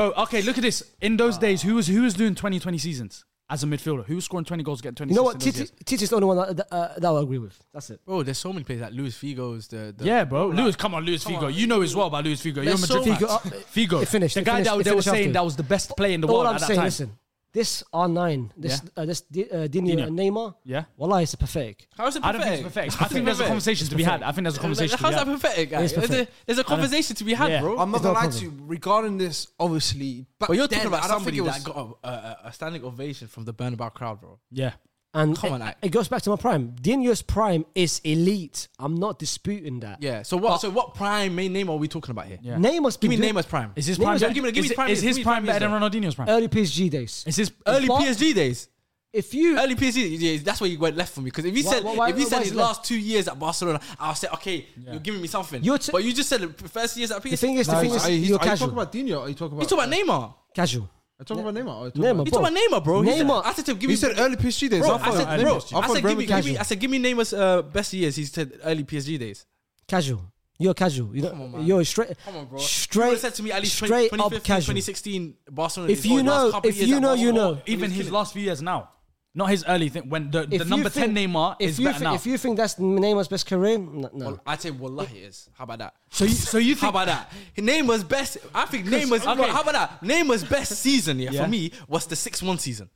B: uh, uh,
C: Bro, okay, look at this. In
B: Ah.
C: those days, who was who was doing 20, 20 seasons as a midfielder? Who was scoring 20 goals, getting 20
B: You know what?
C: assists in those
B: Titi- Titi's the only one that, that, uh, that I'll agree with. That's it.
D: Bro, there's so many players like Luis Figo's. The,
C: years?
D: the
C: Yeah, bro. Luis, come on, Luis Figo. You know as well about Luis Figo. You're a
D: There's so
C: Madrid fan.
B: much- Figo, uh,
C: Figo.
B: it finished,
C: The
B: it
C: guy
B: finished,
C: that
B: it
C: they were
B: finished
C: saying
B: after.
C: that was the best player in the
B: All
C: world
B: I'm
C: at that
B: saying,
C: time.
B: listen, this R9, this uh, this D- uh, Dino,
C: Dino.
B: and Neymar,
C: Yeah.
B: Wallah, it's pathetic.
D: How is it
C: I don't
D: pathetic?
C: think it's perfect. I think there's a
D: pathetic.
C: conversation to be had. I think there's a conversation to
D: How's
C: be
D: that
C: had.
D: pathetic, guy?
B: It's
D: There's a-
B: pathetic.
D: there's a conversation to be had,
C: Yeah.
D: bro.
A: I'm not
B: It's not
A: gonna
B: a
A: lie to you. Regarding this, obviously, but
D: but you're talking about
A: I don't think
D: somebody
A: it was,
D: that got a, a, a standing ovation from the Bernabeu crowd, bro.
C: Yeah.
B: And
D: Come
B: it,
D: on, like-
B: it goes back to my prime. Dino's prime is elite. I'm not disputing that.
D: Yeah. So what? so what prime main name are we talking about here?
C: Yeah.
B: Neymar's
D: Give
B: been
D: me
B: doing-
D: name as prime.
C: Is his
B: Name
C: prime?
B: is-
C: better-
D: give me- give me
C: is-
D: prime
C: Is
D: years,
C: his
D: give me
C: prime
D: prime
C: better than
D: years,
C: Ronaldinho's prime?
B: early PSG days.
C: Is his
D: Early
B: But-
D: PSG days.
B: If you
D: Early PSG. Yeah, that's where you went left for me. Because if you
B: Why-
D: said
B: why- why-
D: if you
B: why
D: said
B: is
D: his
B: it left?
D: last two years at Barcelona, I'll say okay, you're giving me something.
B: You're t-
D: but you just said the first years at PSG.
B: the thing is, the
A: Nah,
B: thing
A: he's-
B: is,
A: are you-
B: you're
A: are you
B: casual.
A: talking about Dino? Are you talking about?
D: you talk about Neymar.
B: casual.
A: Are you talking about Neymar? Are you talking
B: Neymar,
A: about-
D: You talk about Neymar, bro. He said-
B: Neymar.
D: I said to him, give
A: You
D: me.
A: said early PSG days.
D: Bro,
A: I
D: I
A: thought-
D: said, bro,
A: thought
D: I said, give
A: Bremen
D: me, give me,
A: casual.
D: I said, give me Neymar's uh, best years. He said early PSG days.
B: Casual. You're casual. You
D: Come on,
B: know,
D: man.
B: you're straight.
D: Come on, bro. You
B: Straight.
D: would've said to me at least 20,
B: straight up
D: 2015,
B: casual.
D: 2016 Barcelona.
B: If
D: is-
B: you
D: oh, the last
B: know-
D: couple
B: if
D: years
B: you
D: at
B: know, you know.
D: Barcelona, he was
C: Even his
D: killing.
C: last few years now. Not his early thing. When the, the
B: If you
C: number
B: think-
C: 10 Neymar
B: if
C: is
B: you
C: better
B: think,
C: now.
B: If you think that's Neymar's best career, no. no.
D: Well, I'd say wallahi it is. How about that?
C: So you- so you
D: how
C: think-
D: about that? His name was best. I think name was
C: okay.
D: how about that? Name was best season yeah,
C: Yeah.
D: for me was the six one season.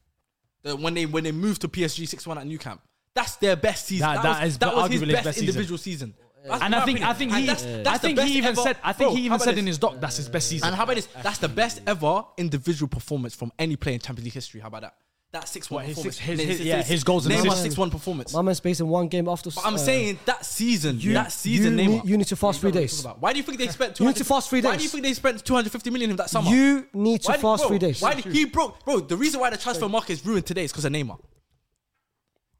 D: The- when they when they moved to PSG six one at New Camp. That's their best season.
C: That-
D: That,
C: that
D: was,
C: is
D: that was his
C: arguably his
D: best,
C: best season.
D: individual season. That's
C: and
D: my
C: I think I
D: opinion.
C: think
D: And
C: he
D: that's-
C: I
D: that's the
C: think he
D: best
C: even
D: ever-
C: said I think
D: Bro,
C: he
D: how
C: even
D: about
C: said
D: this?
C: in his doc that's his best season.
D: And how about this? That's the best ever individual performance from any player in Champions League history. How about that? That six one
C: His
D: performance.
C: six- his- his- yeah, his goals and
D: Neymar's
C: assists.
D: six one performance.
B: My man's based in one game after.
D: But I'm
B: uh,
D: saying that season,
B: you-
D: that season,
B: you
D: Neymar.
B: need- you need to fast three
D: You know what I'm
B: days.
D: talking about. Why do you think they spent?
B: You need to
D: 200
B: fast three
D: Why do you
B: days.
D: think they spent 250 million that summer?
B: You need to
D: Why did-
B: fast
D: bro,
B: three days.
D: Why did he broke, bro? The reason why the transfer market is ruined today is because of Neymar.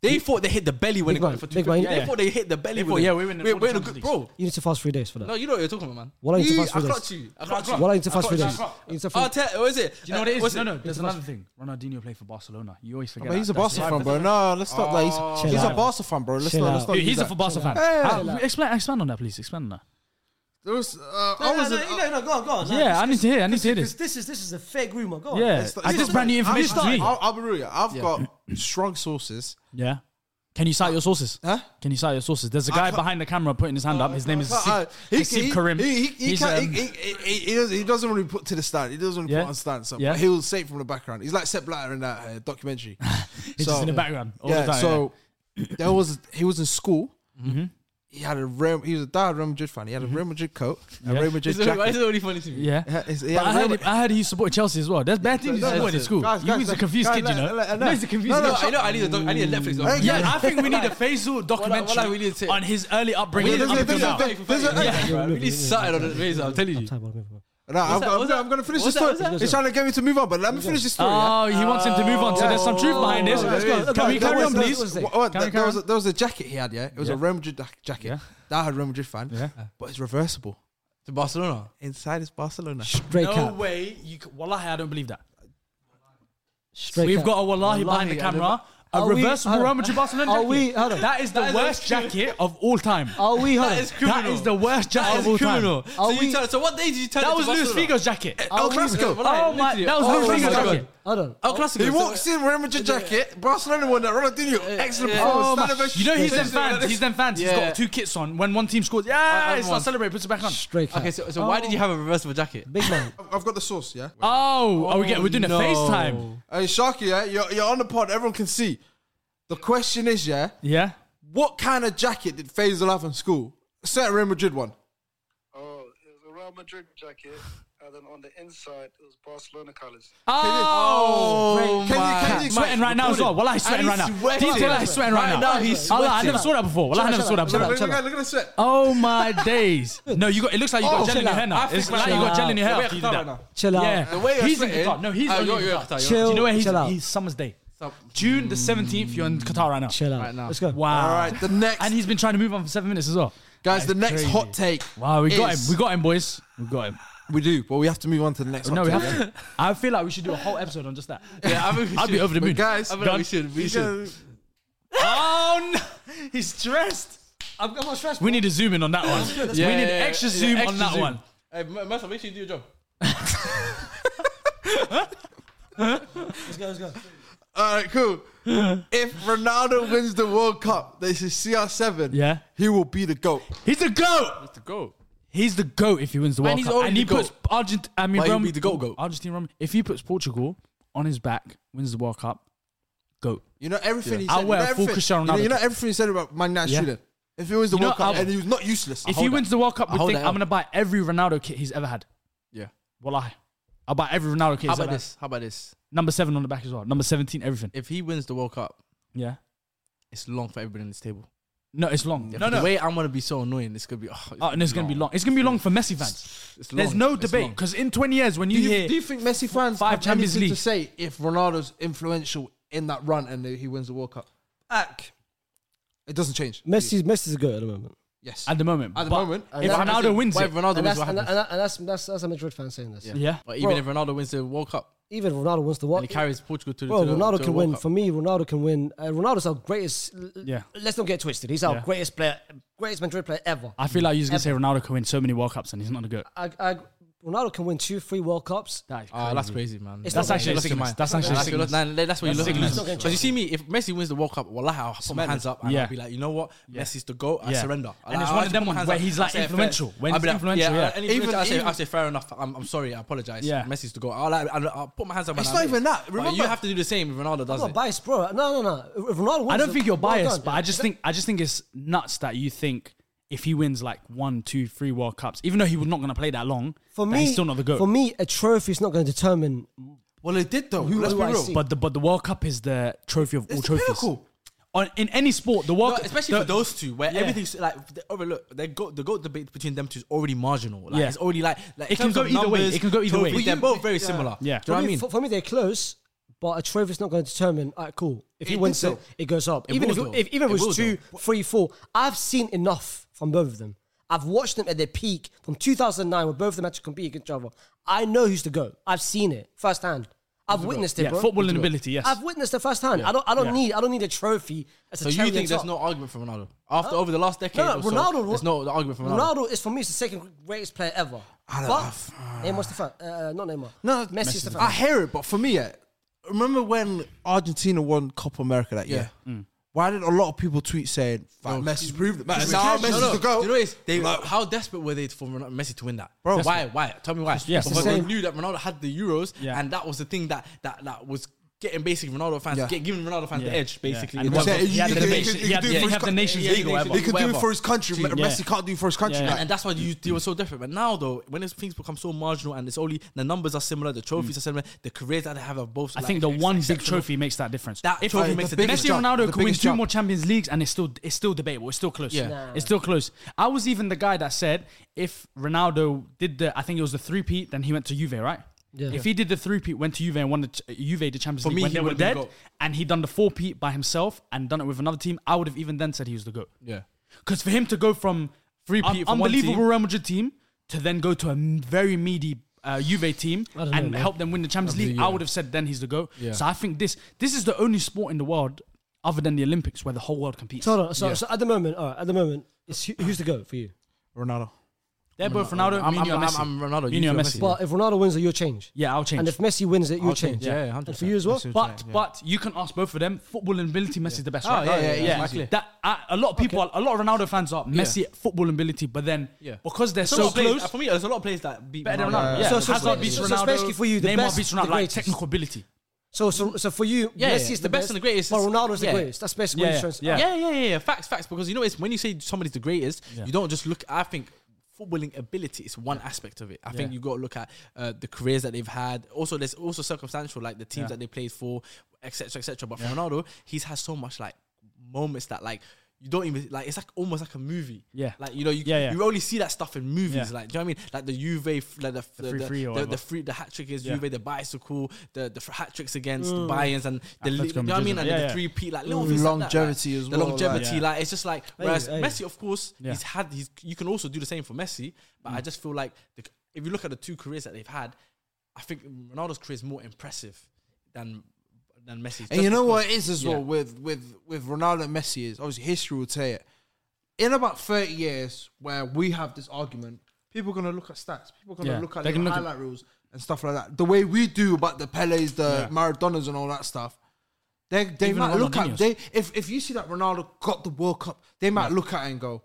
D: They thought they hit the belly when
B: Big
D: they
B: man,
D: got it for
B: big
D: 250.
B: man.
D: They
B: Yeah.
D: thought they hit the belly.
C: They
D: with
C: thought,
D: it.
C: yeah, we're winning
D: We're,
C: all
D: we're in
C: the
D: a good,
C: Champions
D: bro.
B: you need to fast three days for that.
D: No, you know what you're talking about, man.
B: What are you to
D: You-
B: fast three
D: I
B: days?
D: clocked you. I clocked you.
B: What are you to fast three
D: I
B: days?
D: clocked
B: You need to
D: you. Oh,
B: fast.
D: Arteta, what is it?
C: Do you know what it is?
D: What's
C: No, no. There's another thing. Ronaldinho played for Barcelona. You always forget.
A: But he's a
C: that. That's
A: Barca
C: it.
A: fan, bro. No, let's stop. that. He's,
B: Chill
A: he's a
B: out.
A: Barca fan, bro. Let's
B: Chill
A: not.
B: out.
A: Let's not
C: Dude,
A: do
C: he's a
A: that.
C: for Barca fan.
A: Hey,
C: How- Explain, expand on that, please. Expand on that.
A: There was, uh, I was.
B: no, no, no, go on, go on.
C: Yeah, I need to hear. I need to hear this.
B: this is this is a fake rumor. Go
C: Yeah,
A: It's-
C: I
A: it's
C: just
A: not-
C: brand new information to
A: I'm-
C: me.
A: I'll, I'll be real. yeah. I've got strong sources.
C: Yeah. Can you cite your sources?
A: Huh?
C: Can you cite your sources? There's a guy
A: can't-
C: behind the camera putting his hand up. His name is Hasib Hasib Karim.
A: uh, He, he, he,
C: He's,
A: can't-
C: um,
A: he, he, he, he doesn't, he doesn't really put to the stand. He doesn't really
C: Yeah.
A: put on stand. So
C: Yeah.
A: but he'll say it from the background. He's like Sepp Blatter in that uh, documentary.
C: He's just in the background all the
A: yeah.
C: time, Mm-hmm.
A: so there was he was in school. He had a Real, he was a diehard Real Madrid fan. He had a Real Madrid coat, a Real Madrid
D: This is why
A: jacket.
D: this is really funny to me.
C: yeah.
A: Yeah, it's- he had
C: but I
A: a
C: heard,
A: Real-
C: I heard he supported Chelsea as well. There's bad things he
A: Listen,
C: supported in school.
A: guys,
C: you
A: guys,
C: was a
A: listen.
C: confused
A: Guys,
C: kid, you
A: let-
C: know.
A: let-
C: No,
A: let-
C: he's a confused
A: no,
C: kid.
A: no,
D: No, I know. I need a doc- I need a Netflix. doc.
A: Hey,
C: Yeah,
A: guys.
C: I think we need a Faisal documentary
D: Wallah, we need to-
C: on his early
D: We
C: upbringing.
D: need
C: up
A: there's a-
C: until
A: there's a-
C: now.
A: there's a-
D: something. We need something on the razor. I'm telling you.
B: Time, well, maybe.
A: No, I'm,
D: that?
A: I'm,
D: What's
A: gonna-
D: that?
A: I'm gonna finish this
D: What's that?
A: story.
D: What's that?
A: He's trying to get me to move on, but let me finish this story. yeah?
C: Oh, he wants him to move on. So there's some truth behind this.
B: Let's go.
C: Can we
B: Okay,
C: carry
B: what
C: on,
B: was-
C: please?
B: what was it?
A: What- what-
C: Can we
A: there,
C: carry
A: was a,
C: on?
A: there was a jacket he had, yeah? It was a
C: Yeah.
A: Real Madrid jac- jacket.
C: Yeah.
A: That had Real Madrid fan,
C: Yeah.
A: but it's reversible.
D: to Barcelona.
A: Inside is Barcelona.
B: Straight
C: no
B: cap.
C: way. You, c- wallahi, I don't believe that.
B: Straight
C: We've
B: cap.
C: got a wallahi, behind the
D: Wallahi, I don't-
C: camera. A
B: Are we-
C: reversible
B: hold on.
C: Real Madrid Barcelona
B: Are
C: jacket.
B: we- hold on.
C: That is the
D: That is
C: worst
D: actually-
C: jacket of all time.
B: Are we? Hold
D: That
B: on.
D: is criminal.
C: That is the worst
D: That
C: jacket
D: is
C: of all
D: criminal.
C: time.
D: So,
B: Are
D: you
B: we-
D: turn- so what day did you turn
C: That
D: to
C: was Luis
D: Barcelona?
C: Figo's jacket.
A: El
D: we-
A: Clasico.
D: Wallahi,
C: Oh my,
D: literally.
C: that was
D: Oh
C: Luis
D: my
C: Figo's
D: God.
C: jacket.
B: Hold on.
D: El Clasico.
A: He
D: So-
A: walks in Real Madrid jacket. Barcelona won that. Ronaldinho, excellent
C: Oh
A: performance.
C: my.
A: Stankovic-
C: You know he's them
A: Stankovic-
C: fans. He's them fans. He's
D: Yeah.
C: got two kits on. When one team scores, yeah,
D: and
C: it's
D: one.
C: not celebrate. Puts it back on.
B: Straight cap.
D: Okay, so, so why did you have a reversible jacket?
B: Big man.
A: I've- I've got the source, yeah?
C: Oh, are we getting? We're doing
D: no.
C: a FaceTime.
A: Hey, Sharky, yeah? You're, you're on the pod. Everyone can see. The question is, yeah?
C: Yeah.
A: What kind of jacket did Faisal have in school? Set Real Madrid one.
G: Oh, it was a Real Madrid jacket, and then on the inside it was Barcelona colours.
A: Oh, can you,
D: my-
A: can you,
C: I'm
A: can
C: sweating right now as well. Well, I'm sweating right now. Detail, I'm sweating right now.
D: he's
C: Allah, I
D: sweating.
C: never saw that before. Well, I never saw that
A: Look,
C: before.
A: look, look, look at the sweat.
C: Oh my days! No, you got. It looks like you got gel in your hair now.
D: I
C: It's
D: think
C: like you
D: right
C: got
D: now-
C: gel in your hair.
D: Yeah,
C: after you
D: Qatar
C: did
D: right
C: that.
D: now.
B: Chill out.
C: Yeah,
D: The way you're
C: he's in
D: sweating-
C: Qatar. No, he's
D: Oh,
C: only
D: you're-
C: in
D: you're
C: Qatar.
D: Qatar, you're
B: Chill.
C: Do you know where he's?
B: Chill out.
C: He's summer's day.
D: So-
C: June the seventeenth. You're in Qatar right now.
B: Chill out.
D: Right now.
B: Let's go.
C: Wow.
A: All right, the next-
C: And he's been trying to move on for seven minutes as well.
A: Guys, the next
C: crazy.
A: hot take.
C: Wow, we got him.
A: is-
C: We got him, boys. We got him.
A: We do, but we have to move on to the next
C: No,
A: hot
C: we
A: take.
C: have to. I feel like we should do a whole episode on just that.
D: Yeah, I mean, we
C: I'd be
D: should.
C: over the
D: But
C: moon.
A: guys,
D: I mean, we
C: Done.
D: should. We should.
A: yeah.
C: Oh no, he's stressed.
B: I'm, I'm on stress.
C: We need to zoom in on that one. we need
D: yeah,
C: extra
D: yeah,
C: zoom
D: extra
C: on that
D: zoom.
C: one.
D: Hey, Ma- Massa, make sure you do your job.
B: Let's go. Let's go.
A: All right, cool. if Ronaldo wins the World Cup, this is CR7.
C: Yeah.
A: he will be the goat.
C: He's the goat.
D: To go.
C: He's the goat if he wins the World
D: he's
C: Cup,
D: already
C: and he
D: the
C: puts
D: goat.
C: Argent. I mean,
D: But he'll
C: Rom-
D: be the goat goat.
C: Argentina. Rom- if he puts Portugal on his back, wins the World Cup, goat.
A: You know everything he
C: I'll
A: said. you
C: wear
A: know
C: a full
A: everything-
C: Cristiano
A: you know- You
C: Ronaldo
A: know everything he said about Man United
C: Yeah.
A: shooting. If he wins the
C: You know,
A: World Cup
C: I'll-
A: and he's not useless,
C: If he
D: that.
C: wins the World Cup,
D: I'll
C: we
D: hold
C: think
D: that
C: I'm
D: out.
C: gonna buy every Ronaldo kit he's ever had.
D: Yeah.
C: Wallahi, I'll buy every Ronaldo kit.
D: How
C: he's
D: about
C: ever
D: this? How about this?
C: Had. Number seven on the back as well. Number seventeen, everything.
D: If he wins the World Cup,
C: Yeah.
D: it's long for everybody on this table.
C: No, it's long.
D: Yeah,
C: No,
D: the
C: no.
D: way I'm gonna be so annoying, it's gonna be. Oh,
C: Oh, and it's gonna be long. It's gonna be long for Messi fans.
D: It's
C: There's
D: long.
C: no
D: It's
C: debate
D: long.
C: because in 20 years, when you,
A: do you,
C: hear
A: do you think Messi fans
C: five
A: have
C: Champions
A: anything to
C: League.
A: say if Ronaldo's influential in that run and he wins the World Cup? Ack. It doesn't change.
B: Messi's Messi's a goat at the moment.
A: Yes.
C: at the moment,
A: At the
C: but
A: moment, and
C: if
A: that's-
C: Ronaldo wins
D: Why
C: it,
D: if
B: And
D: Ronaldo wins
B: that's,
D: what
B: and,
D: happens?
B: and that's that's that's a Madrid fan saying this.
C: yeah,
D: But even
B: Bro.
D: if Ronaldo wins the World Cup
B: Even Ronaldo wins the
D: and he
B: World.
D: carries Portugal to the
B: Bro,
D: to the- to
B: Ronaldo
D: the
B: can
D: World
B: win.
D: Cup.
B: For me, Ronaldo can win. Uh, Ronaldo's our greatest. l- l-
C: Yeah.
B: Let's not get twisted. He's our
C: Yeah.
B: greatest player, greatest Madrid player ever.
C: I feel like you're gonna say Ronaldo can win so many World Cups and he's not a good.
B: I, I, Ronaldo can win two, three World Cups.
C: That is
D: Oh, that's crazy, man.
B: It's That's not actually
D: Look at
C: sickness.
D: mine.
C: That's actually
D: your
C: sickness.
D: look- nah, That's what you
C: That's
D: look at.
C: sickness.
B: It's not
D: Because you see me, if Messi wins the World Cup, wallahi, I'll put my hands up and
C: Yeah.
D: I'll be like, you know what? Messi's the GOAT. I
C: Yeah.
D: surrender.
C: And it's
D: I'll
C: one of
D: just
C: them
D: put my
C: ones
D: hands
C: where
D: up.
C: he's, like,
D: I say it fair.
C: influential. When
D: I'll
C: he's
D: be like,
C: influential, yeah.
D: and
A: Even-
D: even I say,
A: even-
D: I say, fair enough. I'm, I'm sorry. I apologize.
C: Yeah.
D: Messi's the GOAT. I'll, I'll, I'll put my hands up. and
A: It's
D: I'll
A: not
D: do
A: even
D: it.
A: that.
D: But
A: Remember-
D: you have to do the same. if Ronaldo
B: I'm
D: does
B: not
D: it.
B: biased, bro. No, no, no. If Ronaldo wins
C: I don't
B: the
C: think you're
B: World
C: biased,
B: Cup,
C: but I just think I just think it's nuts that you think if he wins like one, two, three World Cups, even though he was not gonna play that long,
B: for
C: that
B: me,
C: he's still not the goat.
B: For me, a trophy is not going to determine.
A: well, it did though.
B: Who-
A: Let's
B: who
A: be
B: I
A: real.
B: see?
C: but the but the World Cup is the trophy of all
A: It's the
C: trophies.
A: pinnacle.
C: On, in any sport, the World
D: No,
C: Cup,
D: especially
C: the-
D: for those two, where
C: Yeah.
D: everything's like they overlook. They go the goat debate between them two is already marginal. Like
C: Yeah.
D: it's already like, like in
C: It can
D: terms
C: go
D: of
C: either way.
D: numbers,
C: It can go either way.
D: trophies, They're both very similar.
C: Yeah.
D: do you know what I mean?
B: For, for me, they're close, but a trophy is not going to determine. All right, cool. If he
A: It
B: wins
A: did
B: it,
A: though.
B: it goes up.
D: It
B: even if,
D: will
B: it- if
D: though.
B: even if
D: It
B: it
D: will
B: was two, three, four. I've seen enough from both of them. I've watched them at their peak from 2009, when both of them had to compete against each other. I know who's the goat. I've seen it firsthand. I've witnessed it,
C: yeah,
B: bro.
C: footballing ability, yes.
B: I've witnessed it firsthand. I don't. I don't
C: Yeah.
B: need. I don't need a trophy. As a
D: So you
B: cherry on
D: think there's
B: top.
D: no argument for Ronaldo after over the last decade?
B: No,
D: or so,
B: Ronaldo-
D: There's no argument for Ronaldo.
B: Ronaldo is for me is the second greatest player ever.
A: I don't
B: But
A: have-
B: Neymar's the fan. Uh, not Neymar.
A: No,
B: Messi's the fan.
A: I hear it, but for me, yeah, remember when Argentina won Copa America that year? Why did a lot of people tweet saying "Fuck, Messi's proved it"? Messi, now
D: No,
A: Messi's
D: no,
A: the goat.
D: You know, it's, they,
A: Like,
D: how desperate were they for Ronaldo, Messi to win that?
A: Bro.
D: why? Why? Tell me why.
C: Yes.
D: Because
B: It's the
D: they
B: same.
D: knew that Ronaldo had the Euros,
C: Yeah.
D: and that was the thing that that that was getting basic Ronaldo fans,
A: Yeah.
D: get, giving Ronaldo fans the edge, basically.
C: And
D: In
C: what-
D: terms
C: Yeah,
D: of-
C: he had the nation- he had- he had the Nations League or whatever.
A: He could do it for his country.
C: Yeah.
A: Messi can't do it for his country.
C: Yeah.
D: And,
A: like-
D: and that's why you they were so different. But now though, when it's, things become so marginal and it's only the numbers are similar, the trophies are similar, the careers that they have are both.
C: Mm. I
D: like,
C: think the
D: ex-
C: one big
D: exceptional.
C: trophy makes that difference.
D: That
C: if
D: trophy
C: if
D: makes
C: Messi
D: the biggest
C: and
A: jump.
C: Ronaldo
A: The
C: could win
A: biggest
C: two
A: jump.
C: more Champions Leagues, and it's still it's still debatable. It's still close.
D: Yeah.
C: it's still close. I was even the guy that said if Ronaldo did the, I think it was the three peat, then he went to Juve, right?
B: Yeah.
C: If he did the three peat, went to Juve and won the Ch- Juve the Champions
D: For
C: League
D: me,
C: when
D: he
C: they were
D: would've been
C: dead,
D: the GOAT.
C: and he done the four peat by himself and done it with another team, I would have even then said he was the goat.
D: Yeah.
C: Because for him to go from
D: Three
C: un-
D: peat from one
C: unbelievable
D: team.
C: Real Madrid team to then go to a m- very meaty uh, Juve team
B: I don't
C: and
B: know, man.
C: help them win the Champions League, I would have said then he's the go. So I think this this is the only sport in the world other than the Olympics where the whole world competes.
B: So, hold on, so, so at the moment, all right, at the moment, it's who, who's the go for you?
A: Ronaldo.
C: They're both Ronaldo,
D: I'm-
C: Mino, and
D: I'm-
C: Messi.
D: I'm- I'm Ronaldo,
C: Mino
D: you
C: and
D: feel
C: Messi.
D: Messi.
B: Well, if Ronaldo wins it, you'll change.
C: yeah, I'll change.
B: And if Messi wins it, you'll change.
D: yeah, yeah,
B: And
D: 100%.
B: for you as well.
A: Messi-
C: but
A: Yeah.
C: but you can ask both of them. Football and ability, Messi's the best.
D: Oh,
C: right?
D: yeah, yeah, yeah, exactly.
C: That I, a lot of people, are, a lot of Ronaldo fans are Messi football and ability, but then
D: Yeah.
C: because they're
D: There's a
C: so
D: lot of players- uh,
C: close,
D: for me, there's a lot of players that beat
C: better than
D: Ronaldo.
C: Ronaldo. Yeah.
B: So- so-
C: Hazard
B: so-
C: beats
B: so-
C: Ronaldo.
B: so basically for you, the
C: Neymar
B: best,
C: beats
B: the
C: Ronaldo, like
B: greatest.
C: technical ability.
B: So, so, so for you,
D: Yeah,
B: Messi
D: yeah,
B: is the, best,
D: and the greatest
B: But
D: is-
B: Ronaldo's
D: yeah.
B: the greatest. That's basically what
C: Yeah,
B: he's trying to
C: yeah.
D: Yeah, yeah, yeah, yeah. Facts, facts. Because you know, it's when you say somebody's the greatest, you don't just look. I think footballing ability is one aspect of it. I think you got to look at uh, the careers that they've had. Also, there's also circumstantial, like the teams that they played for, etc., etc. But for Ronaldo, he's had so much like moments that like. You don't even like it's like almost like a movie.
C: Yeah.
D: Like you know, you
C: Yeah, yeah.
D: you only see that stuff in movies.
C: Yeah.
D: Like, do you know what I mean? Like the Juve, f- like the the
C: free
D: the,
C: free or
D: the,
C: whatever.
D: the free the hat trick is
C: Yeah.
D: Juve, the bicycle, the the hat tricks against the Bayerns and
C: Atletico
D: the li- you know what I
C: Madrid.
D: mean? And
C: Yeah,
D: the
C: yeah.
D: three P like little things
A: Longevity
D: like
A: as
D: that, like,
A: well,
D: The longevity,
C: like-
D: like, it's just like whereas
B: hey.
D: Messi, of course,
C: Yeah.
D: he's had he's you can also do the same for Messi, but
B: Mm.
D: I just feel like the, if you look at the two careers that they've had, I think Ronaldo's career is more impressive than than Messi's.
A: And you
D: just
A: know
D: because-
A: what it is as
D: Yeah.
A: well with with with Ronaldo and Messi is obviously history will tell it. In about thirty years, where we have this argument, people are gonna look at stats, people are gonna
C: Yeah.
A: look at
C: They
A: the
C: can look at-
A: highlight rules and stuff like that. The way we do about the Pele's, the
C: Yeah.
A: Maradonas, and all that stuff. They, they
C: Even
A: might look at
C: Ronaldinho's.
A: they if, if you see that Ronaldo got the World Cup, they might look at it and go,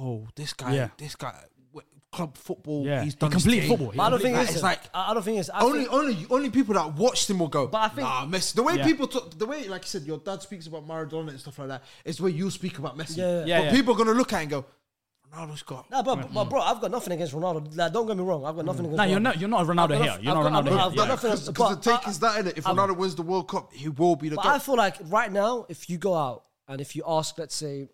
A: "Oh, this guy,
C: Yeah.
A: this guy, w- club football,
C: Yeah.
A: he's
C: He
A: done his
C: complete
A: thing."
C: football. He
B: But I don't think
A: Like,
B: it's,
A: it's like
B: I I don't think it's I
A: only,
B: think-
A: only, only people that watched him will go.
B: But I think-
A: nah, Messi. The way
C: Yeah.
A: people talk, the way, like you said, your dad speaks about Maradona and stuff like that, is the way you speak about Messi.
B: Yeah, yeah.
C: Yeah,
A: but
C: yeah.
A: people are gonna look at it and go, Ronaldo's got.
B: Nah, but, but bro, I've got nothing against Ronaldo. Like, don't get me wrong, I've got nothing against.
C: No,
B: Ronaldo.
C: Mm. you're not. You're not a Ronaldo
B: I've got
C: here.
B: noth- I've
C: You're not
B: got-
C: Ronaldo
B: I've got
C: here. Yeah.
B: nothing else-
A: Because
B: but
A: the take
B: I-
A: is that innit? If
B: I'm-
A: Ronaldo wins the World Cup, he will be the
B: But I
A: goat.
B: feel like right now, if you go out and if you ask, let's say,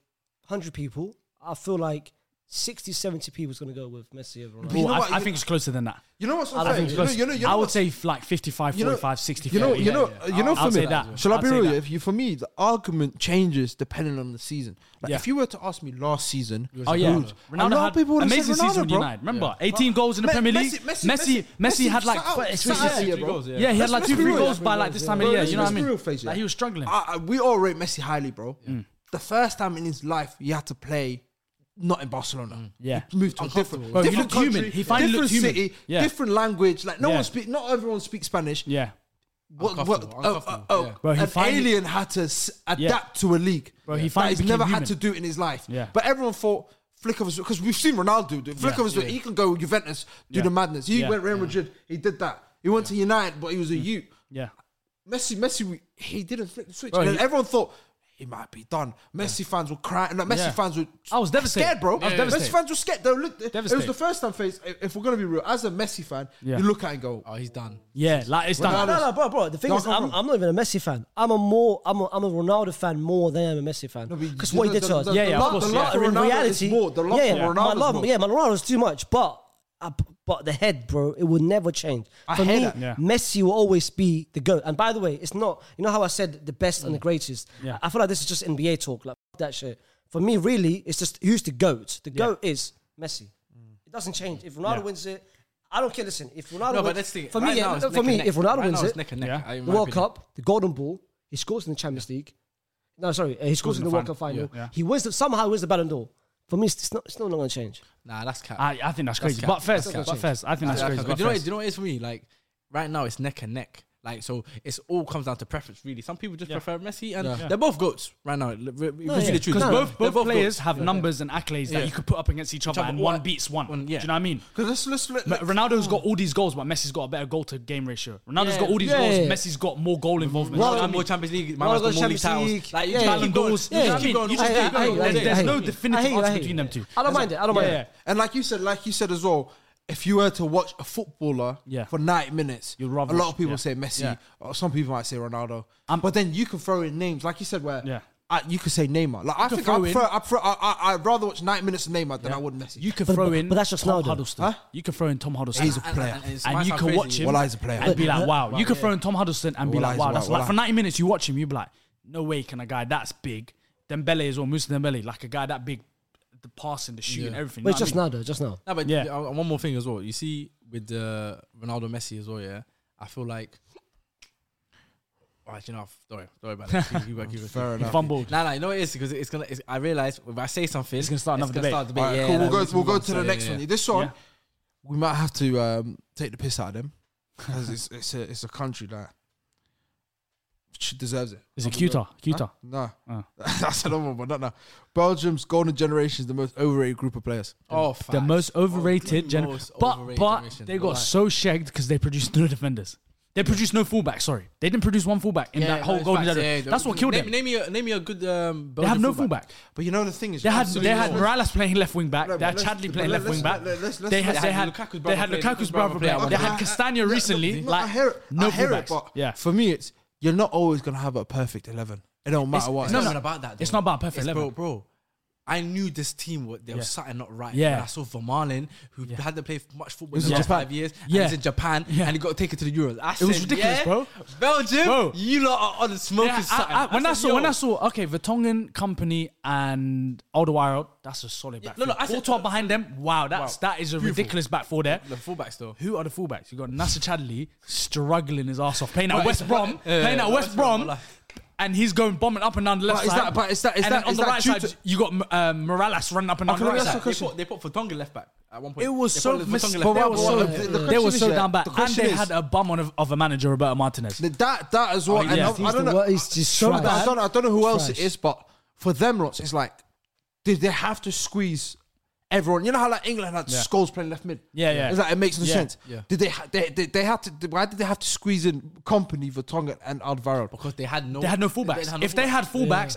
B: 100 people, I feel like 60, 70 people is going to go with Messi over Ronaldo.
A: you
C: Well,
A: know
C: I,
A: what?
C: I think it's closer than that.
A: You know what's so
B: I don't
A: funny?
B: think
A: You know,
C: Because
A: you know, you know
C: I would
A: what's-
C: say like 55,
A: you know-
C: 45, 60.
A: You know,
C: 40,
A: you
C: yeah,
A: know,
C: yeah.
A: you know.
C: I'll
A: For
C: say
A: me,
C: that.
A: shall I
C: I'll
A: be
C: say
A: real?
C: that.
A: If you, for me, the argument changes depending on the season. Like,
C: Yeah.
A: if you were to ask me last season,
C: Oh yeah,
A: who's- a
C: Ronaldo
A: lot
C: had
A: of people would have said
C: amazing season
A: Ronaldo,
C: with
A: bro.
C: United. Remember, 18 goals in the
A: Me-
C: Premier League.
A: Messi-
C: Messi,
A: Messi-
C: Messi,
A: Messi
C: had like,
A: sat out.
C: f- it's-
A: Sat
C: it's-
A: out here,
C: yeah,
A: bro.
C: he had like
A: Let's
C: two,
A: be
C: three
A: real.
C: goals by like this time of
A: Bro,
C: year.
A: let's-
C: You know what I
A: let's be
C: mean?
A: real, Fraser.
C: Like he was struggling. Mm.
A: I, I- uh, we all rate Messi highly, bro. Mm. The first time in his life he had to play not in Barcelona.
C: Mm, Yeah.
A: he moved to a different,
C: Bro, he
A: different
C: looked
A: country,
C: human. He finally
A: different
C: looked human.
A: city,
C: Yeah.
A: different language. Like no
C: Yeah.
A: one speak, not everyone speaks Spanish.
C: Yeah,
A: What, what,
D: Uncomfortable,
A: oh, oh,
D: uncomfortable,
A: oh,
D: yeah.
C: Bro, he
A: an
C: finally-
A: alien had to s- adapt
C: Yeah.
A: to a league
C: Bro, he
A: that
C: finally
A: he's
C: became
A: never
C: human.
A: had to do in his life.
C: Yeah.
A: But everyone thought flick of a because we've seen Ronaldo do it. Flick of a he can go Juventus, do
C: Yeah.
A: the madness. He
C: Yeah. Mm.
A: went Real Madrid, he did that. He went to United, but he was a youth.
C: yeah.
A: Messi, Messi, he didn't flip the switch.
C: Bro,
A: and then
C: he-
A: everyone thought he might be done. Messi fans were crying. No, Messi
C: Yeah.
A: fans were.
C: I was devastated.
A: Scared, bro.
C: I was
A: Messi
C: devastated.
A: fans were scared. They were look, it was
C: Devastated.
A: the first time face. If we're gonna be real, as a Messi fan,
C: Yeah.
A: you look at it and go,
D: Oh, he's done.
C: Yeah, like it's
B: No,
C: done.
B: no, no, bro, bro. The thing
A: No,
B: is,
A: come
B: I'm,
A: from-
B: I'm not even a Messi fan. I'm a more, I'm a, I'm a Ronaldo fan more than I'm a Messi fan.
A: No, but
B: Because
A: you
B: what
A: know,
B: he did
A: the-
B: to us.
A: the-
C: Yeah, yeah,
B: But
C: of course,
B: the
C: yeah.
B: love-
A: For
B: in
A: Ronaldo, it's
B: reality,
A: more. The love
B: yeah,
A: for
B: yeah, my
A: Ronaldo is
B: love,
A: more.
B: yeah, my Ronaldo's too much. But, uh, but the head, bro, it will never change.
A: I
B: For
A: hear
B: me,
A: that.
C: Yeah.
B: Messi will always be the goat. And by the way, it's not. You know how I said the best
A: Mm.
B: and the greatest.
C: Yeah.
B: I feel like this is just NBA talk. Like f- that shit. For me, really, it's just who's the goat. The goat is Messi. It doesn't change. If Ronaldo
C: Yeah.
B: wins it. I don't care. Listen, if Ronaldo
D: No,
B: wins,
D: but let's think.
B: for
D: right
B: me,
D: now
B: yeah,
D: it's
B: for
D: neck and
B: me,
D: neck.
B: if Ronaldo
D: Right now
B: wins
D: it's
B: it,
D: neck and neck,
C: Yeah.
D: I- in
B: the
D: my
B: World
D: opinion.
B: Cup, the Golden Ball. He scores in the Champions League. No, sorry, uh, he scores in the World Cup
C: fin-
B: final.
C: yeah, yeah.
B: He wins the, somehow wins the Ballon d'Or. For me, it's, it's not. It's not going to change.
D: Nah, that's
B: Ah,
D: cap.
C: I, I think that's crazy.
D: cap.
C: But first,
D: That's cap.
C: but first, I think
D: Nah,
C: that's
D: cap.
C: crazy.
D: But
C: But
D: do you know, what-
C: first.
D: do you know what it is for me? Like right now, it's neck and neck. Like so, it's all comes down to preference, really. Some people just
C: Yeah.
D: prefer Messi, and
A: Yeah.
D: they're both goats right now. Li- re- If you see
B: yeah.
D: the truth,
C: Because
B: No, no,
C: both,
D: they're
C: both, players
D: goats.
C: have numbers and accolades
D: Yeah.
C: that you could put up against each other,
D: other,
C: and
D: what-
C: one beats one.
D: one-
C: Do you
D: yeah.
C: know what I mean?
A: Because let's let's let,
C: Ma- Ronaldo's got all these goals, but Messi's got a better goal to game ratio. Ronaldo's
D: Yeah.
C: got all these
B: Yeah,
C: goals.
B: yeah.
C: Messi's got more goal involvement. Do
D: Well,
C: you know what I
D: more
C: mean?
D: Champions League,
B: Well,
D: man,
B: got
D: got more league
B: Champions League.
D: titles. Like, you
B: Yeah,
D: just
B: yeah.
D: keep
C: Ballon
D: going.
C: d'Ors.
D: You
C: You
D: just
C: just
D: keep going. You just
B: I-
D: keep
B: I-
D: going.
B: I-
D: There's-
B: I-
D: There's
B: I-
D: no
C: no definitive
B: I hate it,
C: answer
B: I hate
C: between
B: it.
C: them two.
B: I don't mind it. I don't mind
C: Yeah,
B: it.
A: and like you said, like you said as well, if you were to watch a footballer
C: Yeah.
A: for 90 minutes,
C: You'd rather
A: a lot
C: watch-
A: of people
C: yeah.
A: say Messi,
C: Yeah.
A: or some people might say Ronaldo.
C: I'm-
A: but then you can throw in names, like you said, where
C: Yeah.
A: I, you could say Neymar. Like I
C: could
A: think
C: throw
A: I'd,
C: in-
A: throw, I'd, throw, I, I, I'd rather watch 90 minutes of Neymar than I would Messi.
C: You can
B: But-
C: throw
B: but-
C: in
B: but that's just
C: Tom
B: Ronaldo.
C: Huddleston.
A: Huh?
C: You can throw in Tom Huddleston.
A: He's a player.
D: and it's-
C: And,
D: might
C: you
D: sound
C: can
D: crazy,
C: watch him.
A: Well, he's a player.
C: And be like, wow. You
D: yeah.
C: can throw in Tom Huddleston and be
A: Well,
C: like,
A: he's-
C: wow. That's
A: well,
C: like for 90 minutes you watch him, you be like, no way can a guy that's big, Dembele as well, Musa Dembele, like a guy that big, the passing, the shooting,
D: Yeah.
C: everything.
B: But
C: know
B: it's
C: what
B: just
C: I mean?
B: now, though. Just now.
D: No, but
C: Yeah.
D: yeah. one more thing as well. You see, with uh, Ronaldo, Messi as well. Yeah, I feel like. Oh, actually, no, don't worry, don't worry about that. Keep, keep, keep, keep,
A: Fair
C: He
A: enough.
C: fumbled.
D: Nah, nah, you know what it is because it's gonna. It's, I realize if I say something,
C: It's gonna start another debate.
D: start a
A: All right,
D: yeah,
A: cool.
D: nah,
A: We'll go.
D: let's
A: We'll
D: move
A: go
D: on.
A: to
D: So,
A: the
D: yeah,
A: next
D: yeah.
A: one. This one,
C: Yeah.
A: we might have to um, take the piss out of them because it's it's a it's a country that sh- deserves it.
C: Is it cuter? Cuter.
A: No,
C: Oh.
A: that's another one, but not now. Belgium's golden generation is the most overrated group of players.
D: Oh,
C: The
D: facts.
C: most
D: Oh,
C: overrated,
D: the
C: gen-
D: most
C: but
D: overrated
C: but
D: generation.
C: they got
D: Right.
C: so shagged because they produced no defenders. They produced no fullback. Sorry, they didn't produce one fullback in
D: Yeah,
C: that
D: no,
C: whole
D: it's
C: golden
D: facts,
C: generation.
D: yeah,
C: That's
D: no,
C: what killed
D: name,
C: them.
D: Name me a name me a good. Um,
C: they have
D: Belgian
C: no fullback.
A: But you know the thing is,
C: They had
D: Absolutely
C: they had
D: not.
C: Morales playing left wing back.
A: No,
C: they had
A: but let's-
C: Chadley
A: but
C: playing left
A: let's-
C: wing back.
A: let- let's- let's-
C: They had
A: let's-
C: they had
D: Lukaku's
C: they had
D: brother playing,
C: Lukaku's
D: Lukaku's brother
C: brother playing.
D: playing.
C: They
D: Okay, I-
C: had
D: I-
C: Castagna recently.
A: No,
C: Like
A: I hear it.
C: no
A: I hear it,
C: fullbacks.
A: but
C: Yeah.
A: for me, it's you're not always gonna have a perfect eleven. It don't matter what.
D: It's
C: No,
D: not
C: no.
D: even about that.
C: It's
D: though.
C: not about perfect
D: It's
C: level.
D: bro. bro. I knew this team was there was
C: Yeah.
D: something not right.
C: Yeah.
D: Yeah, I saw Vermaelen who
C: Yeah.
D: hadn't played much football in
C: was
D: the
C: in
D: last
C: Japan.
D: five years.
C: Yeah.
D: Yeah, he's in Japan
C: Yeah.
D: and he got taken to the Euros. I
C: was
D: said,
C: ridiculous,
D: yeah,
C: bro.
D: Belgium,
C: Bro.
D: you lot are on the smoking
C: Yeah, I-
D: something.
C: I- when I,
D: said,
C: saw when
D: yo.
C: I saw okay, Vertonghen company and Alderweireld, that's a solid back.
D: no, no,
C: four
D: I said-
A: uh,
C: top behind them. Wow, that's
D: Wow.
C: that is a
D: Beautiful.
C: ridiculous back four there.
D: the fullbacks though.
C: Who are the fullbacks? You got Nasser Chadley struggling his ass off, playing at
D: Right,
C: West
D: it's-
C: Brom,
D: yeah,
C: playing at
D: yeah,
C: West
D: West
C: Brom,
D: Brom, like-
C: and he's going bombing up and down the left
A: But is
C: side.
A: that- but is that- is
C: and
A: that-
C: then on
A: is
C: the
A: that
C: right
A: due
C: side,
A: to-
C: you got um, Morales running up and down
A: Okay,
C: the
A: let
C: right
A: me ask
C: side.
A: you a question.
D: They put, they put Vertonghen left back at one point.
C: It was
D: They
C: so
D: put Vertonghen
C: mis-
D: left
C: they
D: back.
A: what-
C: were so,
A: what- the- the
C: they were
A: question
C: so
A: is, yeah,
C: down back,
A: the
C: and
A: question
C: they
A: is-
C: had a bum on of, of a manager Roberto Martinez.
A: That that as well. and
C: Oh, yeah.
A: I, I
B: He's
A: don't
B: the
A: know.
B: wor- he's just so
A: I don't- I
B: bad.
A: don't, I don't know who else it
B: Trash.
A: is, but for them lots, it's like did they have to squeeze everyone? You know how like England had
C: Yeah.
A: Scholes playing left mid.
C: Yeah, yeah.
A: It's like it makes no
C: Yeah.
A: sense.
D: Yeah.
A: Did they, ha- they they they had to? Why did they have to squeeze in company Vertonghen and Alvaro?
D: because they had no.
C: They had no
D: didn't
C: fullbacks.
D: have no
C: if they had
D: fullbacks.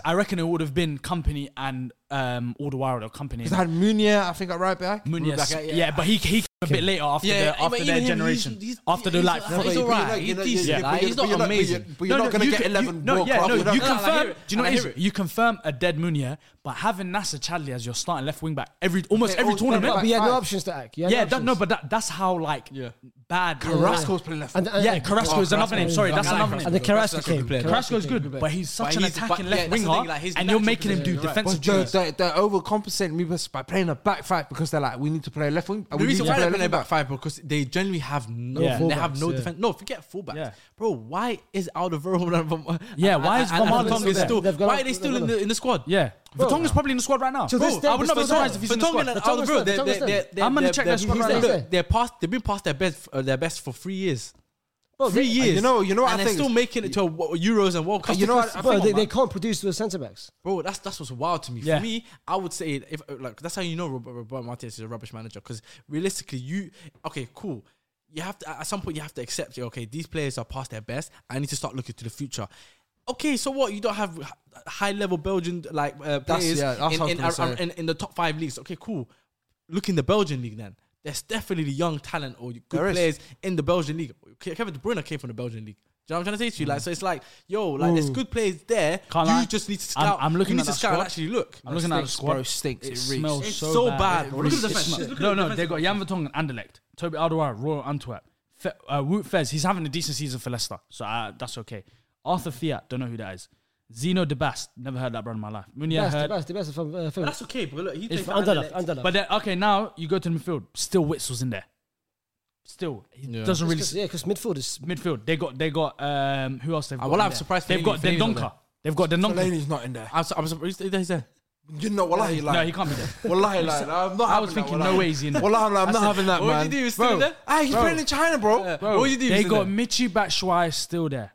C: fullbacks, I reckon it would have been Company and um, Alderweireld or Company.
A: They had Munier, I think, at right back.
C: Munoz.
D: Rubaka,
C: yeah,
D: yeah.
C: but he he came a bit later after
D: Yeah,
C: their
D: yeah,
C: after
D: but
C: their
D: even him,
C: generation,
D: he's- he's-
C: after the
D: he's-
C: like.
D: he's
C: fourth-
D: He's
A: But you're
D: alright.
A: not-
D: He's
A: you're not-
D: decent.
A: you're-
D: Like,
A: but
D: he's not
A: you're but you're
D: amazing.
A: But you're
C: No,
A: not
C: no,
A: going to
C: you
A: get
C: can-
A: eleven.
C: You, no,
A: World
C: yeah,
A: Cup,
C: no,
A: you're not-
C: you
D: no, no, I
C: confirm.
D: hear it.
C: do you know
D: I
C: what it is?
D: hear it.
C: You confirm a dead Munia, but having Nasser Chadli as your starting left wing back every almost
A: Okay,
C: every
A: oh,
C: tournament.
A: yeah,
B: But you had no
A: Five.
B: options to act. You had
C: yeah,
B: no
C: that, no,
B: options.
C: but that, that's how like
D: Yeah.
C: bad.
A: Carrasco's playing left.
B: And- and-
C: Yeah, Carrasco
B: Oh,
C: is another name. Sorry, that's
D: I like
C: another
D: Carrasco.
C: name.
B: And the
D: Carrasco
B: Carrasco
D: is a good
B: came.
D: player.
C: Carrasco's
B: came.
C: good, but he's such
D: But
C: an
D: he's- but
C: attacking
D: yeah,
C: left
D: that's the
C: winger,
D: thing, like, his
C: and you're
D: natural
C: making him do
D: position, you're right.
C: defensive
A: But they're,
C: duties.
A: they're, they're overcompensating me by playing a back five because they're like, we need to play a left wing.
D: The reason why they're playing back five because they generally have no,
C: Yeah.
D: they have
B: Fullbacks,
D: no
B: yeah.
D: defense. No, forget fullbacks,
C: Yeah.
D: bro. Why is Alderweireld and Verm-
C: Yeah,
D: and-
C: why is
D: and- and
C: Vermaelen
D: Vertonghen
C: still there?
D: still?
B: They've gone
D: Why
B: up-
D: are they still
B: they've
D: in
B: gone
D: the in the squad?
C: Yeah, Vertonghen's probably in the squad right now.
B: To
C: Bro,
B: this day,
C: I would not be
B: Vertonghen-
C: surprised if he's in the
D: Vertonghen
C: squad.
D: and
B: Vertonghen's
D: Alderweireld,
B: there,
D: they're-
B: Vertonghenhen's
D: they're-
B: there.
D: they're-
C: I'm gonna
D: they're-
C: check their
D: they're-
C: squad
D: he's
B: right
D: there.
B: now.
D: Look, They're past. They've been past their best, uh, their best for three years.
B: Bro,
D: Three
B: they-
D: years.
A: you know- you know what I
D: And they're
A: think
D: still
A: is-
D: making it to a, wo- Euros and World Cup.
A: you know what I- I
B: Bro,
A: Come
B: they,
A: on,
B: they
A: man.
B: can't produce with centre backs.
D: Bro, that's that's what's wild to me.
C: Yeah.
D: For me, I would say if like that's how you know Robert, Robert Martinez is a rubbish manager because realistically, you okay, cool. You have to at some point you have to accept. yeah, Okay, these players are past their best. I need to start looking to the future. Okay, so what? You don't have high level Belgian like uh,
A: That's-
D: players
A: yeah, that's
D: in,
A: what I
D: in,
A: was gonna
D: ar-
A: say.
D: in- in the top five leagues. Okay, cool. Look in the Belgian league then. There's definitely young talent or good
A: There is.
D: players in the Belgian league. Ke- Kevin De Bruyne came from the Belgian league. Do you know what I'm trying to say to you? Like, so it's like, yo, like there's good players there.
C: Can't
D: you
C: lie.
D: just need to
C: I'm-
D: scout.
C: I'm looking at
D: you need to
C: that
D: scout
C: squad.
D: and actually look.
C: I'm looking at the
A: Stinks,
C: squad.
A: bro, stinks. It reeks.
C: smells
D: It's
C: so,
D: so
C: bad.
D: bad, bro. Look at the
C: It
D: defense.
C: smells-
D: Look at
C: no,
D: the
C: no,
D: defense.
C: they got Jan Vertonghen, Anderlecht, Toby Alderweireld, Royal Antwerp, Fe, uh, Wout Fez. He's having a decent season for Leicester, so uh, that's okay. Arthur Fiat, don't know who that is. Zeno De Bast, never heard that brother in my life. Munia
B: That's the
C: heard,
B: best. The best from uh,
D: That's okay, but look, he
B: It's
D: takes
B: for Anderlecht. Anderlecht.
C: but then okay, now you go to the midfield. Still Witzel's in there. Still, he
D: Yeah.
C: doesn't
B: It's
C: really
B: 'cause- yeah, because midfield is
C: midfield. They got they got um who else they've
D: Uh,
C: got. in
D: well, I'm
C: there?
D: surprised
C: they've
D: Fellaini-
C: got
D: Fellaini's not
C: Dendonka.
D: there.
C: They've got Dendonka.
A: Fellaini's not in there.
D: I'm, so, I'm surprised he's there.
A: You know, wallahi, like,
C: No, he can't be there.
A: Wallahi, like, I'm not.
C: I
A: having
C: was thinking,
A: that,
C: no
A: wallahi.
C: way he's in.
A: Wallahi, I'm, not
C: I said,
A: having that,
D: what
A: man.
D: did you do? He's still
A: Bro.
D: there?
A: Ah, he's
D: Bro.
A: playing in China, bro.
D: What would you do? if
C: They
D: he's in
C: got
D: there?
C: Michi Batshuayi still there.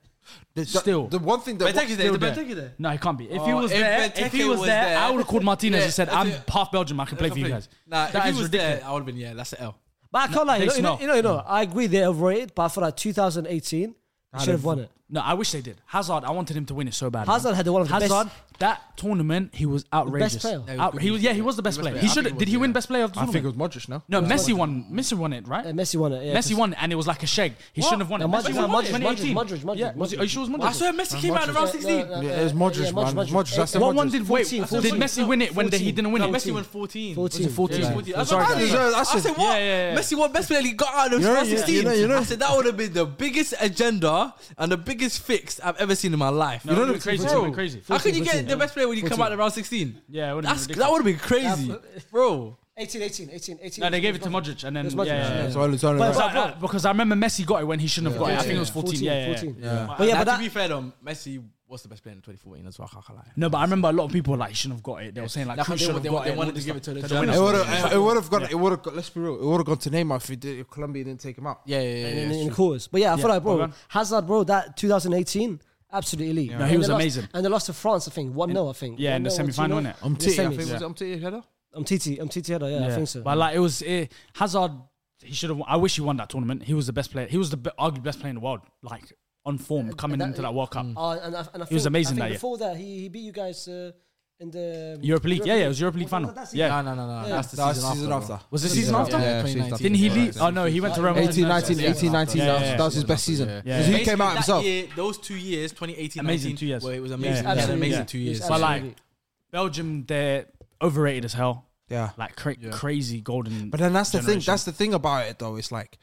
A: The,
C: Still.
A: the one thing that
D: Benteke there.
C: Still
D: The
C: there.
D: Benteke there.
C: No, he can't be. If he
D: Oh,
C: was
D: if
C: there,
D: Benteke
C: if he was,
D: was
C: there,
D: there-
C: I would have called Martinez
D: Yeah,
C: and said,
D: that's
C: "I'm
D: it.
C: half Belgium. I can play for you guys."
D: Nah, if
C: that
D: he
C: is
D: was
C: ridiculous.
D: there, I would have been yeah. That's an L.
B: But I can't lie, you know,
C: They
B: you know,
C: smell.
B: you know, you know, I agree they overrated, but I feel like 2018 they should have won it.
C: No, I wish they did. Hazard, I wanted him to win it so bad.
B: Hazard
C: man.
B: had one of the best-
C: Hazard, that tournament, he was outrageous.
B: player. No,
D: he was
C: Out-
D: good.
C: he was, yeah, he was the best
D: was
C: player.
D: better.
C: He
D: I
C: should.
D: think he
C: Did
D: was,
C: he win
D: yeah.
C: best player of the
A: I think
C: tournament?
A: it was Modric. No,
C: no, Messi won. Messi won it, right?
B: Uh, Messi won it. Yeah,
C: Messi won it, and it was like a shake. He
B: What?
C: shouldn't have won
B: No,
C: it.
B: Modric-
C: Messi
B: no,
C: won
B: Modric-
C: it in 2018.
B: Modric- Modric-
C: yeah, was
B: Modric.
C: it- are you sure it was Modric?
D: I swear Messi came out in round 16.
A: Yeah, it's Modric, man. Modric, that's the Modric.
C: did wait? Did Messi win it when he didn't win
D: No,
C: it?
D: Messi won 14.
B: 14.
D: Was it
C: 14?
D: Yeah,
C: Yeah.
D: 14.
C: Sorry,
D: I,
C: guys.
D: said, I, said,
A: I said,
C: yeah,
D: what?
C: yeah.
D: Messi, what best player he got out of
A: You know,
D: round
A: you know,
D: 16?
A: you know, you know.
D: I said that would have been the biggest agenda and the biggest fix I've ever seen in my life.
C: No, it would've been crazy, it
D: Bro,
C: would've been crazy.
D: How can you
B: 14,
D: get the best player when you come out of round 16?
C: Yeah, it would've been
D: That's- that
C: ridiculous.
D: would have been crazy, bro.
B: 18, 18, 18, 18.
C: No, they gave it to Modric, and then
B: It was Modric,
C: yeah, yeah,
B: yeah.
C: yeah.
A: So it's only
B: But-
A: right.
C: Because I- I- because I remember Messi got it when he shouldn't have got it. I think it was 14. Yeah, yeah, yeah.
B: But yeah, but
D: Now, to
B: that,
D: be fair though, Messi was the best player in 2014 as well. I can't lie.
C: No, but I remember a lot of people were like he shouldn't have got it. They were saying like
D: Nah,
C: Cruz
D: they-
C: should have
D: they-
C: got
D: they
C: it.
D: wanted
C: all
D: to
C: this
D: give it
C: stuff.
D: to the
C: They don't
D: Germans.
A: It
C: win
A: would
C: it.
A: have. It would have gone. It would have. Let's be real. It would have gone to Neymar if, he did, if Colombia didn't take him out.
D: Yeah, yeah,
B: in,
D: yeah.
B: in the course. But yeah, I
C: Yeah,
B: feel like, bro,
C: well done.
B: Hazard, bro, that 2018, absolutely elite.
C: No, he
B: And
C: was
B: they lost-
C: amazing.
B: and they lost to France, I think, 1 0, I think.
C: yeah, in the
B: 1-0,
C: semi-final,
B: 2-0.
C: innit?
A: I'm
B: The
A: Titi. I
B: semis.
A: think it was I'm Titi header.
B: I'm TT, I'm TT, yeah, I think so.
C: But like it was it, Hazard. He should have. I wish he won that tournament. He was the best player. He was the be, arguably best player in the world. Like on form coming
B: that-
C: into that World Cup.
B: Uh, and I, and I think,
C: He was amazing
B: I think
C: that year.
B: before that, he, he beat you guys uh, in the
C: Europa League. Yeah, yeah, it was Europa League
B: Was
C: final.
B: that that season?
C: Yeah.
D: No, no, no, no. That's the
A: That's
D: season,
A: season
D: after.
A: after.
C: Was the season after?
A: Yeah,
D: Yeah,
A: season after.
C: Didn't he leave? Oh no, he went to Roma.
A: 18, 19,
C: Yeah.
A: 18, 19.
C: Yeah,
A: that was-
C: yeah,
A: That was his best season.
C: Yeah.
A: 'Cause He
D: Basically,
A: came out
D: that
A: himself.
D: Year, those two years, 2018,
C: Amazing
D: 19,
C: two years.
D: Well, it was
C: Yeah,
D: amazing.
C: yeah,
D: Yeah,
C: yeah.
D: amazing
C: Yeah.
D: two years.
C: But like Belgium, they're overrated as hell.
A: Yeah.
C: Like cra- crazy golden.
A: But then that's the thing.
C: generation.
A: That's the thing about it, though. It's like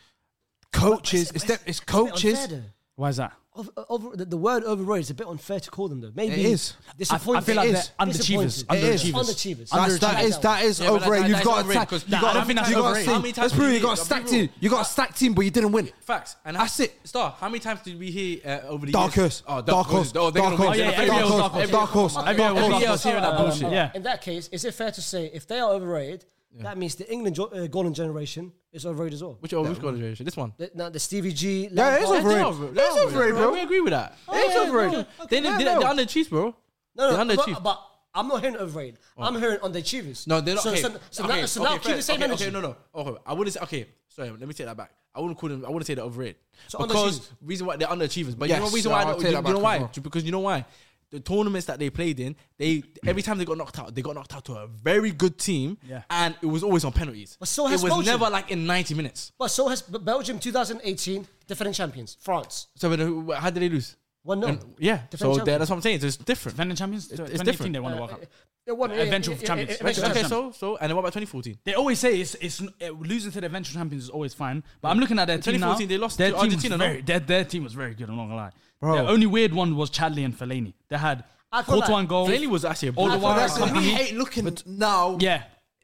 A: coaches. It's, that- it's coaches.
B: Unfair,
C: why is that?
B: though. Over, over, the, the word overrated is a bit unfair to call them though. Maybe
A: It is.
C: I, I
B: disappointed.
C: feel like
A: It
C: they're
A: is.
C: underachievers.
B: Disappointed.
A: It is.
C: Underachievers.
B: Underachievers.
A: That's, that
B: Underachieved.
A: is that is
D: Yeah, but that-
A: overrated.
D: that's
A: You've got
D: overrated
A: a ta-
D: 'cause-
A: you
D: Nah,
A: got
C: I don't think that's
A: you got a
C: overrated.
A: stack-
C: How
D: many times
A: Let's
D: did
A: prove
D: he
A: you got a
D: get-
A: stack
D: people-
A: team. You got a stack team, but you didn't win.
D: Facts. And
A: That's
D: how-
A: it.
D: Star, how many times did we hear uh, over the
A: Dark
D: years?
A: horse. Dark horse.
D: Oh, they're
A: Dark
D: gonna win.
A: horse.
D: They're
C: Yeah, yeah,
D: gonna win.
C: every year was
D: Every
A: Dark horse.
D: year-
A: Dark
D: Every
C: horse.
D: year
C: Dark
D: I
C: horse.
D: was hearing that
C: Uh,
D: bullshit.
C: Yeah.
B: In that case, is it fair to say if they are overrated, that means the England jo- uh, golden generation is overrated as well?
D: Which oh, which generation? This one.
B: The, now the Stevie G.
A: Yeah, it is
B: Lampard-
D: They're
A: overrated.
D: over-
A: It's
D: they're over it,
A: overrated, bro.
D: We agree with that.
B: yeah,
D: It's
B: yeah,
D: overrated.
B: okay.
D: They- They're
A: Yeah,
D: they're
A: no.
D: under Chiefs, bro.
B: No,
D: They're
B: no, but,
D: underachieved. Oh.
B: but I'm not hearing overrated. I'm hearing underachievers.
D: No, they're not.
B: So,
D: okay.
B: so, so
D: okay.
B: now, so
D: okay,
B: now keep
D: fair.
B: the same
D: okay,
B: energy.
D: Okay, no, no. Okay, I wouldn't say. Okay, sorry. Let me take that back. I wouldn't call them. I wouldn't say they're overrated.
B: So
D: because
B: underachievers.
D: reason why they're underachievers. But you know
A: Yes,
D: reason why.
A: I'll
D: I
A: take
D: don't- You,
A: that
D: you know
A: back
D: why?
A: as well.
D: Ju- Because you know why. The tournaments that they played in, they every time they got knocked out, they got knocked out to a very good team,
C: Yeah.
D: and it was always on penalties.
B: But so
D: it
B: has
D: was
B: Belgium.
D: never like in ninety minutes.
B: But so has B- Belgium 2018 defending champions. France.
D: So when- who- how did they lose?
B: 1 0.
D: And- yeah. So
B: champions.
D: they're- that's what I'm saying. It's different.
C: Defending champions.
D: it's
C: 2018
D: different. Uh,
C: They won the World Cup.
B: They won-
C: Eventual
B: yeah, yeah,
C: champions.
B: yeah, yeah, eventual
C: Eventual
D: Okay,
B: champions.
D: so so and then what about 2014?
C: They always say it's it's n- uh, losing to the eventual champions is always fine, but I'm looking at their team now.
D: 2014 they lost
C: their
D: to
C: team was
D: Argentina, no?
C: Very, their, their team was very good. I'm not gonna lie.
A: Bro.
C: The only weird one was Chadley and Fellaini. They had
B: I can't
C: Courtois
B: lie.
C: and goal.
D: Fellaini was actually a
C: All the
D: brilliant
C: while.
D: player.
A: That's it. We hate looking now.
C: Yeah.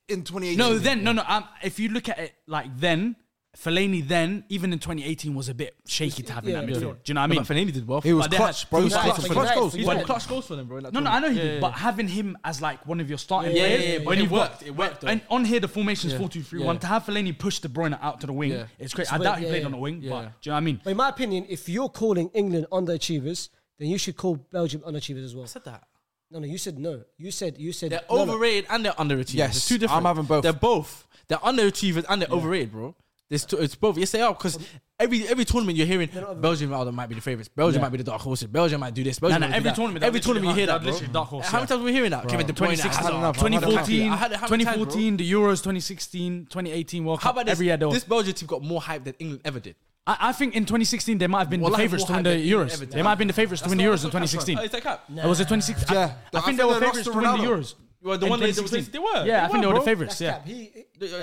A: In 2018.
C: No, then no, no. Um, if you look at it like then, Fellaini then even in 2018 was a bit shaky to have in
B: Yeah,
C: that
B: yeah.
C: midfield. Do you know what I mean?
D: No, but Fellaini did well.
A: He was
C: But they
A: clutch,
C: had-
A: bro. He was
C: But-
A: clutch.
C: but-
A: for clutch
B: but-
A: goals.
D: He
B: Yeah.
D: had clutch goals for them, bro. in that
C: No, no, I know he
D: tournament.
C: did, but having him as like one of your starting
D: Yeah, yeah,
C: players
D: yeah, yeah,
C: when
D: yeah.
C: he
D: It
C: worked,
D: worked, it worked,
C: And on here, the formation's
D: Yeah.
C: four two three one.
D: Yeah.
C: To have Fellaini push De Bruyne out to the wing,
D: Yeah.
C: it's great. I
B: weird,
C: doubt he
B: yeah,
C: played
B: yeah.
C: on the wing,
D: Yeah.
C: but do you know what I mean?
B: But in my opinion, if you're calling England underachievers, then you should call Belgium underachievers as well.
D: I said that.
B: No, no, you said no. You said you said
D: They're
B: no, no.
D: overrated and they're underachievers.
A: Yes,
D: It's two different.
A: I'm having both.
D: They're both. They're underachievers and they're overrated, bro. It's, two, it's both. Yes, they are because every every tournament you're hearing Belgium oh, they might be the favorites. Belgium
C: Yeah.
D: might be the dark horses. Belgium might do this. Belgium
C: no,
D: might do
C: every
D: that.
C: tournament, they're
D: Every tournament
C: literally
D: you hear
C: dark-
D: that,
C: they're
D: bro.
C: literally dark horses,
D: How many
C: yeah.
D: times are we hearing that? Kevin De Bruyne,
C: 2016,
D: Hazard.
A: I don't know, I've had
D: Lukaku.
C: 2014,
D: I had it how many times, bro?
C: 2014, the Euros, 2016, 2018 World
D: How
C: Cup.
D: about this?
C: every year they were-
D: this Belgium team got more hype than England ever did.
C: I, I think in 2016 they might have been
D: Well,
C: the
D: like,
C: favourites to
D: more
C: win the
D: hype than
C: Euros.
D: ever
C: They might have been the favourites to win the Euros in 2016.
D: Oh, it's a cap.
C: It was the 2016.
A: Yeah.
C: I- I,
A: I
C: think
A: think
C: they
A: they
C: were
A: lost
C: favourites to
A: to
C: win the
A: Ronaldo.
C: Euros.
D: Well, the
C: in
D: one they-
C: 2016.
D: they were.
C: Yeah,
D: They
C: I think
D: were,
C: they were the
D: bro.
C: favourites. Yeah,
B: He-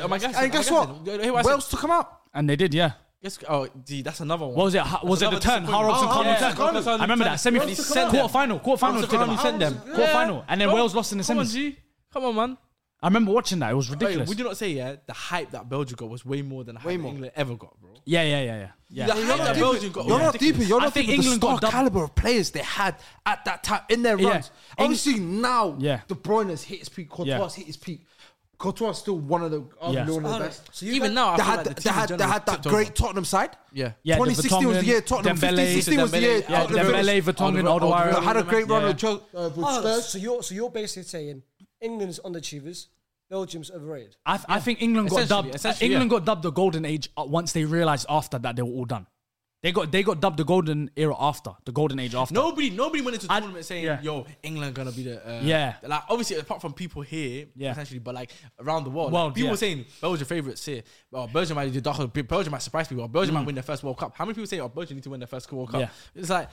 D: Oh my gosh!
A: And guess what? Wales took him out.
C: and they did. Yeah.
D: Yes, oh, gee, that's another one.
C: What was it? Ha- was it the
D: Another
C: turn? Har
D: disappointment.
C: Robson
D: Oh,
C: Carney
D: yeah,
C: turn?
D: Carney.
C: I remember that. Semi
D: Robson Carney. oh,
C: quarter final. Quarter final.
D: Robson Carney sent them.
C: Quarter final. And then Wales lost in the
D: oh, Come on,
C: semis.
D: G. Come on, man.
C: I remember watching that. It was
D: Wait,
C: ridiculous.
D: would you not say yeah? The hype that Belgium got was way more than the hype
A: Way
D: that
A: more.
D: England ever got, bro.
C: yeah, yeah, yeah, yeah.
D: The
C: yeah.
D: hype
A: You're not
D: that
A: deep-
D: Belgium got
A: you're
D: was
A: not deep.
D: ridiculous.
A: You're
C: I
A: not
C: think
A: deep with the
C: England
A: star
C: got dub-
A: caliber of players they had at that time in their
C: Yeah.
A: runs.
C: Eng-
A: Obviously now
C: Yeah.
A: De Bruyne's hit his peak. Courtois
C: Yeah.
A: hit his peak. Courtois still one of the arguably one of the
B: Hold on.
A: best.
B: So you
D: Even
B: guys-
D: now, I
A: They
D: feel
A: had,
D: like the
A: they
D: team in
A: had, they
D: general
A: had that
D: tipped
A: great
D: over.
A: Tottenham side.
D: Yeah.
C: Yeah, the
A: 2016 was the
C: Vertonghen,
A: year Tottenham. 15,
C: Dembele.
A: 16 was the year.
D: Dembele,
C: Yeah,
D: Alderweireld.
C: Dembele, Vertonghen,
D: Oh,
C: Alderweireld.
A: They had a great run
C: Yeah.
A: with Chel- uh, with
B: Oh,
A: Spurs.
B: so you're so you're basically saying England's underachievers, Belgium's overrated.
C: I, th- I think England got
D: Essentially,
C: dubbed.
D: essentially,
C: England
D: yeah.
C: got dubbed the golden age uh, once they realized after that they were all done. They got they got dubbed the golden era after the golden age after.
D: Nobody, nobody went into the
C: I-
D: tournament saying,
C: yeah.
D: "Yo, England gonna be the uh,
C: Yeah.
D: Like obviously, apart from people here,
C: Yeah.
D: potentially, but like around the world, like,
C: World,
D: people
C: yeah.
D: were saying Belgium favorites here. Oh, Belgium might do Dachau. Belgium might surprise people. Or Belgium might win their first World Cup. How many people say, "Oh, Belgium need to win their first World Cup"?
C: Mm. Yeah.
D: It's like,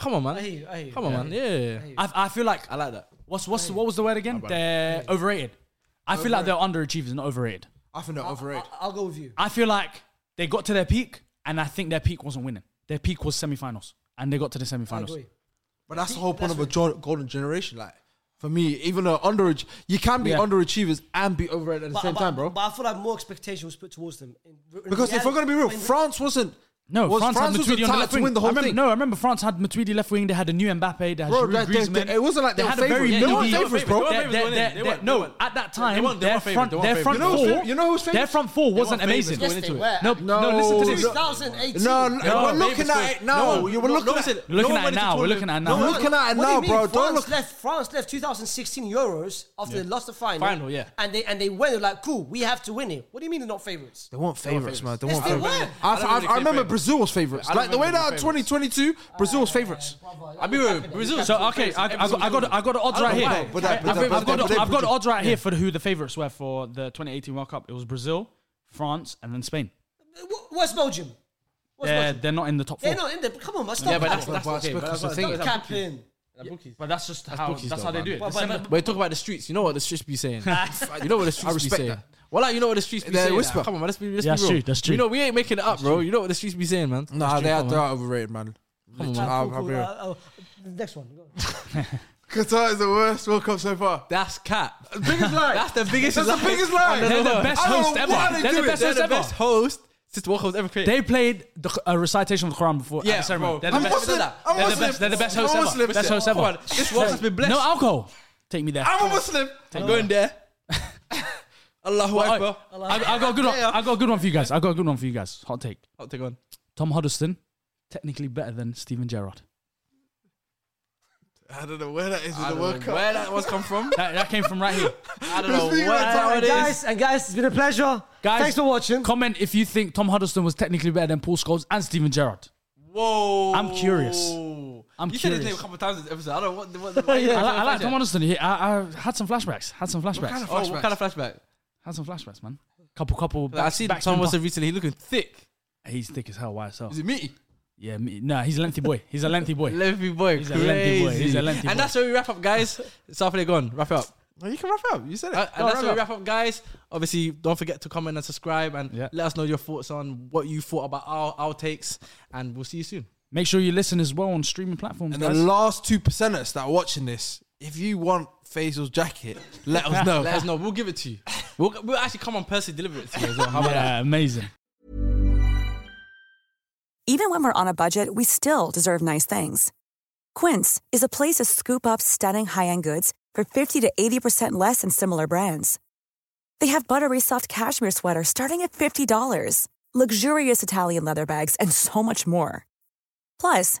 D: come on, man.
B: I hear you, I hear you.
D: Come on,
B: Yeah.
D: man. Yeah.
C: I, I feel like
D: I like that.
C: what's what's what was the word again? They're overrated. I feel like they're underachievers, not overrated.
A: I think they're overrated.
B: I, will go with you.
C: I feel like they got to their peak, and I think their peak wasn't winning. Their peak was semi-finals, and they got to the
B: I
C: semi-finals.
B: agree.
A: But that's the whole point of a jo- golden generation. Like for me, even though underage, you can be
C: Yeah.
A: underachievers and be overrated at the
B: But,
A: same
B: but-
A: time, bro.
B: But I feel like more expectation was put towards them. In- in
A: because if
B: reality-
A: we're gonna be real,
B: in-
A: France wasn't.
C: No,
A: was
C: France, had
A: was a
C: Matuidi on the
A: tie
C: left
A: to
C: wing.
A: win the whole
C: I remember,
A: thing.
C: No, I remember France had Matuidi left wing. They had a new Mbappe. They had
A: Bro, they-
C: Giroud,
A: they-
C: Griezmann.
A: they- it wasn't like they were
C: had
A: favourites.
C: a
A: Yeah,
C: very
A: they weren't
C: needy-
A: favourites, bro.
C: Their-
D: They
C: their-
D: weren't-
C: their-
D: they weren't-
C: No,
D: they weren't-
C: at that
D: they
C: time,
D: weren't- they
C: their
D: weren't favourites,
C: front,
D: they weren't
C: their front
D: favourites.
A: You know who's
C: four,
A: fa- you know who's
C: their
A: favourites?
C: front four
D: They
C: wasn't
D: weren't favourites
C: amazing.
D: going into it.
C: No, no, listen to this.
A: no.
B: 2018.
A: No, no,
D: No,
A: we're
D: no,
A: looking
D: no,
A: at it now.
D: no,
A: you were
D: no,
A: looking
D: no,
A: at
D: listen,
A: it.
C: We're looking
D: no
C: at
D: one
C: it now.
D: into
C: We're
D: tournament-
C: looking at it
D: no
C: now.
A: I'm
D: one-
A: looking at it
B: What do
A: now,
B: you mean?
A: bro. Don't
B: France
A: look.
B: left France left 2016 Euros after they lost the final.
D: Final, yeah.
B: And they and they went they're like, cool, we have to win it. What do you mean they're not favourites?
A: They weren't favourites, man. They
B: Yes,
A: weren't
B: they
A: favourites.
B: were.
A: I,
D: I don't
A: I,
D: really
A: I
D: care
A: remember
D: favourites.
A: Brazil was favourites.
D: I don't
A: Like the way
D: remember
A: that
D: the favourites.
A: 2022 Brazil was favourites.
D: I mean, wait, wait, Brazil.
C: So okay, I, I, got, I got I got the odds
D: I don't
C: right
D: know
C: here.
D: why,
A: but that-
C: I-
A: but
C: I've,
A: that-
C: I've
A: but
C: got
A: that-
C: I've got the odds right here for who the favourites were for the 2018 World Cup. It was Brazil, France, and then Spain.
B: Wh- What's Belgium? What's
C: They're,
B: Belgium?
C: they're not in the top four.
B: They're not in there. Come on, man. Stop
D: Yeah, but that's
B: capping.
D: that's okay. but
A: because
D: that's
A: the
D: what-
A: thing
D: that's
B: Stop
D: what-
B: capping.
D: that's bookies.
C: But that's just how
D: bookies
C: that's
D: though,
C: how they
D: man.
C: do it.
B: But- but-
C: December-
B: but-
D: Wait, talk about the streets. You know what the streets be saying. you know what the streets be
A: respect
D: saying.
A: that.
D: Well, like, you know what the streets be
A: They
D: saying.
A: whisper.
D: Come on, man, let's be, let's
C: Yeah,
D: be
C: that's
D: real.
C: true, that's true.
D: You know, we ain't making it up, bro. You know what the streets be saying, man.
A: Nah,
D: That's
A: they
D: true,
A: are
D: come
A: they
D: on.
A: are overrated, man. I'll-
B: Cool,
A: I'll
B: cool.
A: be real.
B: Uh, uh, Next one. Go.
A: Qatar is the worst World Cup so far.
D: That's cap.
A: Biggest lie.
D: That's the biggest
A: That's the
D: lie.
A: biggest lie.
D: They're the
A: I don't
C: best
A: know
C: host
A: why
C: ever.
A: they
C: They're
A: do
C: the
A: it.
C: best
D: They're
C: host
D: the
C: ever.
D: best host since World Cup's ever created.
C: They played the a recitation of the Quran before. at
D: Yeah,
C: the ceremony.
D: bro.
C: They're the
D: I'm
C: best.
A: Muslim. I'm
C: They're the
A: Muslim.
C: best. They're the best
A: I'm
C: host
A: Muslim.
C: ever. Best host
D: Come
C: ever.
D: on, this World Cup's been blessed.
C: No alcohol. Take me there.
A: I'm a Muslim.
D: I'm going there. Allahu
C: Well,
D: Akbar.
C: I, I, I got a good one. I got a good one for you guys. I got a good one for you guys. Hot take.
D: I'll Oh, take on.
C: Tom Huddleston, technically better than Steven Gerrard.
A: I don't know where that is in
D: I
A: the
D: don't
A: World
D: know
A: Cup.
D: Where that was come from?
C: That, that came from right here.
D: I don't know
A: Speaking
D: where
A: of time,
B: And
D: that is.
B: guys and guys, it's been a pleasure.
C: Guys,
B: thanks for watching.
C: Comment if you think Tom Huddleston was technically better than Paul Scholes and Steven Gerrard.
D: Whoa.
C: I'm curious. I'm
D: you said his name
C: curious.
D: a couple times in this episode. I don't know what the. What, the
C: I, like, I like Tom Huddleston. He- I, I had some flashbacks. Had some flashbacks.
A: kind of
D: Oh, what kind of flashback?
C: had some flashbacks, man. Couple, couple.
D: Like, I
C: back-
D: see
C: backspin
D: Tom Wilson
C: pass.
D: recently. He's looking thick.
C: He's thick as hell. Why so?
A: Is it meaty?
C: Yeah, me, nah. He's a lengthy boy. He's a lengthy boy.
D: Lengthy boy.
C: He's a
D: crazy.
C: lengthy boy, he's a lengthy
D: and
C: boy.
D: that's where we wrap up, guys. Southgate gone. Wrap it up.
A: No, you can wrap up. You said it.
D: Uh,
A: Go
D: and
A: on,
D: that's where we wrap up, guys. Obviously, don't forget to comment and subscribe and
C: Yeah.
D: let us know your thoughts on what you thought about our, our takes. And we'll see you soon.
C: Make sure you listen as well on streaming platforms,
A: And the
C: guys.
A: last two percenters that are watching this, if you want Faisal's jacket, let us know.
D: Let us know. We'll give it to you. We'll, we'll actually come and personally deliver it to you as well. How about that?
C: yeah, amazing.
H: Even when we're on a budget, we still deserve nice things. Quince is a place to scoop up stunning high end goods for 50 to 80% less than similar brands. They have buttery soft cashmere sweaters starting at $50, luxurious Italian leather bags, and so much more. Plus,